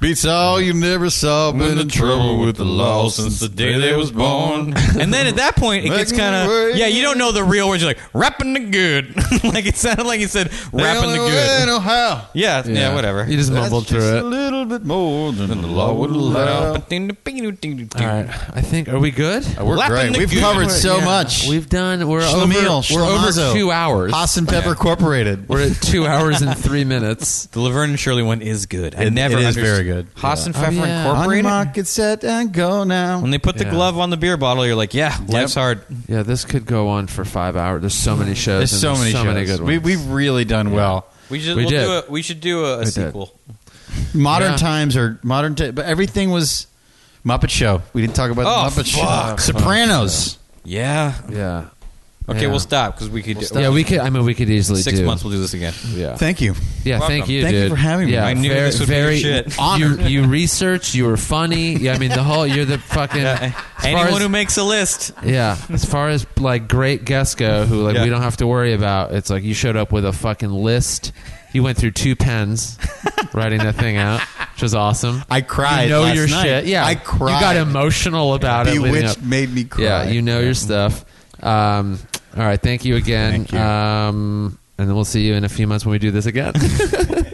Speaker 3: Beats all you never saw. Been in trouble with the law since the day they was born. <laughs>
Speaker 2: And then at that point, it gets
Speaker 3: Making
Speaker 2: kind
Speaker 3: way.
Speaker 2: of yeah. You don't know the real words. You're like rapping the good. <laughs> like it sounded like he said rapping the
Speaker 3: Ain't
Speaker 2: good.
Speaker 3: no how.
Speaker 2: Yeah, yeah, whatever.
Speaker 1: You just mumbled
Speaker 3: Just a
Speaker 1: through it.
Speaker 3: little bit more than the law would allow.
Speaker 1: All right. I think. Are we good?
Speaker 3: We're
Speaker 2: Lapping
Speaker 3: great.
Speaker 2: the
Speaker 3: We've
Speaker 2: good.
Speaker 3: covered so
Speaker 1: Yeah.
Speaker 3: much.
Speaker 1: We've done. We're
Speaker 3: Schlemiel,
Speaker 1: over. We're
Speaker 3: Schlemazo.
Speaker 1: over two hours.
Speaker 3: Haas and Pepper Incorporated.
Speaker 1: We're at
Speaker 3: <laughs>
Speaker 1: two hours and three minutes.
Speaker 2: The Laverne and Shirley one is good. I
Speaker 3: It-
Speaker 2: never
Speaker 3: it is
Speaker 2: underst-
Speaker 3: very good.
Speaker 2: Haas
Speaker 3: Yeah.
Speaker 2: and Pfeffer
Speaker 1: Oh, yeah.
Speaker 2: Incorporated.
Speaker 3: Unmarked, set, and go now.
Speaker 2: When they put the
Speaker 1: Yeah.
Speaker 2: glove on the beer bottle, you're like, yeah, life's hard.
Speaker 1: Yeah, this could go on for five hours. There's so many shows.
Speaker 3: There's
Speaker 1: and
Speaker 3: so many shows.
Speaker 1: good ones.
Speaker 3: We, we've really done well.
Speaker 2: We should
Speaker 1: We
Speaker 2: we'll
Speaker 1: did.
Speaker 2: do a, we should do a, a
Speaker 1: did.
Speaker 2: sequel.
Speaker 3: Modern
Speaker 1: Yeah.
Speaker 3: times are modern, t- but everything was Muppet Show. We didn't talk about
Speaker 2: Oh,
Speaker 3: the Muppet
Speaker 2: fuck.
Speaker 3: Show. Sopranos.
Speaker 2: Yeah.
Speaker 1: yeah.
Speaker 2: Okay,
Speaker 1: Yeah.
Speaker 2: we'll stop because we could. do
Speaker 1: Yeah, we could. I mean, we could easily
Speaker 2: six
Speaker 1: do.
Speaker 2: months. We'll do this again.
Speaker 1: Yeah.
Speaker 3: Thank you.
Speaker 1: Yeah,
Speaker 2: Welcome.
Speaker 1: thank you,
Speaker 3: Thank you
Speaker 1: dude.
Speaker 3: for having me.
Speaker 1: Yeah,
Speaker 2: I knew
Speaker 1: very,
Speaker 2: this would be
Speaker 1: very,
Speaker 2: the shit.
Speaker 1: You, you research. You were funny. Yeah, I mean, the whole. You're the
Speaker 3: <laughs>
Speaker 1: fucking. as far
Speaker 2: Anyone
Speaker 1: as-
Speaker 2: who makes a list,
Speaker 1: yeah, as far as like great guests go, who like
Speaker 2: Yeah.
Speaker 1: we don't have to worry about. It's like you showed up with a fucking list. You went through two pens, writing that thing out, which was awesome.
Speaker 3: I cried.
Speaker 1: You know
Speaker 3: last
Speaker 1: your
Speaker 3: night.
Speaker 1: shit. Yeah,
Speaker 3: I cried.
Speaker 1: You got emotional about it. leading
Speaker 3: Bewitched
Speaker 1: up.
Speaker 3: made me cry.
Speaker 1: Yeah, you know your stuff. Um, all right, thank you again.
Speaker 3: Thank you.
Speaker 1: Um, and then we'll see you in a few months when we do this again. <laughs>